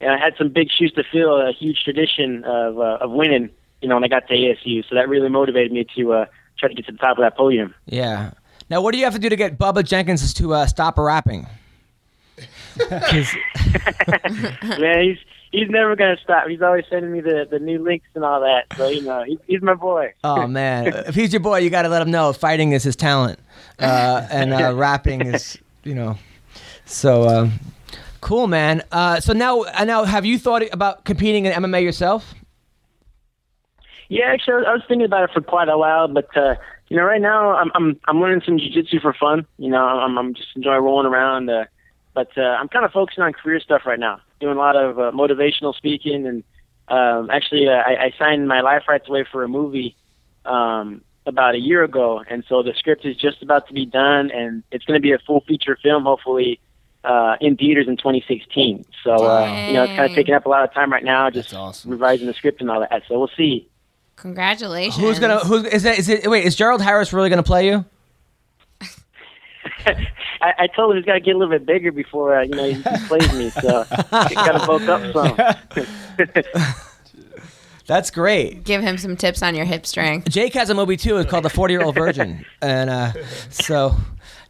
S12: and I had some big shoes to fill, a huge tradition of uh, of winning, you know, when I got to ASU. So that really motivated me to uh, try to get to the top of that podium. (laughs)
S2: Yeah. Now, what do you have to do to get Bubba Jenkins to uh, stop rapping?
S12: Man, he's he's never gonna stop. He's always sending me the the new links and all that. So you know, he's, he's my boy.
S2: (laughs) Oh man, if he's your boy, you got to let him know fighting is his talent, (laughs) uh, and uh, rapping (laughs) is you know. So um, cool, man. Uh, so now, uh, now, have you thought about competing in MMA yourself?
S12: Yeah, actually, I was- I was thinking about it for quite a while, but uh, you know, right now I'm I'm I'm learning some jujitsu for fun. You know, I'm I'm just enjoying rolling around, uh, but uh, I'm kind of focusing on career stuff right now. Doing a lot of uh, motivational speaking, and um, actually, uh, I, I signed my life rights away for a movie um, about a year ago, and so the script is just about to be done, and it's going to be a full feature film, hopefully. Uh, in theaters in 2016, so uh, you know it's kind of taking up a lot of time right now, just revising the script and all that. So we'll see.
S4: Congratulations.
S2: Who's gonna? Who's is that? Is it? Wait, is Gerald Harris really gonna play you?
S12: I, I told him he's got to get a little bit bigger before uh, you know he, he plays me. So he's got to bulk up some.
S2: That's great.
S4: Give him some tips on your
S2: (laughs)
S4: hip strength.
S2: Jake has a movie too. It's called The Forty Year Old Virgin, and uh, so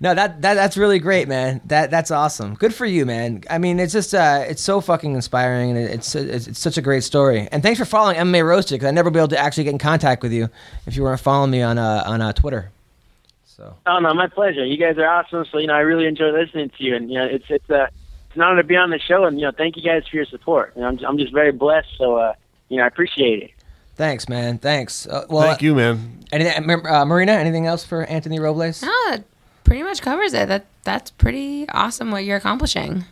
S2: no, that, that that's really great, man. That that's awesome. Good for you, man. I mean, it's just uh, it's so fucking inspiring, and it's, it's it's such a great story. And thanks for following MMA Roasted because I'd never be able to actually get in contact with you if you weren't following me on uh, on uh, Twitter.
S12: oh no, my pleasure. You guys are awesome. So you know I really enjoy listening to you, and you know it's it's uh, it's an honor to be on the show, and you know thank you guys for your support. You know, I'm I'm just very blessed. So uh, you know I appreciate it.
S2: Thanks, man. Thanks. Uh, well,
S13: Thank you, man.
S2: Anything, uh, Marina? Anything else for Anthony Robles?
S4: No, that pretty much covers it. That that's pretty awesome what you're accomplishing.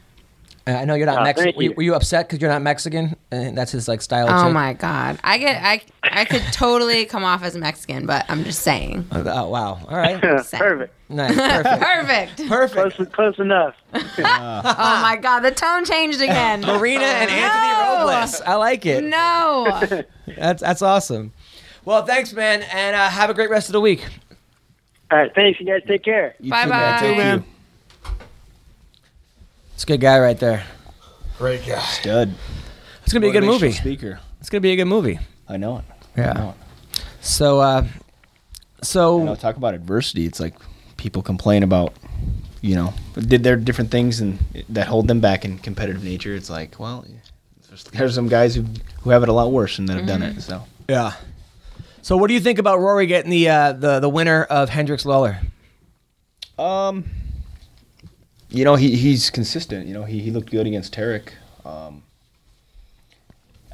S2: Uh, I know you're not
S4: Oh,
S2: Mexican.
S4: thank
S2: Were, you-
S4: you.
S2: were you upset because you're not Mexican? And that's his like style. of
S4: Oh
S2: shit.
S4: my god. I get I I could totally come off as Mexican, but I'm just saying.
S2: Oh, th- oh, wow. All right.
S12: perfect.
S2: Nice. Perfect.
S4: Perfect.
S2: Perfect.
S12: Close, close enough.
S4: Oh my god, the tone changed again.
S2: Ah. (laughs) Marina and Anthony Robles. I like it.
S4: Oh,
S2: (laughs)
S4: No.
S2: That's that's awesome. Well, thanks, man, and uh, have a great rest of the week.
S12: All right, thanks. You guys take care.
S2: Bye bye. Thank you. It's a good guy right there.
S9: Great guy. Stud.
S2: It's gonna be a good
S9: Motivational
S2: movie.
S9: Speaker.
S2: It's gonna be a good movie.
S9: I know it.
S2: Yeah.
S9: I know it.
S2: So, uh, so
S9: You know, talk about adversity. It's like people complain about, you know, did there are different things and that hold them back in competitive nature. It's like, well, there's, there's some guys who who have it a lot worse and that have done it. So
S2: yeah. So, what do you think about Rory getting the uh, the the winner of Hendrix Lawler?
S9: Um, you know, he, he's consistent. You know, he, he looked good against Tarek. Um,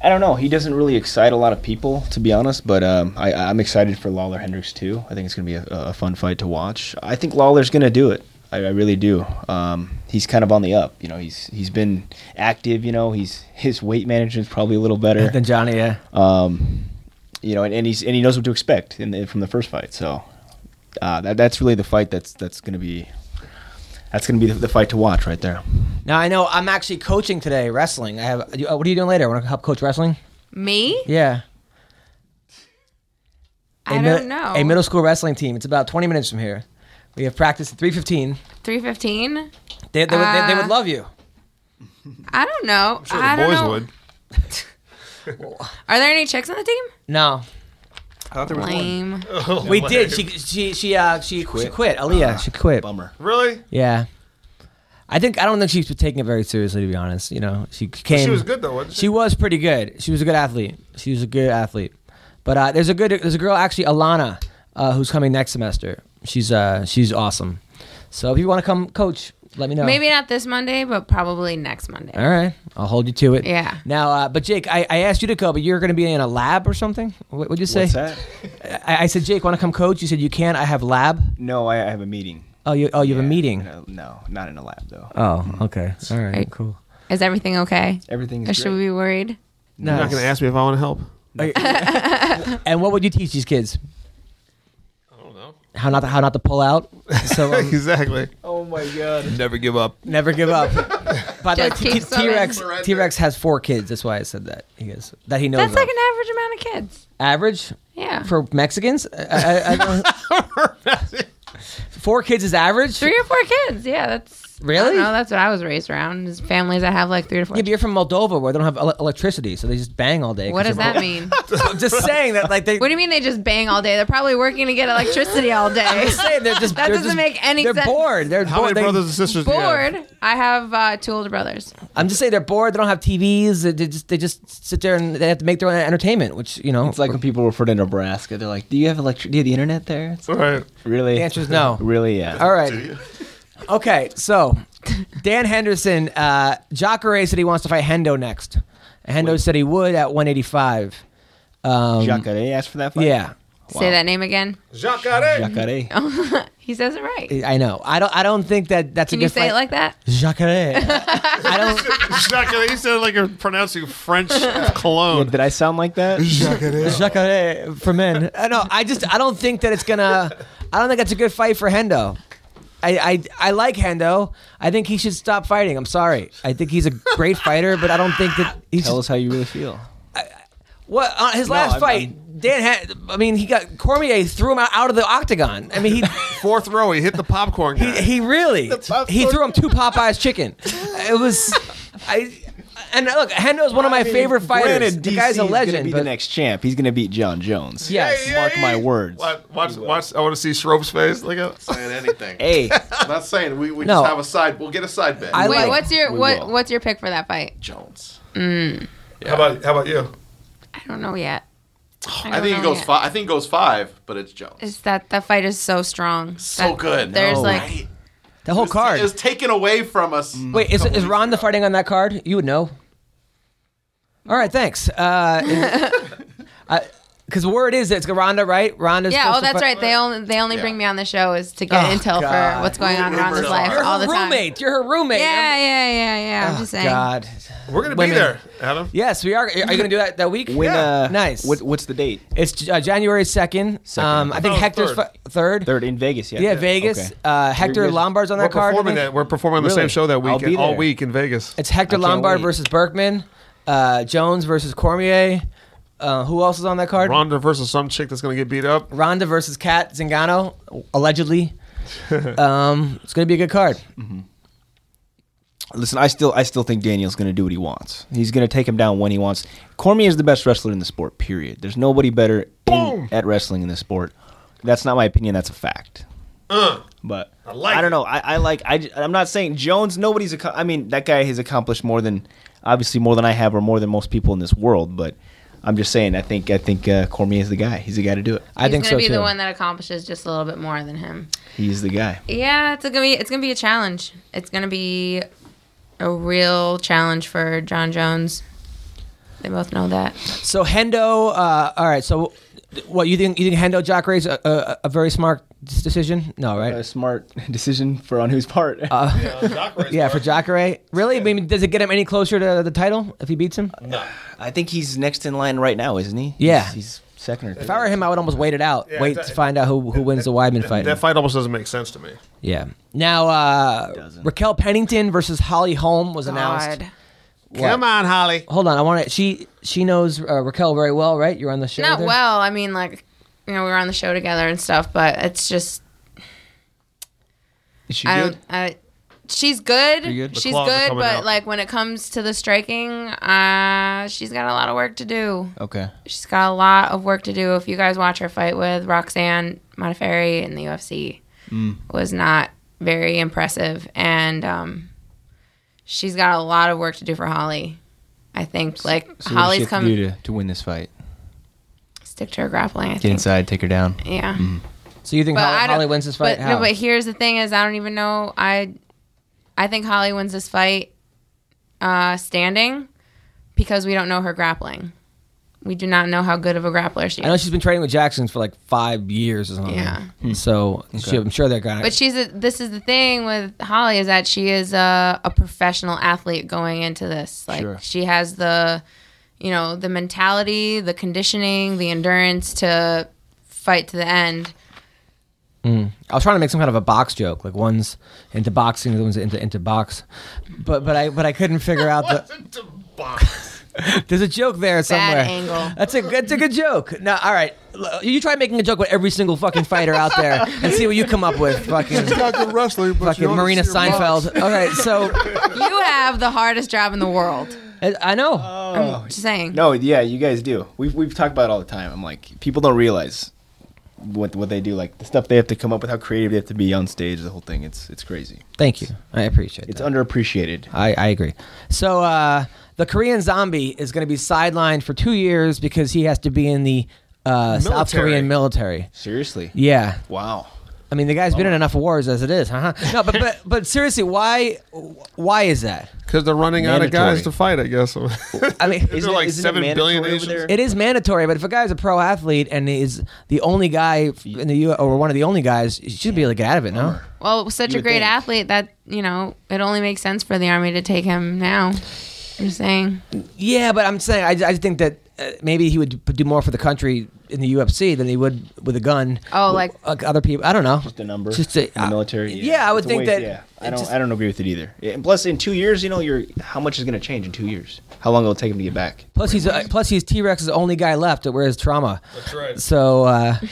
S9: I don't know. He doesn't really excite a lot of people, to be honest. But um, I, I'm excited for Lawler Hendricks too. I think it's going to be a, a fun fight to watch. I think Lawler's going to do it. I, I really do. Um, he's kind of on the up. You know, he's he's been active. You know, he's his weight management's probably a
S2: (laughs)
S9: little better
S2: than Johnny. Yeah.
S9: Um, you know, and, and he's and he knows what to expect in the, from the first fight. So uh, that that's really the fight that's that's going to be that's going to be the, the fight to watch right there.
S2: Now I know I'm actually coaching today wrestling. I have. you- uh, What are you doing later? Want to help coach wrestling?
S4: Me?
S2: Yeah.
S4: I
S2: A
S4: don't know.
S2: A middle school wrestling team. It's about 20 minutes from here. We have practice at 3:15.
S4: 315?
S2: They, they, would, they, they
S4: Uh,
S2: would love you.
S4: I don't know. I don't know. (laughs) Are there any chicks on the team?
S3: (laughs)
S2: No,
S3: I thought there was
S4: Lame.
S3: one.
S2: we did. She she she uh she, she quit. Aaliyah, she quit. Bummer.
S3: really?
S2: Yeah. I think I don't think she was taking it very seriously to be honest. You know, she came.
S3: was good, though, wasn't she?
S2: was pretty good. She was a good athlete. She was a good athlete. But uh, there's a good there's a girl actually Alana uh, who's coming next semester. She's uh she's awesome. So if you want to come coach, Let me know.
S4: Maybe not this Monday, but probably next Monday.
S2: All right, I'll hold you to it.
S4: Yeah.
S2: Now, uh, but Jake, I, I asked you to go, but you're going to be in a lab or something. What would you say?
S9: What's that?
S2: I, I said, Jake, want to come coach? You said you can. I have lab.
S9: No, I, I have a meeting.
S2: Oh, you oh you have a meeting.
S9: No, no, not in a lab though.
S2: Oh, okay. All right,
S4: Right.
S2: cool.
S4: Is everything okay?
S9: Everything's
S4: Or should
S9: great.
S4: we be worried?
S2: No.
S3: You're not going to ask me if I want to help.
S2: (laughs) and what would you teach these kids? I don't know. How not to, how not to pull out. So um,
S3: (laughs) exactly.
S9: Oh my god.
S3: Never give up.
S2: Never give
S3: (laughs)
S2: up. By the way,
S4: Just
S2: T
S4: keep swimming.
S2: Rex
S4: Surrender.
S2: T Rex has four kids. That's why I said that. He goes that he knows.
S4: That's
S2: of.
S4: like an average amount of kids.
S2: average.
S4: Yeah.
S2: For Mexicans, I, I, I
S3: (laughs)
S2: don't- four kids is average.
S4: Three or four kids. Yeah, that's
S2: Really?
S4: No, that's what I was raised around. Is families that have like three to four.
S2: Yeah, but you're from Moldova where they don't have ele- electricity, so they just bang all day.
S4: What
S2: 'cause
S4: does
S2: they're
S4: that
S2: (laughs)
S4: mean?
S2: Mol- I'm just saying that, like they.
S4: What do you mean they just bang all day? They're probably working to get electricity all day.
S2: I'm just saying they're just.
S4: (laughs) that
S2: they're
S4: doesn't
S2: just-
S4: make any
S2: They're
S4: sense.
S2: bored. They're
S3: How
S2: bored.
S3: many
S2: They-
S3: brothers and sisters do you have?
S4: Bored. I have uh, two older brothers.
S2: I'm just saying they're bored. They don't have TVs. They they just they just sit there and they have to make their own entertainment, which you know.
S9: It's like when people refer to Nebraska, they're like, "Do you have electric? Do you have the internet there?" It's like,
S3: Right.
S9: really.
S2: The answer is no.
S9: (laughs) Really, yeah.
S2: All right. (laughs) Okay, so Dan Henderson, uh, Jacare said he wants to fight Hendo next. Hendo said he would at 185. Um,
S9: Jacare asked for that fight.
S2: yeah,
S4: Say that name again.
S9: Jacare.
S4: He says it right.
S2: I know. I don't. I don't think that that's a
S4: Can
S2: good
S4: you say
S2: fight.
S4: it like that? (laughs)
S2: Jacare. I don't.
S3: (laughs) Exactly. You sound like you're pronouncing French cologne.
S9: Oh, Did I sound like that?
S2: Jacare for (laughs) men. I know. Uh, I just I don't think that it's gonna. I don't think that's a good fight for Hendo. I, I I like Hendo. I think he should stop fighting. I'm sorry. I think he's a great fighter, but I don't think that he's
S9: Tell us how you really feel.
S2: what on his
S9: No,
S2: last
S9: I'm-
S2: fight. Dan had. I mean, he got Cormier threw him out, out of the octagon. I mean, he
S3: Fourth row, he hit
S1: (laughs)
S3: the popcorn guy.
S2: he really he threw him two Popeyes chicken. It was I. And look, Hendo's one of my favorite fighters.
S9: Granted,
S2: the guy's a
S9: DC is Gonna
S2: legend.
S9: be
S2: but
S9: the next champ. He's gonna beat John Jones.
S2: Yes.
S9: Mark my words.
S3: Watch, watch, watch. I want to see Schroep's face. Look at
S6: saying anything.
S9: Hey,
S6: I'm not saying we, we
S2: No.
S6: just have a side. We'll get a side bet.
S2: I
S4: Wait,
S2: like-
S4: what's your
S9: we
S4: what
S9: will.
S4: what's your pick for that fight?
S6: Jones.
S3: How about how about you?
S4: I don't know yet.
S6: (sighs) I,
S4: don't
S6: think
S4: know
S6: it goes
S4: yet.
S6: five. I think it goes five, but it's Jones.
S4: Is that that fight is so strong?
S6: so
S4: That-
S6: good.
S4: There's like
S2: the whole card.
S6: It's taken away from us.
S9: Mm.
S2: Wait, is, is Ronda fighting on that card? You would know. All right, thanks. Uh, Because
S4: (laughs)
S2: word is it's Ronda, right? Ronda's
S4: yeah.
S2: supposed
S4: Oh,
S2: to
S4: that's
S2: fight-
S4: right. They only they only
S6: Yeah.
S4: bring me on the show is to get
S2: Oh,
S4: intel
S2: God.
S4: for what's going on around his
S6: Rumors
S4: life
S6: are.
S4: all the
S2: You're her
S4: time.
S2: roommate. You're her roommate.
S4: Yeah, yeah, yeah, yeah. I'm
S2: Oh,
S4: just saying.
S2: God.
S3: We're gonna
S2: Women.
S3: be there, Adam.
S2: Yes, we are. Are you going to do that that week?
S9: when uh,
S2: Nice.
S9: What, what's the date?
S2: It's uh, January second.
S9: Second.
S2: Um, I think
S3: Oh,
S2: Hector's
S3: third.
S2: fi- third.
S9: Third in Vegas. Yeah.
S2: Yeah, Vegas.
S9: Okay.
S2: Uh, Hector
S9: guys-
S2: Lombard's on
S3: We're
S2: that card. I
S3: performing
S2: think.
S3: that. We're performing the
S9: Really?
S3: same show that
S9: I'll
S3: week
S9: be
S3: all
S9: there.
S3: week in Vegas.
S2: It's Hector
S9: I can't
S2: Lombard
S9: wait.
S2: versus Berkman, uh, Jones versus Cormier. Uh, who else is on that card?
S3: Ronda versus some chick that's gonna get beat up.
S2: Ronda versus Kat Zingano, allegedly. um, it's gonna be a good card.
S9: Listen, I still I still think Daniel's going to do what he wants. He's going to take him down when he wants. Cormier is the best wrestler in the sport. Period. There's nobody better in, at wrestling in the sport. That's not my opinion. That's a fact. But I,
S3: like
S9: don't know. I, I like. I, j- I'm not saying Jones. Nobody's. acco- I mean, that guy has accomplished more than obviously more than I have, or more than most people in this world. But I'm just saying. I think. I think uh, Cormier is the guy. He's the guy to do it.
S2: I
S4: He's
S2: think
S4: gonna
S2: so
S4: be
S2: too.
S4: the one that accomplishes just a little bit more than him.
S9: He's the guy.
S4: Yeah, it's gonna be it's gonna be a challenge. It's gonna be a real challenge for John Jones. They both know that.
S2: so Hendo. Uh, all right. So, what you think? You think Hendo Jacare's a, a, a very smart s- decision? No, right?
S9: A smart (laughs) decision for on whose part.
S2: yeah, for Jacare. Really? I mean, does it get him any closer to the title if he beats him?
S9: I think he's next in line right now, isn't he?
S2: Yeah.
S9: He's, he's second or third.
S2: If I were him, I would almost wait it out.
S3: Yeah,
S2: wait
S3: that-
S2: to find out who, who wins the Weidman fight.
S3: That fight almost doesn't make sense to me.
S2: yeah. Now, uh,
S9: doesn't.
S2: Raquel Pennington versus Holly Holm was announced.
S4: God.
S2: What?
S3: on, Holly.
S2: Hold on, I want to. She she knows uh, Raquel very well, right? You're on the show.
S4: Not
S2: with her?
S4: well. I mean, like, you know, we were on the show together and stuff, but it's just
S9: Is she
S4: I
S9: good?
S4: don't. I, she's good.
S9: good? The
S4: She's
S3: claws are
S4: good,
S3: coming
S4: but
S3: out.
S4: like when it comes to the striking, uh, she's got a lot of work to do.
S9: Okay.
S4: She's got a lot of work to do. If you guys watch her fight with Roxanne Modafferi in the UFC, was not very impressive, and um, she's got a lot of work to do for Holly. I think like Holly's
S9: what does she have
S4: come
S9: to, do to to win this fight?
S4: stick to her grappling. I
S9: Get
S4: think.
S9: inside, take her down.
S4: Yeah.
S2: So you think
S4: But
S2: Holly,
S4: I don't-
S2: Holly wins this fight?
S4: But
S2: How?
S4: no, but here's the thing: is I don't even know. I I think Holly wins this fight uh, standing because we don't know her grappling. We do not know how good of a grappler she is.
S2: I know she's been training with Jackson for like five years or something.
S4: Yeah.
S3: Hmm.
S2: So she, I'm sure that guy.
S4: But she's a, this is the thing with Holly is that she is a, a professional athlete going into this. Like
S2: Sure.
S4: she has the, you know, the mentality, the conditioning, the endurance to fight to the end.
S2: Mm. I was trying to make some kind of a box joke, like one's into boxing, the other one's into into box, but but I but I couldn't figure out
S3: (laughs)
S2: the. (laughs) There's a joke there somewhere.
S4: angle.
S2: That's a that's a good joke. Now, all right, l- you try making a joke with every single fucking fighter out there and see what you come up
S3: (laughs)
S2: with. Fucking
S3: She's got good wrestling, but she
S2: fucking
S3: don't
S2: Marina
S3: see her
S2: Seinfeld.
S3: box.
S2: All right, so
S3: (laughs)
S4: You have the hardest job in the world.
S2: I I know.
S4: I'm just saying.
S9: No, yeah, you guys do. We've we've talked about it all the time. I'm like, people don't realize what what they do, like the stuff they have to come up with, how creative they have to be on stage, the whole thing. It's it's crazy.
S2: Thank you. I appreciate it.
S9: It's underappreciated.
S2: I, I agree. So uh, the Korean zombie is going to be sidelined for two years because he has to be in the uh, South
S9: Military.
S2: Korean military.
S9: Seriously.
S2: Yeah.
S9: Wow.
S2: I mean, the guy's
S3: Oh.
S2: been in enough wars as it is, huh? No, but but but seriously, why why is that?
S3: Because they're running out of guys to fight, I guess. (laughs)
S2: I mean,
S3: Isn't there like
S9: isn't it
S3: 7 billion
S9: mandatory over
S3: Asians?
S9: there?
S2: It is mandatory, but if a guy's a pro athlete and is the only guy in the U or one of the only guys, you should be able to get out of it, no?
S4: Well, such
S2: You
S4: a
S2: would
S4: great
S2: think.
S4: athlete that you know it only makes sense for the army to take him now. I'm just saying.
S2: Yeah, but I'm saying I, I just think that uh, maybe he would p- do more for the country in the UFC than he would with a gun.
S4: Oh, like-
S2: other people. I don't know.
S9: Just a number.
S2: Just a-
S9: in the military.
S2: yeah, I would
S9: It's a
S2: think
S9: waste,
S2: that
S9: Yeah, I
S2: it
S9: don't.
S2: just-
S9: I don't agree with it either. Yeah, And plus, in two years, you know, you're how much is going to change in two years? How long it'll take him to get back?
S2: Plus he's uh, plus he's T Rex's only guy left that wears trauma.
S9: That's right.
S2: So. Uh, (laughs)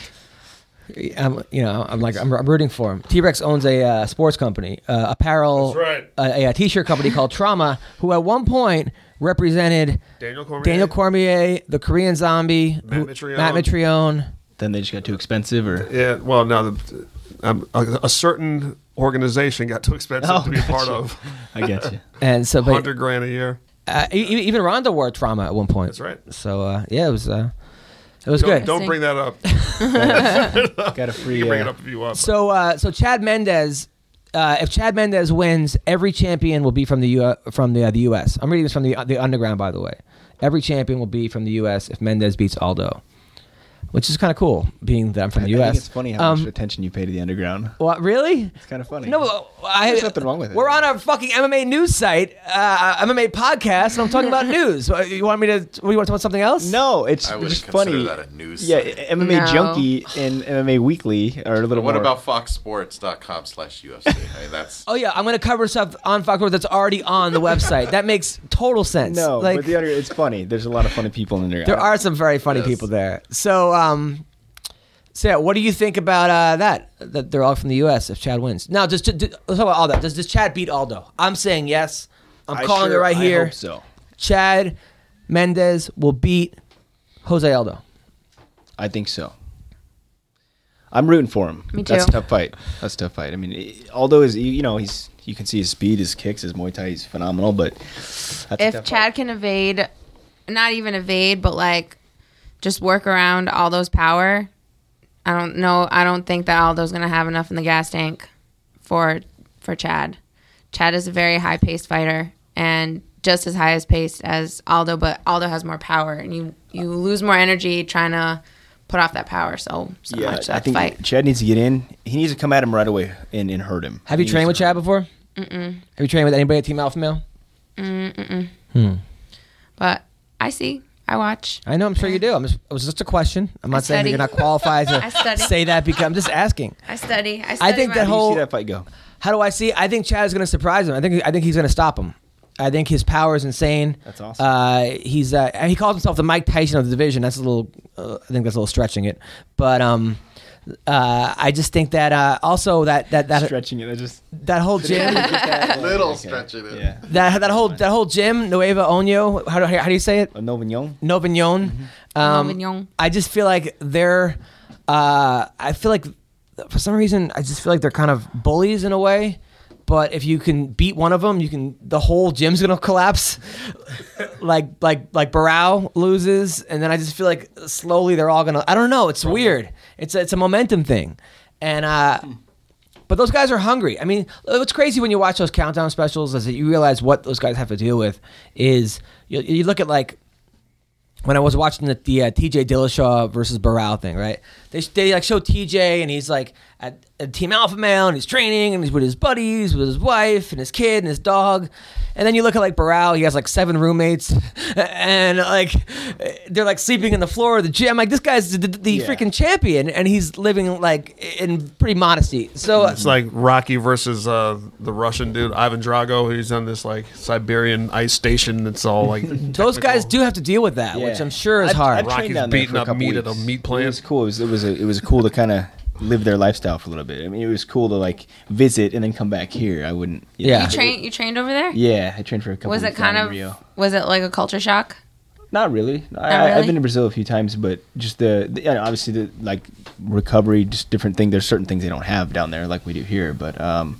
S2: I'm, you know, I'm like, I'm, I'm rooting for him. T Rex owns a uh, sports company, uh, apparel, uh,
S3: That's right.
S2: a, a t-shirt company called Trauma, who at one point represented
S3: Daniel Cormier.
S2: Daniel Cormier, the Korean Zombie,
S3: Matt
S2: who-
S3: Mitrione.
S2: Matt Mitrione.
S9: Then they just got too expensive, or
S3: Yeah, well, no, the, um, a, a certain organization got too expensive
S9: Oh,
S3: to be a part
S9: gotcha.
S3: of.
S9: I
S6: (laughs)
S9: get you.
S2: And so, but-
S3: hundred grand a year.
S2: Uh, e- e- even Ronda wore trauma at one point. That's
S3: right.
S2: So uh, yeah, it was uh, it was
S3: Don't-
S2: good.
S3: Don't bring that up.
S9: got a free.
S3: You can bring it
S9: uh,
S3: up if you want.
S2: So uh, so Chad Mendez, uh, if Chad Mendez wins, every champion will be from the U- from the uh, the U.S. I'm reading this from the the underground, by the way. Every champion will be from the U.S. if Mendez beats Aldo, which is kind of cool, being that I'm from
S9: I
S2: the
S9: think
S2: U.S.
S9: it's funny how
S2: Um,
S9: much attention you pay to the underground.
S2: What really?
S9: It's kind of funny.
S2: No, uh, I,
S9: There's nothing wrong with it.
S2: We're on a fucking MMA news site, uh, MMA podcast, and I'm talking
S9: (laughs)
S2: about news. Uh, You want me to? What, you want to talk about something else?
S9: No, it's
S6: I
S9: just
S6: wouldn't
S9: funny.
S6: consider that a news.
S9: yeah,
S6: site.
S9: MMA
S4: No.
S9: Junkie and MMA Weekly are a little
S6: What
S9: more.
S6: about foxsports.com/ufc? I mean, that's
S2: Oh yeah, I'm gonna cover stuff on Fox Sports that's already on the website. that makes total sense.
S9: No,
S2: like
S9: but the under, it's funny. There's a lot of funny people in there.
S2: there are some very funny people there. So, um, so yeah, what do you think about uh, that? That they're all from the U.S. If Chad wins, now just to, do- let's talk about Aldo. Does does Chad beat Aldo? I'm saying yes. I'm
S9: I
S2: calling
S9: sure-
S2: it right
S9: I
S2: here.
S9: hope so.
S2: Chad Mendez will beat Jose Aldo.
S9: I think so. I'm rooting for him.
S4: Me
S9: That's a
S4: too.
S9: tough fight. That's a tough fight. I mean, i- although his, you you know, he's you can see his speed, his kicks, his Muay Thai, he's phenomenal. But that's a
S4: if
S9: tough
S4: Chad can evade, not even evade, but like just work around Aldo's power, I don't know. I don't think that Aldo's gonna have enough in the gas tank for for Chad. Chad is a very high paced fighter and just as high as paced as Aldo, but Aldo has more power, and you you lose more energy trying to put off that power. So so
S9: fight. yeah,
S4: much
S9: I
S4: that
S9: think
S4: fight.
S9: Chad needs to get in. He needs to come at him right away and, and hurt him.
S2: Have you
S9: He
S2: trained with
S9: needs
S2: Chad before?
S4: Mm-mm.
S2: Have you trained with anybody at Team Alpha Male?
S4: Mm, Mm-mm.
S2: Hmm.
S4: But I see. I watch.
S2: I know, I'm sure you do. I'm just, it was just a question. I'm not
S4: I
S2: saying that you're
S4: study.
S2: not qualified
S4: (laughs) I
S2: to
S4: study.
S2: say that because I'm just asking.
S4: I study. I,
S2: I
S4: study
S2: think
S4: my-
S2: that
S9: to-
S2: whole.
S9: See that fight go.
S2: How do I see? I think Chad is going to surprise him. I think I think he's going to stop him. I think his power is insane.
S9: That's awesome.
S2: Uh, he's uh, and he calls himself the Mike Tyson of the division. That's a little. Uh, I think that's a little stretching it, but um, uh, I just think that uh, also that that that
S9: Stretching it.
S3: (laughs)
S9: I just
S2: that whole gym.
S6: little stretching it.
S9: yeah.
S2: That, that whole that whole gym Nueva Onyo how do, how do you say it
S9: A Novignon.
S2: Novignon.
S9: mm-hmm.
S2: Um,
S4: Novignon.
S2: I just feel like they're. Uh, I feel like for some reason I just feel like they're kind of bullies in a way. But if you can beat one of them, you can. The whole gym's gonna (laughs) collapse. like like like Barrow loses, and then I just feel like slowly they're all gonna. I don't know. It's weird. It's a, it's a momentum thing, and uh, But those guys are hungry. I mean, what's crazy when you watch those countdown specials is that you realize what those guys have to deal with. Is you, you look at like when I was watching the, the uh, TJ Dillashaw versus Barrow thing, right? They, they like show TJ and he's like at, at Team Alpha Male and he's training and he's with his buddies, with his wife and his kid and his dog. And then you look at like Barrow, he has like seven roommates (laughs) and like they're like sleeping in the floor of the gym. Like this guy's the, the, the
S3: Yeah.
S2: freaking champion and he's living like in pretty modesty. So
S3: It's like Rocky versus uh, the Russian dude Ivan Drago. He's on this like Siberian ice station that's all
S4: (laughs)
S3: like
S2: those guys do have to deal with that, which I'm sure is
S3: I've-
S2: hard.
S3: I've trained Rocky's down there beating for a up couple meat at a weeks. meat
S9: It was cool. It was it was, a, it was cool to kind of live their lifestyle for a little bit. I mean, it was cool to like visit and then come back here. I wouldn't.
S4: You train you trained over there?
S9: Yeah, I trained for a couple.
S4: Was it
S9: weeks
S4: kind
S9: down in
S4: of
S9: Rio.
S4: was it like a culture shock?
S9: Not really. I,
S4: Not
S9: I- I've
S4: really?
S9: been to Brazil a few times, but just the, the you know, obviously the like recovery, just different thing. There's certain things they don't have down there like we do here, but um,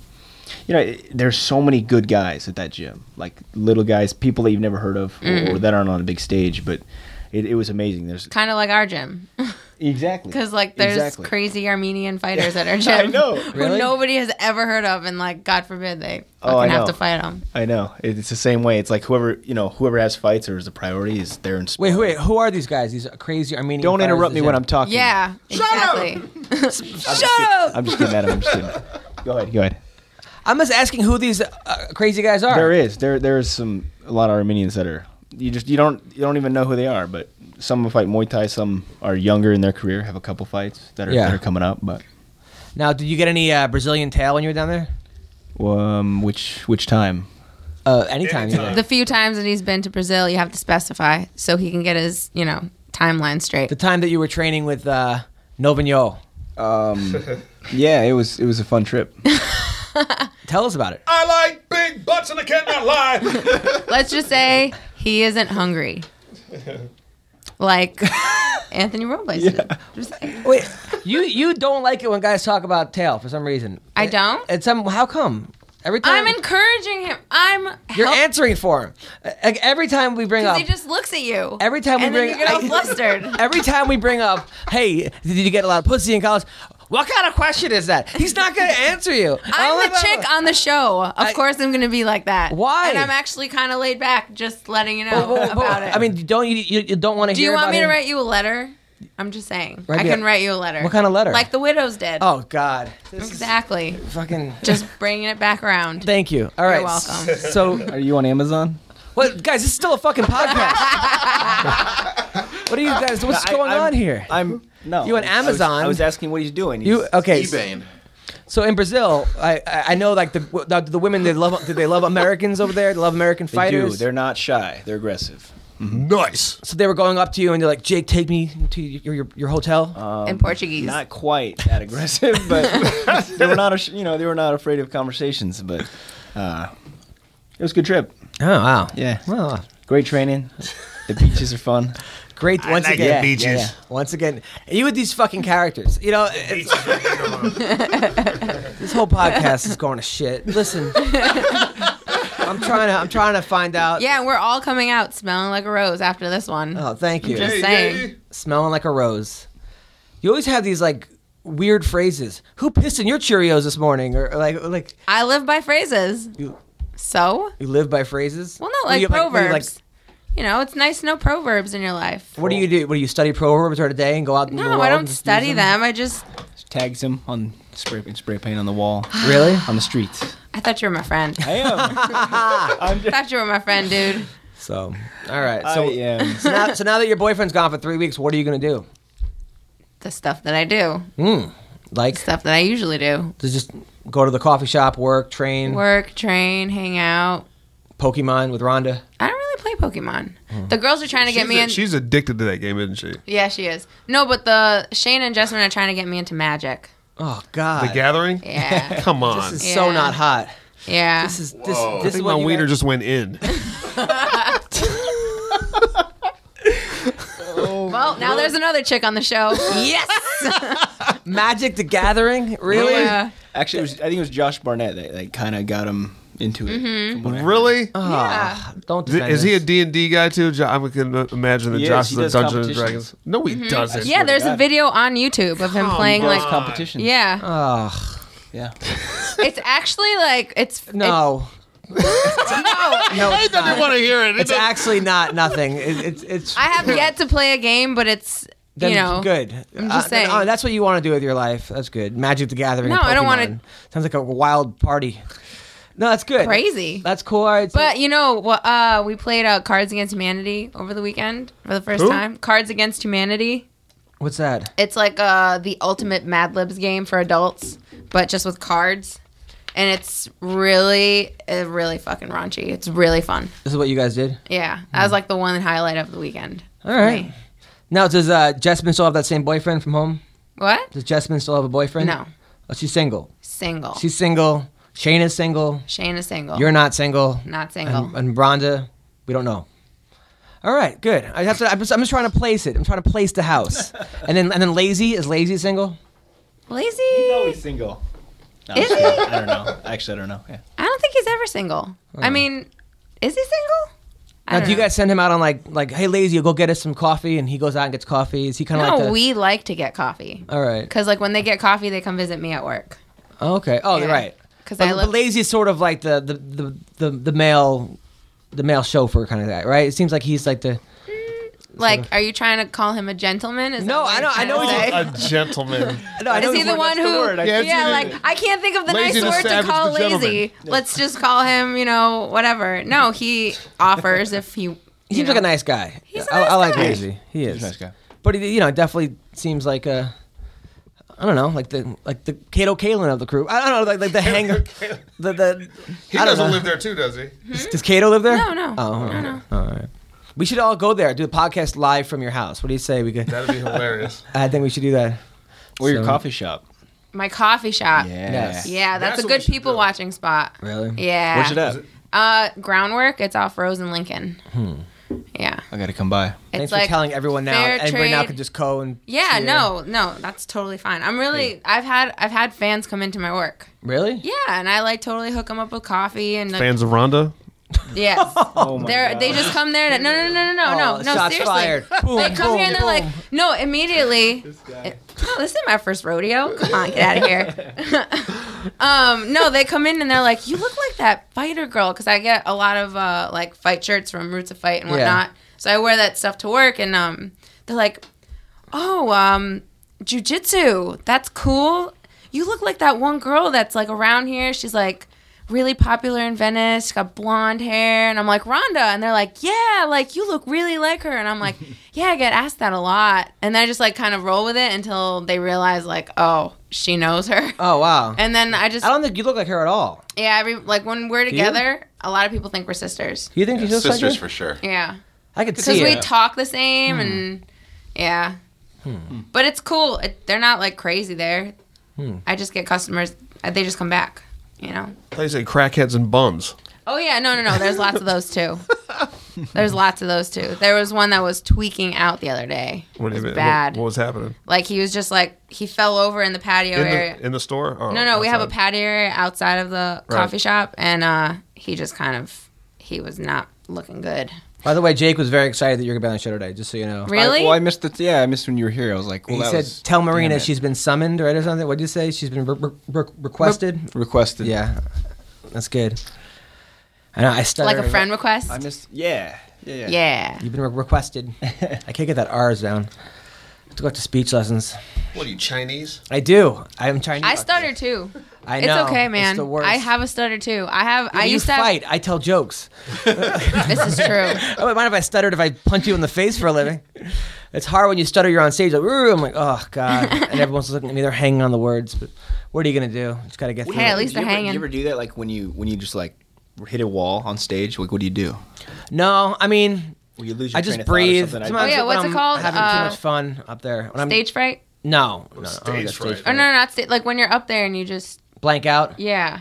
S9: you know, it- there's so many good guys at that gym, like little guys, people that you've never heard of or,
S4: Mm.
S9: or that aren't on a big stage, but it, it was amazing. There's
S4: Kind of like our gym. (laughs)
S9: exactly
S4: Because like there's
S9: Exactly.
S4: crazy
S9: (laughs)
S4: Armenian fighters at our
S9: I
S4: gym,
S9: know.
S4: who
S9: Really? Oh,
S4: nobody has ever heard of, and like God forbid they fucking
S9: I
S4: have
S9: know.
S4: to fight them.
S9: I know It- it's the same way. It's like whoever you know, whoever has fights or is the priority is there in.
S2: Wait, wait, who are these guys? These crazy Armenian.
S9: Don't
S2: fighters
S9: interrupt
S2: in
S9: me
S2: the
S9: when
S2: gym?
S9: I'm talking.
S4: Yeah, exactly. Shut up.
S9: I'm just getting at him. I'm just
S4: (laughs)
S9: getting. Go ahead. Go ahead.
S2: I'm just asking who these uh, crazy guys are.
S9: There is there there's some a lot of Armenians that are you just you don't you don't even know who they are, but some fight Muay Thai, some are younger in their career, have a couple fights that are
S2: Yeah.
S9: that are coming up, but
S2: Now, did you get any uh, Brazilian tail when you were down there?
S9: um, which which time?
S2: Uh, anytime. you
S4: The few times that he's been to Brazil, you have to specify so he can get his you know timeline straight.
S2: The time that you were training with uh, Novigno.
S9: Um, (laughs) yeah, it was it was a
S2: (laughs)
S9: fun trip.
S2: Tell us about it.
S4: Uh,
S3: I like big butts and I cannot lie.
S4: Let's just say he isn't
S9: (laughs)
S4: hungry, like Anthony Robles. is. Just saying.
S2: Wait, you you don't like it when guys talk about tail for some reason.
S4: I don't.
S2: It's some how come every time
S4: I'm encouraging him. I'm
S2: you're
S4: help-
S2: answering for him. Like every time we bring
S4: 'cause
S2: up.
S4: he just looks at you
S2: Every time
S4: and
S2: we
S4: then
S2: bring
S4: you get all
S2: I- (laughs)
S4: flustered.
S2: Every time we bring up, hey, did you get a lot of pussy in college? What kind of question is that? He's not gonna answer you.
S4: (laughs) I'm
S2: Oh,
S4: the
S2: (laughs)
S4: chick on the show. Of course, I'm going to be like that.
S2: Why? Oh,
S4: And I'm actually kind of laid back, just letting you
S2: but-
S4: know
S2: but- but-
S4: about it.
S2: I mean, don't you you, you don't want to
S4: Do
S2: hear
S4: you want
S2: about
S4: me to
S2: him?
S4: write you a letter? I'm just saying.
S2: Write
S4: I
S2: me
S4: can
S2: a-
S4: write you a letter.
S2: What kind of letter?
S4: Like the widows did.
S2: Oh God.
S4: exactly.
S2: Fucking
S4: Just bringing it back
S2: (laughs)
S4: around.
S2: Thank you. All right.
S4: You're welcome.
S2: So,
S4: (laughs)
S9: are you on Amazon?
S2: What, guys? This is still a fucking
S9: (laughs)
S2: podcast. what are you guys? What's
S9: I-
S2: going
S9: I'm-
S2: on here?
S9: I'm no.
S2: You on
S9: I was-
S2: Amazon?
S9: I was asking what he's doing. He's
S2: You uh, okay? s- So in Brazil, I I I know like the the, the women they love do they love Americans over there? They love American
S9: They do.
S2: fighters.
S9: They're not shy. They're aggressive.
S3: Nice.
S2: So they were going up to you and they're like, Jake, take me to your your, your hotel.
S9: Uh,
S4: In Portuguese.
S9: Not quite that aggressive,
S2: (laughs)
S9: but they were not. ash- You know, they were not afraid of conversations. But uh, it was a good trip.
S2: Oh wow!
S9: Yeah.
S2: Wow.
S9: Great training. The beaches are fun.
S2: Great.
S9: I
S2: Once
S9: like
S2: again,
S9: the beaches.
S2: Once again, you with these fucking characters. You know, it's- (laughs) this whole podcast is going to shit.
S9: (laughs)
S2: Listen, I'm trying to I'm trying to find out.
S4: yeah, we're all coming out smelling like a rose after this one.
S2: Oh, thank you.
S4: Just saying.
S2: Smelling like a rose. You always have these like weird phrases. Who pissed in your Cheerios this morning? Or, or, like or, like
S4: I live by phrases. So?
S2: you live by phrases.
S4: Well, not
S2: Or
S4: like
S2: you, or you,
S4: proverbs.
S2: like-
S4: you know, it's nice to know proverbs in your life.
S2: what do you do? What do you study proverbs or today and go out? in the
S4: No,
S2: world
S4: I
S2: and
S4: don't
S2: use
S4: study them. I just,
S9: Tags him on spray spray paint on the wall.
S2: Really?
S9: On the streets.
S4: I thought you were
S2: (laughs)
S4: my friend. (laughs)
S9: I am. I'm just,
S4: thought you were my friend, dude. (laughs)
S2: So, all right.
S9: I
S2: So,
S9: am.
S2: (laughs) so, now, so now that your boyfriend's gone for three weeks, what are you gonna do?
S4: The stuff that I do,
S2: Hmm. Like,
S4: stuff that I usually do.
S2: to just go to the coffee shop, work, train,
S4: Work, train, hang out.
S2: Pokemon with Rhonda.
S4: I don't really play Pokemon.
S2: Mm.
S4: The girls are trying to get
S3: She's
S4: me
S3: a-
S4: in.
S3: She's addicted to that game, isn't she?
S4: Yeah, she is. No, but the Shane and Jessamine are trying to get me
S2: (laughs)
S4: into magic.
S2: Oh God.
S3: The Gathering.
S4: Yeah.
S3: Come on.
S2: This is so
S4: Yeah.
S2: not hot.
S4: Yeah.
S2: This is this,
S3: Whoa. I
S2: this is
S3: think
S2: what
S3: my
S2: you
S3: wiener
S2: guys-
S3: just went in.
S4: well, now there's another chick on
S2: (laughs)
S4: the show. yes. (laughs)
S2: Magic the Gathering. Really?
S4: Yeah.
S9: actually, it was, I think it was Josh Barnett that, that kind of got him into it.
S4: Mm-hmm.
S9: from what I heard.
S3: (laughs) Really?
S4: Oh,
S2: Ah, Don't.
S3: Is, it-
S2: defend
S3: is he a
S2: this.
S3: D and D guy too? Jo- I can uh, imagine that
S9: Yes,
S3: Josh
S9: he
S3: is a
S9: does
S3: Dungeons and
S9: competitions.
S3: Dragons. No,
S2: Mm-hmm.
S3: he doesn't.
S4: Yeah, there's a video on YouTube of him playing like.
S2: Uh.
S9: competition.
S4: Yeah.
S2: Ugh.
S9: Yeah.
S4: It's actually like it's
S2: No.
S4: no.
S2: (laughs) No, it's not.
S4: wanna
S2: It's actually not nothing. It, it's it's.
S4: I have yet to play a game, but it's
S2: Then
S4: you know
S2: good.
S4: I'm
S2: Uh,
S4: just
S2: then,
S4: saying.
S2: oh, that's what you want to do with your life. That's good. Magic the Gathering.
S4: No,
S2: and
S4: I don't wanna-
S2: Pokemon. Sounds like a wild party. No, that's good.
S4: crazy.
S2: That's cool. All right, so-
S4: But you know what? Uh, we played uh, Cards Against Humanity over the weekend for the first
S2: Who?
S4: time. Cards Against Humanity.
S2: What's that?
S4: It's like uh, the ultimate Mad Libs game for adults, but just with cards. And it's really, uh, really fucking raunchy. It's really fun.
S2: This is what you guys did.
S4: Yeah, that was like the one highlight of the weekend.
S2: All right. Now does uh, Jessamine still have that same boyfriend from home?
S4: What?
S2: Does Jessamine still have a boyfriend?
S4: No.
S2: Oh, she's single.
S4: Single.
S2: She's single. Shane is single.
S4: Shane is single.
S2: You're uh, not single.
S4: Not single.
S2: Um, And, and Rhonda, we don't know. All right, good. I have to. I'm just, I'm just trying to place it. I'm trying to place the house. And then and then lazy is lazy single.
S4: lazy.
S9: He's single. No, I'm
S4: Is
S9: just
S4: he?
S9: kidding. I don't know. Actually, I don't know. Yeah.
S4: I don't think he's ever single. I mean, is he
S2: Oh.
S4: single? I
S2: Now,
S4: don't
S2: do you guys send him out on like like hey lazy, go get us some coffee, and he goes out and gets coffee? Is he kind of
S4: no,
S2: like the,
S4: we like to get coffee.
S2: All right.
S4: Because, like, when they get coffee, they come visit me at work.
S2: Oh, okay. Oh, you're
S4: Yeah.
S2: right.
S4: 'Cause
S2: But-
S4: I
S2: but
S4: live-
S2: lazy is sort of like the the, the, the, the male the male chauffeur kind of guy, right? It seems like he's like the
S4: Like, are you trying to call him a gentleman? Is no, I know,
S2: I know he's-
S3: a gentleman.
S2: No, I know
S4: is he
S2: the
S4: the
S2: word,
S4: one
S2: that's the
S4: who?
S2: word, I
S4: yeah,
S2: think. Yeah,
S4: like I can't think of the
S3: Lazy the
S4: nice word to
S3: savage,
S4: call
S3: the gentleman.
S4: lazy. Let's just call him, you know, whatever. No, he offers if he.
S2: he seems like a nice guy.
S4: He's a
S2: I, I
S4: nice
S2: like
S4: guy.
S2: lazy. He
S9: He's a
S2: is
S9: nice guy.
S2: But he, you know, definitely seems like a. I don't know, like the like the Kato Kalin of the crew. I don't know, like like the hanger, the the.
S3: He
S2: I don't
S3: doesn't
S2: know.
S3: live there too, does he?
S2: Does- Does Kato live there?
S4: No, no.
S2: Oh, all right. All right. We should all go there. Do the podcast live from your house. What do you say? We could.
S3: That'd be hilarious.
S2: (laughs) I think we should do that.
S9: Or your
S2: So-
S9: coffee shop.
S4: My coffee shop.
S9: Yeah.
S2: Yes.
S4: Yeah, that's,
S3: That's
S4: a
S3: what we
S4: good
S3: should
S4: people watching spot.
S2: Really?
S4: Yeah.
S9: Where's it at?
S4: Uh, groundwork. It's off Rose and Lincoln.
S3: Hmm.
S4: Yeah.
S9: I gotta come by.
S4: It's
S2: Thanks
S4: like
S2: for telling everyone now.
S4: fair
S2: And right now
S4: trade-
S2: could just go and.
S4: Yeah,
S2: cheer.
S4: no, no, that's totally fine. I'm really, I've had, I've had fans come into my work.
S2: Really?
S4: Yeah, and I like totally hook them up with coffee and like,
S3: Fans of Rhonda.
S2: (laughs)
S4: yes,
S9: Oh my
S4: they're they just come there. To, no, no, no, no, no,
S2: Oh,
S4: no, no,
S2: shots
S4: seriously.
S2: fired. Boom,
S4: they come
S2: boom,
S4: here and they're like,
S2: boom.
S4: no, immediately. it- no, this is my first rodeo. Come on, get out of here.
S2: (laughs)
S4: um, no, they come in and they're like, you look like that fighter girl because I get a lot of uh, like fight shirts from Roots of Fight and
S2: Yeah.
S4: whatnot. So I wear that stuff to work, and um, they're like, oh, um, jujitsu, that's cool. You look like that one girl that's like around here. She's like really popular in Venice. She got blonde hair, and I'm like Rhonda, and they're like, yeah, like you look really like her, and
S2: (laughs)
S4: I'm like, yeah, I get asked that a lot, and I just like kind of roll with it until they realize like, oh, she knows her,
S2: Oh wow.
S4: and then I just
S2: I don't think you look like her at all.
S4: yeah, every like when we're
S2: you?
S4: together, a lot of people think we're sisters.
S2: You think she looks like
S6: Sisters
S2: her?
S6: for sure.
S4: Yeah,
S2: I could
S4: because
S2: see
S4: we
S2: it.
S4: talk the same, and yeah. But it's cool. It, they're not like crazy there. I just get customers. uh, They just come back. You know.
S3: They say crackheads and bums.
S4: Oh yeah, no, no, no. There's lots of
S3: (laughs)
S4: those too. There's lots of those too. There was one that was tweaking out the other day.
S3: What do you mean? What-
S4: bad.
S3: What, was happening
S4: Like he was just like he fell over in the patio
S3: in
S4: area.
S3: the, in the store? Oh, Or
S2: Oh,
S4: no, no, we have a
S3: outside?
S4: patio area outside of the
S3: Right.
S4: coffee shop, and uh, he just kind of he was not looking good.
S2: By the way, Jake was very excited that you're gonna be on the show today. Just so you know.
S4: Really?
S9: I, well, I missed the. Yeah, I missed when you were here. I was like, well,
S2: he
S9: that
S2: said,
S9: was-
S2: "Tell
S9: damn
S2: Marina
S9: it.
S2: she's been summoned, right, or something." What'd you say? She's been re- re- re- requested.
S9: requested."
S2: yeah, that's good. I know. I
S4: like
S2: stuttered.
S4: a friend request.
S9: I missed. Yeah. Yeah. Yeah.
S4: yeah.
S2: You've been re-
S9: (laughs)
S2: requested. I can't get that R's down. I have to go to speech lessons.
S3: What are you Chinese?
S2: I do. I'm Chinese.
S4: I stutter too.
S2: I know.
S4: It's okay, man.
S2: It's the worst.
S4: I have a stutter too. I have. I
S2: you
S4: used to.
S2: fight. I tell jokes.
S4: Have, this
S2: (laughs)
S4: is true.
S2: I wouldn't mind if I stuttered if I punch you in the face for a
S9: (laughs)
S2: living. It's hard when you stutter. You're on stage like, "Ooh," I'm like, oh god, and everyone's looking at me. They're hanging on the words, but what are you gonna do? Just gotta get through.
S4: Hey,
S2: it.
S4: at least
S9: Do
S4: they're
S9: you ever, do
S4: hanging.
S9: you ever do that? Like when you when you just like hit a wall on stage? Like what do you do?
S2: No, I mean,
S9: Will you lose your
S2: I
S9: train
S2: just
S9: of thought or
S2: breathe.
S9: something? I-
S2: Sometimes
S4: Oh, yeah,
S2: when
S4: what's it
S2: I'm
S4: called?
S2: Having too
S4: Uh,
S2: much fun up there. When
S4: Stage fright.
S2: I'm, no, no, no, I don't
S3: Stage
S2: get
S3: fright.
S4: Or
S2: fright.
S4: no, no, not sta- like when you're up there and you just
S2: Blank out.
S4: yeah.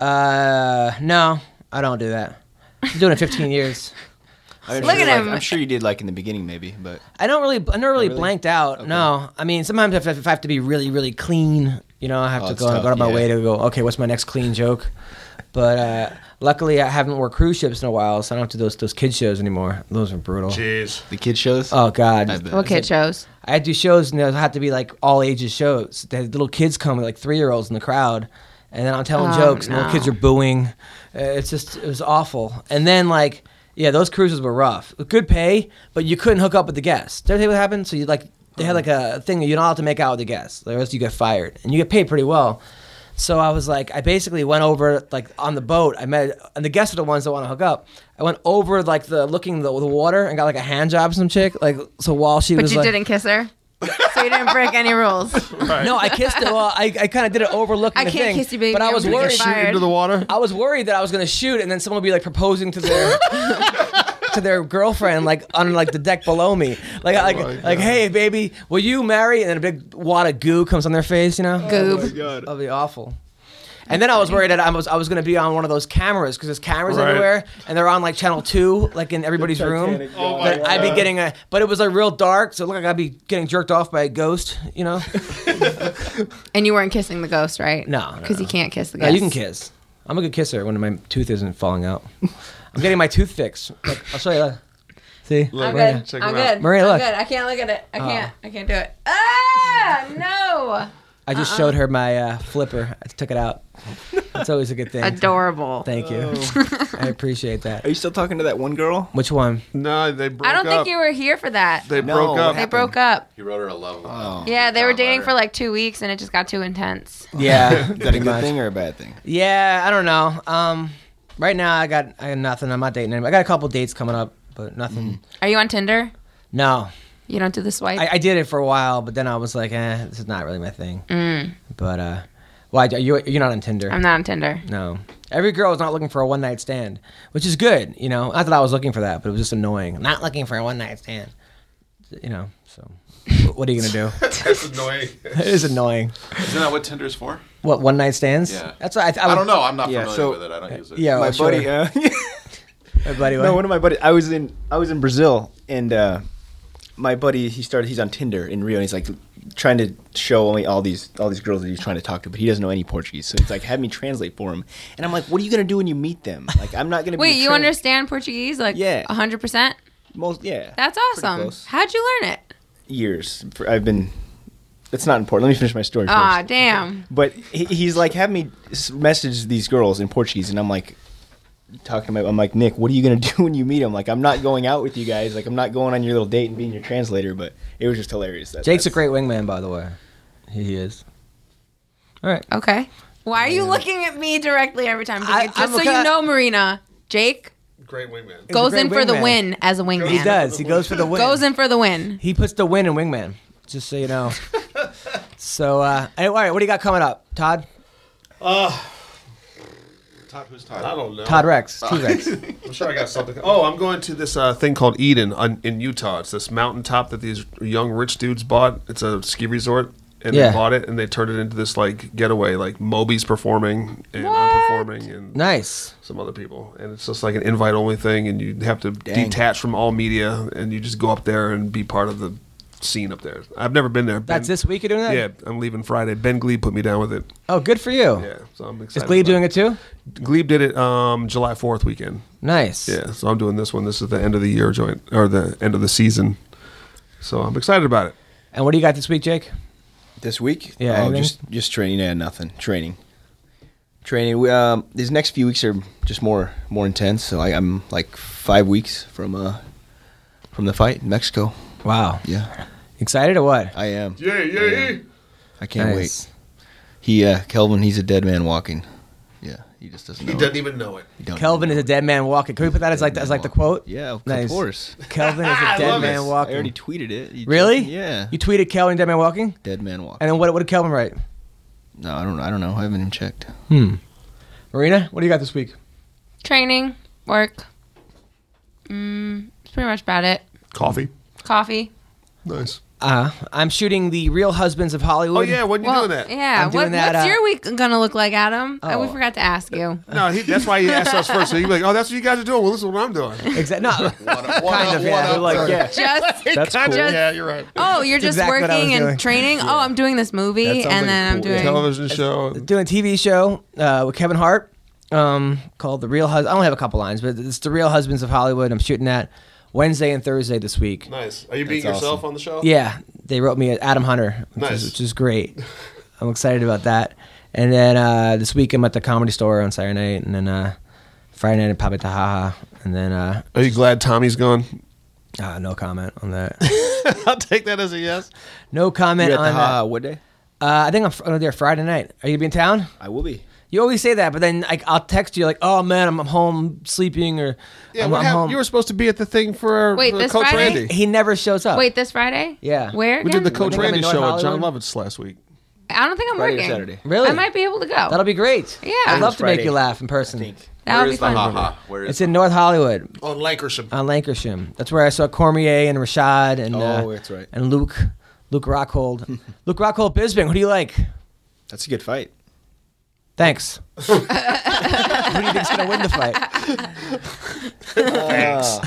S2: Uh, no, I don't do that. I've been doing it 15 (laughs) years.
S9: I mean,
S4: Look
S9: sure,
S4: at
S9: like-
S4: him.
S9: I'm sure you did like in the beginning, maybe, but
S2: I don't really, I never really,
S9: Oh, really?
S2: blanked out. No, I mean sometimes if, if I have to be really, really clean, you know, I have
S9: Oh,
S2: to
S9: it's
S2: go and
S9: tough,
S2: go out of my
S9: yeah.
S2: way to go. Okay, what's my next clean joke? But uh, luckily, I haven't worked cruise ships in a while, so I don't do those those kid shows anymore. Those are brutal.
S3: Jeez.
S9: the kid shows.
S2: Oh God,
S9: I bet.
S4: What kid shows?
S2: I do shows and there had to be like all ages shows. They had little kids come, like three year olds in the crowd, and then I'm telling
S14: Oh,
S2: jokes, and
S14: no.
S2: little kids are booing. Uh, It's just it was awful. And then like yeah, those cruises were rough. Good pay, but you couldn't hook up with the guests. Did I tell you what happened? So you like they had like a thing that you're not allowed to make out with the guests, or else you get fired, and you get paid pretty well. So I was like, I basically went over like on the boat. I met, and the guests are the ones that want to hook up. I went over like the looking the, the water and got like a hand job from some chick. Like so while she
S4: but
S2: was
S4: you
S2: like,
S4: didn't
S2: (laughs)
S4: kiss her, so you didn't break any rules.
S2: no, I kissed it. Well, I, I kind of did it overlooking
S4: I
S2: the
S4: can't
S2: thing.
S4: kiss you, baby.
S2: But I
S4: I'm
S2: was
S4: gonna get
S2: worried.
S4: fired. Shoot into the
S2: water. I was worried that I was going to shoot, and then someone would be like proposing to
S4: (laughs)
S2: their to their girlfriend, like on like the deck below me, like
S14: Oh
S2: like like, hey, baby, will you marry? And then a big wad of goo comes on their face, you know,
S4: Goob. Oh my
S2: That'd be awful. And then I was worried that I was I was gonna be on one of those cameras because there's cameras
S14: Right.
S2: everywhere and they're on like channel two like in everybody's room.
S14: Titanic Oh my
S2: That I'd be
S14: God.
S2: getting a but it was like real dark so it looked like I'd be getting jerked off by a ghost, you know.
S4: and you weren't kissing the ghost, right?
S2: No,
S4: because you can't kiss the
S2: No,
S4: ghost.
S2: you can kiss. I'm a good kisser when my tooth isn't falling out. I'm getting my tooth fixed. Look, I'll show you. That. See,
S8: I'm
S2: Maria.
S8: good. I'm good.
S2: Maria,
S8: I'm
S2: look,
S8: good. I can't look at it. I
S2: Oh.
S8: can't. I can't do it. Ah, no.
S2: (laughs) I just
S8: Uh-uh.
S2: showed her my uh, flipper. I took it out. It's always a good
S4: (laughs)
S2: thing.
S4: Adorable.
S2: Thank you. (laughs) I appreciate that.
S9: Are you still talking to that one girl?
S2: Which one?
S3: No, they broke
S4: I don't think you were here for that.
S3: They No, broke what up.
S4: They broke up.
S6: He wrote her a love letter.
S4: Yeah, they were dating for like two weeks, and it just got too intense.
S2: Yeah,
S9: (laughs) Is that
S2: pretty
S9: a good
S2: much.
S9: thing or a bad thing?
S2: (laughs) Yeah, I don't know. Um, right now I got I got nothing. I'm not dating anybody. I got a couple dates coming up, but nothing.
S4: Are you on Tinder?
S2: No,
S4: You don't do the swipe.
S2: I, I did it for a while, but then I was like, eh, this is not really my thing.
S4: Mm.
S2: But uh, why are you you're not on Tinder?
S4: I'm not on Tinder.
S2: No, every girl is not looking for a one night stand, which is good. You know, not that I was looking for that, but it was just annoying. Not looking for a one night stand. You know, so wh- what are you
S3: (laughs)
S2: gonna do?
S6: That's annoying.
S2: (laughs) it is annoying.
S6: Isn't that what Tinder's for?
S2: What one night stands?
S6: Yeah.
S2: that's what I, th- I,
S6: I
S2: would-
S6: don't know. I'm not familiar with it. I don't use it.
S2: Yeah,
S9: my
S2: well,
S9: buddy.
S2: sure.
S9: (laughs) Uh,
S2: my buddy.
S9: No, one of my buddies. I was in. I was in Brazil, and uh, my buddy he started. He's on Tinder in Rio, and he's like trying to show only all these all these girls that he's trying to talk to, but he doesn't know any Portuguese. So he's like, "Have me translate for him." And I'm like, "What are you gonna do when you meet them? Like, I'm not gonna be
S4: Wait,
S9: a
S4: you
S9: trans-
S4: understand Portuguese? Like,
S9: Yeah.
S4: 100%?
S9: most yeah
S4: That's awesome.
S9: close.
S4: How'd you learn it?
S9: years. For, I've been. It's not important. Let me finish my story. first.
S4: Aw, damn.
S9: But he, he's like, have me s- message these girls in Portuguese, and I'm like, talking to my, I'm like, Nick, what are you gonna (laughs) do when you meet him? Like, I'm not going out with you guys. Like, I'm not going on your little date and being your translator. But it was just hilarious. That,
S2: Jake's a great wingman, by the way. He is. All right.
S4: Okay. Why are you looking at me directly every time? David? Just
S2: I'm
S4: so
S2: a ca-
S4: you know, Marina, Jake
S3: Great wingman.
S4: goes in for the win as a wingman.
S2: He does. He goes for the win.
S4: Goes in for the win.
S2: He puts the win in wingman. Just so you know. so uh, anyway, all right, what do you got coming up, Todd?
S3: Uh,
S6: Todd, who's Todd?
S1: Oh,
S3: I don't know.
S2: Todd Rex, T-Rex.
S3: I'm sure I got something. Oh, I'm going to this uh, thing called Eden on, in Utah. It's this mountaintop that these young rich dudes bought. It's a ski resort, and
S2: Yeah.
S3: they bought it and they turned it into this like getaway. Like Moby's performing and I'm performing, and
S2: nice
S3: some other people. And it's just like an invite only thing, and you have to detach from all media, and you just go up there and be part of the scene up there. I've never been there.
S2: That's this week you're doing that?
S3: Yeah, I'm leaving Friday. Ben Glebe put me down with it.
S2: Oh, good for you.
S3: Yeah, so I'm
S2: Is
S3: excited.
S2: Glebe
S3: about
S2: doing it too?
S3: Glebe did it um, July 4th weekend.
S2: Nice.
S3: Yeah, so I'm doing this one. This is the end of the year joint or the end of the season. So I'm excited about it.
S2: And what do you got this week, Jake?
S9: This week?
S2: Yeah,
S9: Oh,
S2: anything?
S9: just just training. Yeah, nothing. Training. Training. We, um, these next few weeks are just more more intense. So I, I'm like five weeks from uh from the fight in Mexico.
S2: Wow.
S9: Yeah.
S2: Excited or what?
S9: I am.
S3: Yeah, yeah, yeah.
S9: I can't
S2: Nice.
S9: wait. He uh Kelvin, he's a dead man walking. Yeah, he just doesn't.
S3: He
S9: know
S3: doesn't even know it.
S9: He don't
S2: Kelvin is a dead man walking. Can we put that as like as like the quote?
S9: Yeah, of
S2: Nice.
S9: course.
S2: Kelvin
S9: (laughs)
S2: is a
S9: I
S2: dead
S9: love
S2: man
S9: it.
S2: walking.
S9: I already tweeted it. You
S2: really?
S9: just- yeah.
S2: You tweeted Kelvin dead man walking,
S9: Dead man walking.
S2: and then what? What did Kelvin write?
S9: No, I don't. I don't know. I haven't even checked.
S2: Hmm. Marina, what do you got this week?
S4: Training, work. Mm, that's pretty much about it.
S3: Coffee.
S4: Coffee.
S3: Nice.
S2: Uh, I'm shooting the Real Husbands of Hollywood.
S3: Oh, yeah, when you
S4: Well,
S3: doing that?
S4: Yeah.
S2: I'm doing
S4: what,
S2: that,
S4: what's
S2: uh,
S4: your week gonna look like, Adam? Oh. we
S2: Oh.
S4: forgot to ask you.
S3: No, he, (laughs) that's why he asked us first. So (laughs) he'd be like, "Oh, that's what you guys are doing. Well, this is what I'm doing."
S2: Exactly.
S9: (laughs)
S2: No, kind of. Yeah.
S3: what up,
S2: Like, yeah.
S4: Just.
S2: That's cool.
S4: just-
S2: Yeah,
S3: you're right.
S4: Oh, you're just
S2: Exactly what I was
S4: working and
S2: doing.
S4: training. Oh, I'm doing this movie, and then I'm doing.
S3: television show.
S2: doing a TV show uh, with Kevin Hart um, called The Real Husbands. I only have a couple lines, but it's The Real Husbands of Hollywood. I'm shooting that Wednesday and Thursday this week.
S3: Nice. Are you being
S9: That's
S3: yourself
S9: awesome.
S3: on the show?
S2: Yeah, they wrote me Adam Hunter, which,
S3: Nice.
S2: is, which is great. I'm excited about that. And then uh, this week I'm at the comedy store on Saturday night, and then uh, Friday night at Papa Tahaha, and then. Uh,
S3: Are you glad Tommy's gone?
S2: Uh, no comment on that.
S3: (laughs) I'll take that as a yes.
S2: No comment
S3: You're at the
S2: on that.
S3: Haha
S9: what day?
S2: Uh, I think I'm fr- uh, there Friday night. Are you gonna be in town?
S9: I will be.
S2: You always say that, but then like I'll text you like, "Oh man, I'm home sleeping," or
S3: Yeah,
S2: "I'm,
S3: what
S2: I'm
S3: happened?
S2: home."
S3: You were supposed to be at the thing for,
S4: Wait,
S3: for
S4: this
S3: Coach
S4: Friday?
S3: Randy.
S2: He never shows up.
S4: Wait, this Friday?
S2: Yeah.
S4: Where?
S3: we did
S4: Again?
S3: the
S2: I
S3: Coach
S2: think I'm in
S3: Randy
S2: North
S3: show at John
S2: Hollywood.
S3: Lovett's last week.
S4: I don't think I'm
S3: Friday or
S4: working.
S3: Saturday.
S2: Really?
S4: I might be able to go.
S2: That'll be great.
S4: Yeah.
S2: I'd love to make
S9: Friday,
S2: you laugh in person.
S4: That would be fun.
S6: Where
S2: it's in North Hollywood
S3: On Lankersham.
S2: on Uh, Lancashire. That's where I saw Cormier and Rashad and uh,
S9: Oh, that's right.
S2: and Luke Luke
S9: (laughs)
S2: Rockhold. Luke Rockhold Bisbing, who do you like?
S9: That's a good fight. (laughs)
S2: Thanks. who do you think's gonna win the fight?
S9: Thanks.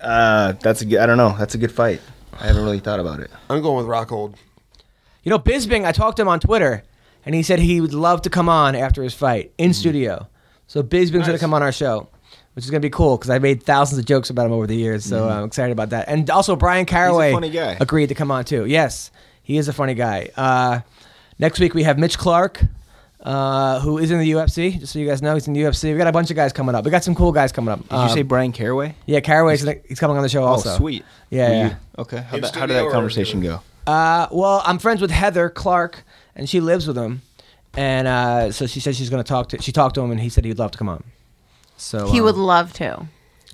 S9: Uh, that's a good. I don't know. That's a good fight. I haven't really thought about it.
S3: I'm going with Rockhold.
S2: You know, Bisbing, I talked to him on Twitter, and he said he would love to come on after his fight in
S9: Mm-hmm.
S2: studio. So Bisbing's going to come on our show, which is going to be cool because I made thousands of jokes about him over the years. So I'm excited about that. And also, Brian Caraway
S9: Mm-hmm. funny guy.
S2: agreed to come on too. Yes, he is a funny guy. Uh, next week, we have Mitch Clark. Uh, who is in the UFC? Just so you guys know, he's in the UFC. We got a bunch of guys coming up. We got some cool guys coming up. Um,
S9: Did you say Brian Caraway?
S2: Yeah, Caraway's he's coming on the show also.
S9: Oh, sweet.
S2: Yeah,
S9: Were you-
S2: yeah.
S9: okay. How,
S6: In
S9: that, how did
S6: studio
S9: that
S6: or-
S9: conversation go?
S2: Uh, well, I'm friends with Heather Clark, and she lives with him, and uh, so she said she's going to talk to. She talked to him, and he said he'd love to come on. So
S4: He
S2: um,
S4: would love to.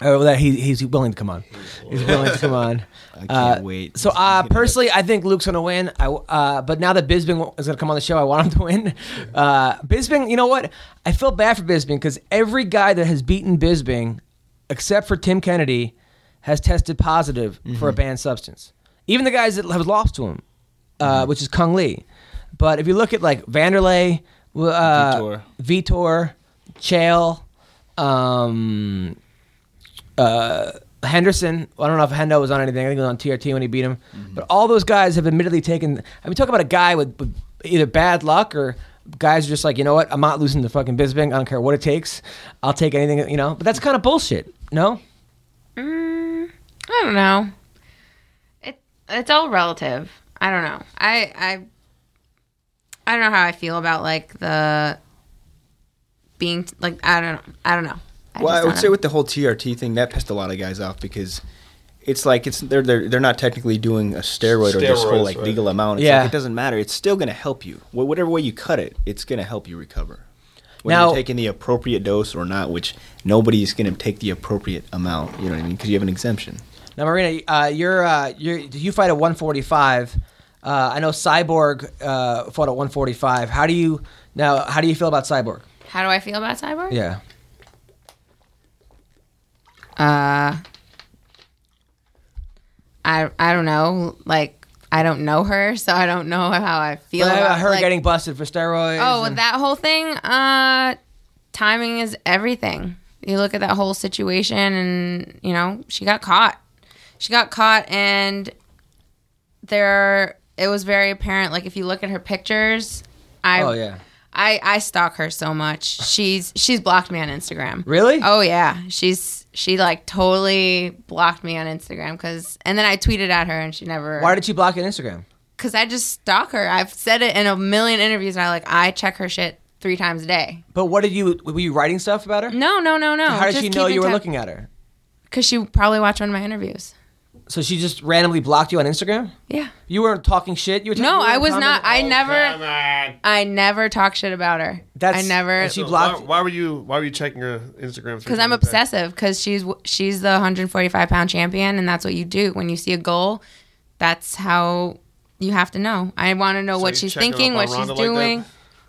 S2: Oh, that he, he's willing to come on. He's willing to come on.
S9: (laughs) I can't
S2: Uh,
S9: wait.
S2: So, uh, personally, I think Luke's gonna win. I, uh, but now that Bisbing is gonna come on the show, I want him to win. Uh, Bisbing, you know what? I feel bad for Bisbing because every guy that has beaten Bisbing, except for Tim Kennedy, has tested positive for
S9: Mm-hmm.
S2: a banned substance. Even the guys that have lost to him, uh,
S9: Mm-hmm.
S2: which is Kung Lee. But if you look at like Vanderlei, uh,
S9: Vitor.
S2: Vitor, Chael, um, uh, Henderson. I don't know if Hendo was on anything. I think he was on TRT when he beat him. But all those guys have admittedly taken. I mean, talk about a guy with, with either bad luck or guys are just like, you know what? I'm not losing the fucking Bisbing. I don't care what it takes. I'll take anything, you know. But that's kind of bullshit. No,
S4: I don't know. It it's all relative. I don't know. I I I don't know how I feel about like the being like I don't know. I don't know. I
S9: well,
S4: just
S9: I would
S4: don't
S9: say
S4: know.
S9: with the whole TRT thing, that pissed a lot of guys off because it's like it's they're they're, they're not technically doing a steroid, or this whole
S6: Steroids,
S9: like
S6: right.
S9: legal amount. It's
S2: Yeah.
S9: like, it doesn't matter. It's still going to help you. Wh- Whatever way you cut it, it's going to help you recover. Whether
S2: Now-
S9: you're taking the appropriate dose or not, which nobody's going to take the appropriate amount. You know what I mean? Because you have an exemption.
S2: Now, Marina, uh, you're uh, you're you fight at 145. Uh, I know Cyborg uh, fought at 145. How do you now? How do you feel about Cyborg?
S4: how do I feel about cyborg?
S2: Yeah,
S4: Uh I I don't know. Like I don't know her, so I don't know how I feel
S2: But
S4: about
S2: her
S4: like-
S2: getting busted for steroids.
S4: Oh,
S2: and-
S4: that whole thing. Uh, timing is everything. You look at that whole situation, and you know she got caught. She got caught, and there it was very apparent. Like if you look at her pictures, I
S2: oh yeah.
S4: I I stalk her so much. She's she's blocked me on Instagram.
S2: Really?
S4: Oh yeah, she's she like totally blocked me on Instagram because and then I tweeted at her and she never
S2: Why did you block it on Instagram?
S4: because I just stalk her. I've said it in a million interviews. And I like I check her shit three times a day.
S2: But what did you? Were you writing stuff about her?
S4: No, no, no, no.
S2: How did she know you were looking at her?
S4: Because she probably watched one of my interviews.
S2: So she just randomly blocked you on Instagram.
S4: Yeah.
S2: You weren't talking shit. You were.
S4: No,
S2: you were
S4: I was not.
S2: commenting-
S4: I never. I never talk shit about her.
S2: That's-
S4: I never.
S2: and she
S3: Why,
S2: blocked.
S3: why were you Why were you checking her Instagram?
S4: Because I'm obsessive. Because she's she's the 145 pound champion, and that's what you do when you see a goal. That's how you have to know. I want to know what
S3: you
S4: she's
S3: check her up
S4: thinking,
S3: on
S4: what
S3: Rhonda
S4: she's
S3: like that?
S4: doing.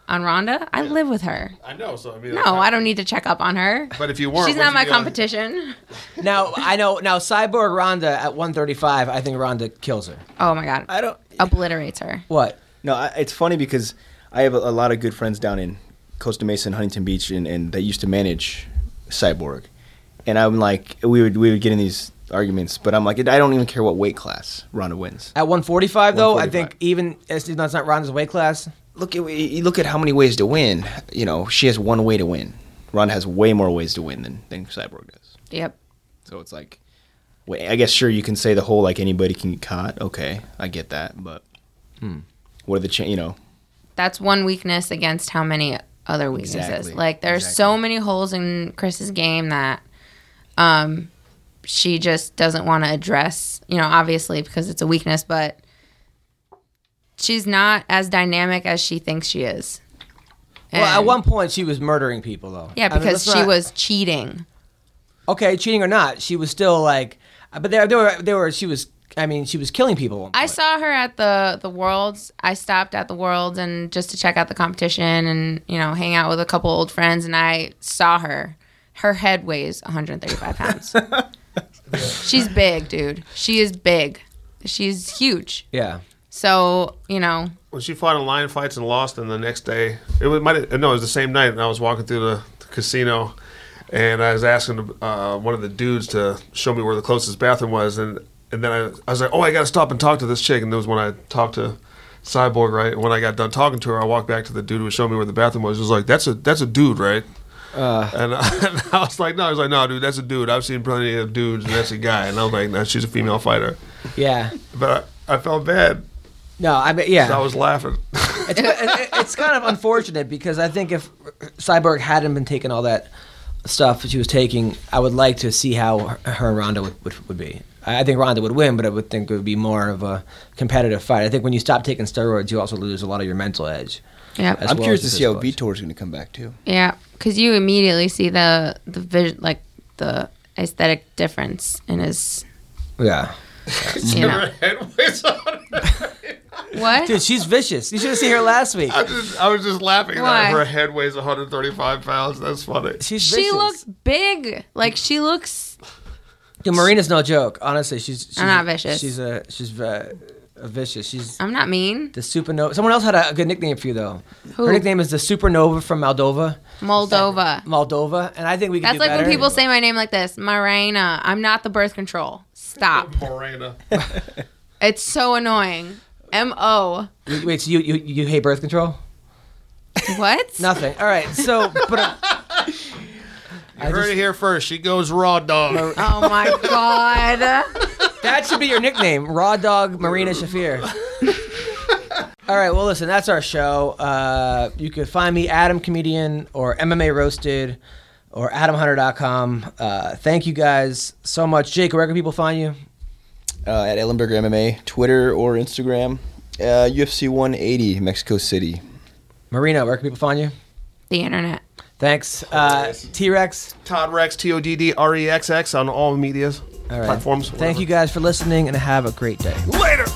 S4: on Rhonda, I live with her.
S3: I know. So I mean,
S4: No, I don't need to check up on her.
S3: But if you weren't,
S4: She's
S3: would
S4: not
S3: you
S4: my
S3: be on-
S4: competition.
S2: now I know. Now Cyborg Ronda at 135. I think Ronda kills her.
S4: Oh my god.
S9: I don't.
S4: Obliterates her.
S2: What?
S9: No, I, it's funny because I have a, a lot of good friends down in Costa Mesa and Huntington Beach, and, and they used to manage Cyborg, and I'm like, we would we would get in these arguments, but I'm like, I don't even care what weight class Ronda wins.
S2: At 145 though, I think
S9: 145.
S2: even as that's not Ronda's weight class.
S9: Look at you look at how many ways to win. You know, she has one way to win. Ronda has way more ways to win than than Cyborg does.
S4: Yep.
S9: So it's like, wait, I guess sure you can say the hmm. whole like anybody can get caught. Okay, I get that, but what are the cha- you know?
S4: that's one weakness against how many other weaknesses.
S15: Exactly.
S4: Like there's so many holes in Chris's game that um she just doesn't want to address, you know, obviously because it's a weakness, but she's not as dynamic as she thinks she is.
S2: Well, at
S4: And-
S2: one point she was murdering people though.
S4: Yeah,
S2: I mean,
S4: because
S2: let's
S4: she
S2: not-
S4: was cheating.
S2: okay, cheating or not, she was still like, but there, there were, there were, she was. I mean, she was killing people.
S4: I saw her at the the Worlds. I stopped at the Worlds and just to check out the competition and you know hang out with a couple old friends. And I saw her. Her head weighs
S1: (laughs)
S4: 135 pounds. She's big, dude. She is big. She's huge.
S2: Yeah.
S4: So you know,
S1: When she fought in lion fights and lost, and the next day it was might no, it was the same night, and I was walking through the, the casino, and I was asking uh, one of the dudes to show me where the closest bathroom was, and and then I, I was like, oh, I got to stop and talk to this chick, and that was when I talked to Cyborg, right? And when I got done talking to her, I walked back to the dude who was showing me where the bathroom was. He was like, that's a that's a dude, right? and, I, (laughs) and I was like, no, I was like, no, dude, that's a dude. I've seen plenty of dudes, and that's a guy. And I was like, no, she's a female fighter.
S2: Yeah.
S1: But I, I felt bad.
S2: No, I mean, yeah.
S1: I was laughing. (laughs)
S2: it's, it- it's kind of unfortunate because I think if Cyborg hadn't been taking all that stuff that she was taking, I would like to see how her, her and Ronda would, would, would be. I I think Ronda would win, but I would think it would be more of a competitive fight. I think when you stop taking steroids, you also lose a lot of your mental edge.
S4: Yeah.
S2: as
S4: I'm
S2: well
S4: curious
S2: as
S4: to
S2: the
S4: see how
S2: physical edge.
S9: Vitor's going to come back too.
S4: yeah, because you immediately see the the vision, like the aesthetic difference in his.
S2: Yeah.
S4: You know. What?
S2: Dude, she's vicious. You should have seen her last week.
S1: I, just, I was just laughing. at
S4: Why?
S1: Her Her head weighs 135 pounds. That's funny.
S2: She's
S4: She looks big. Like she looks.
S2: Dude, Marina's no joke. Honestly, she's, she's
S4: I'm not vicious.
S2: She's a she's a, a vicious. She's
S4: I'm not mean.
S2: the supernova. Someone else had a, a good nickname for you though.
S4: Who?
S2: Her nickname is the supernova from Moldova.
S4: Moldova.
S2: Moldova, and I think we can
S4: That's
S2: do
S4: like
S2: better.
S4: when people say my name like this, Marina. I'm not the birth control. Stop.
S1: Morena.
S4: (laughs) It's so annoying. M O.
S2: Wait, wait, so you, you you hate birth control?
S4: What?
S2: Nothing. All right, so but uh,
S1: You heard it here first. She goes raw dog.
S4: Oh my
S2: (laughs)
S4: god.
S2: that should be your nickname, Raw Dog Marina Shafir. (laughs) All right, well, listen, that's our show. Uh, you can find me, Adam Comedian, or MMA Roasted, or AdamHunter.com. Uh, thank you guys so much. Jake, where can people find you?
S9: Uh, at Ellenberger MMA, Twitter or Instagram, uh, UFC 180, Mexico City.
S2: Marina, where can people find you?
S4: The internet.
S2: Thanks. Uh, T Rex.
S1: Todd Rex, T O D D R E X X on all medias,
S2: All right.
S1: platforms.
S2: Thank you guys for listening, and have a great day.
S1: Later.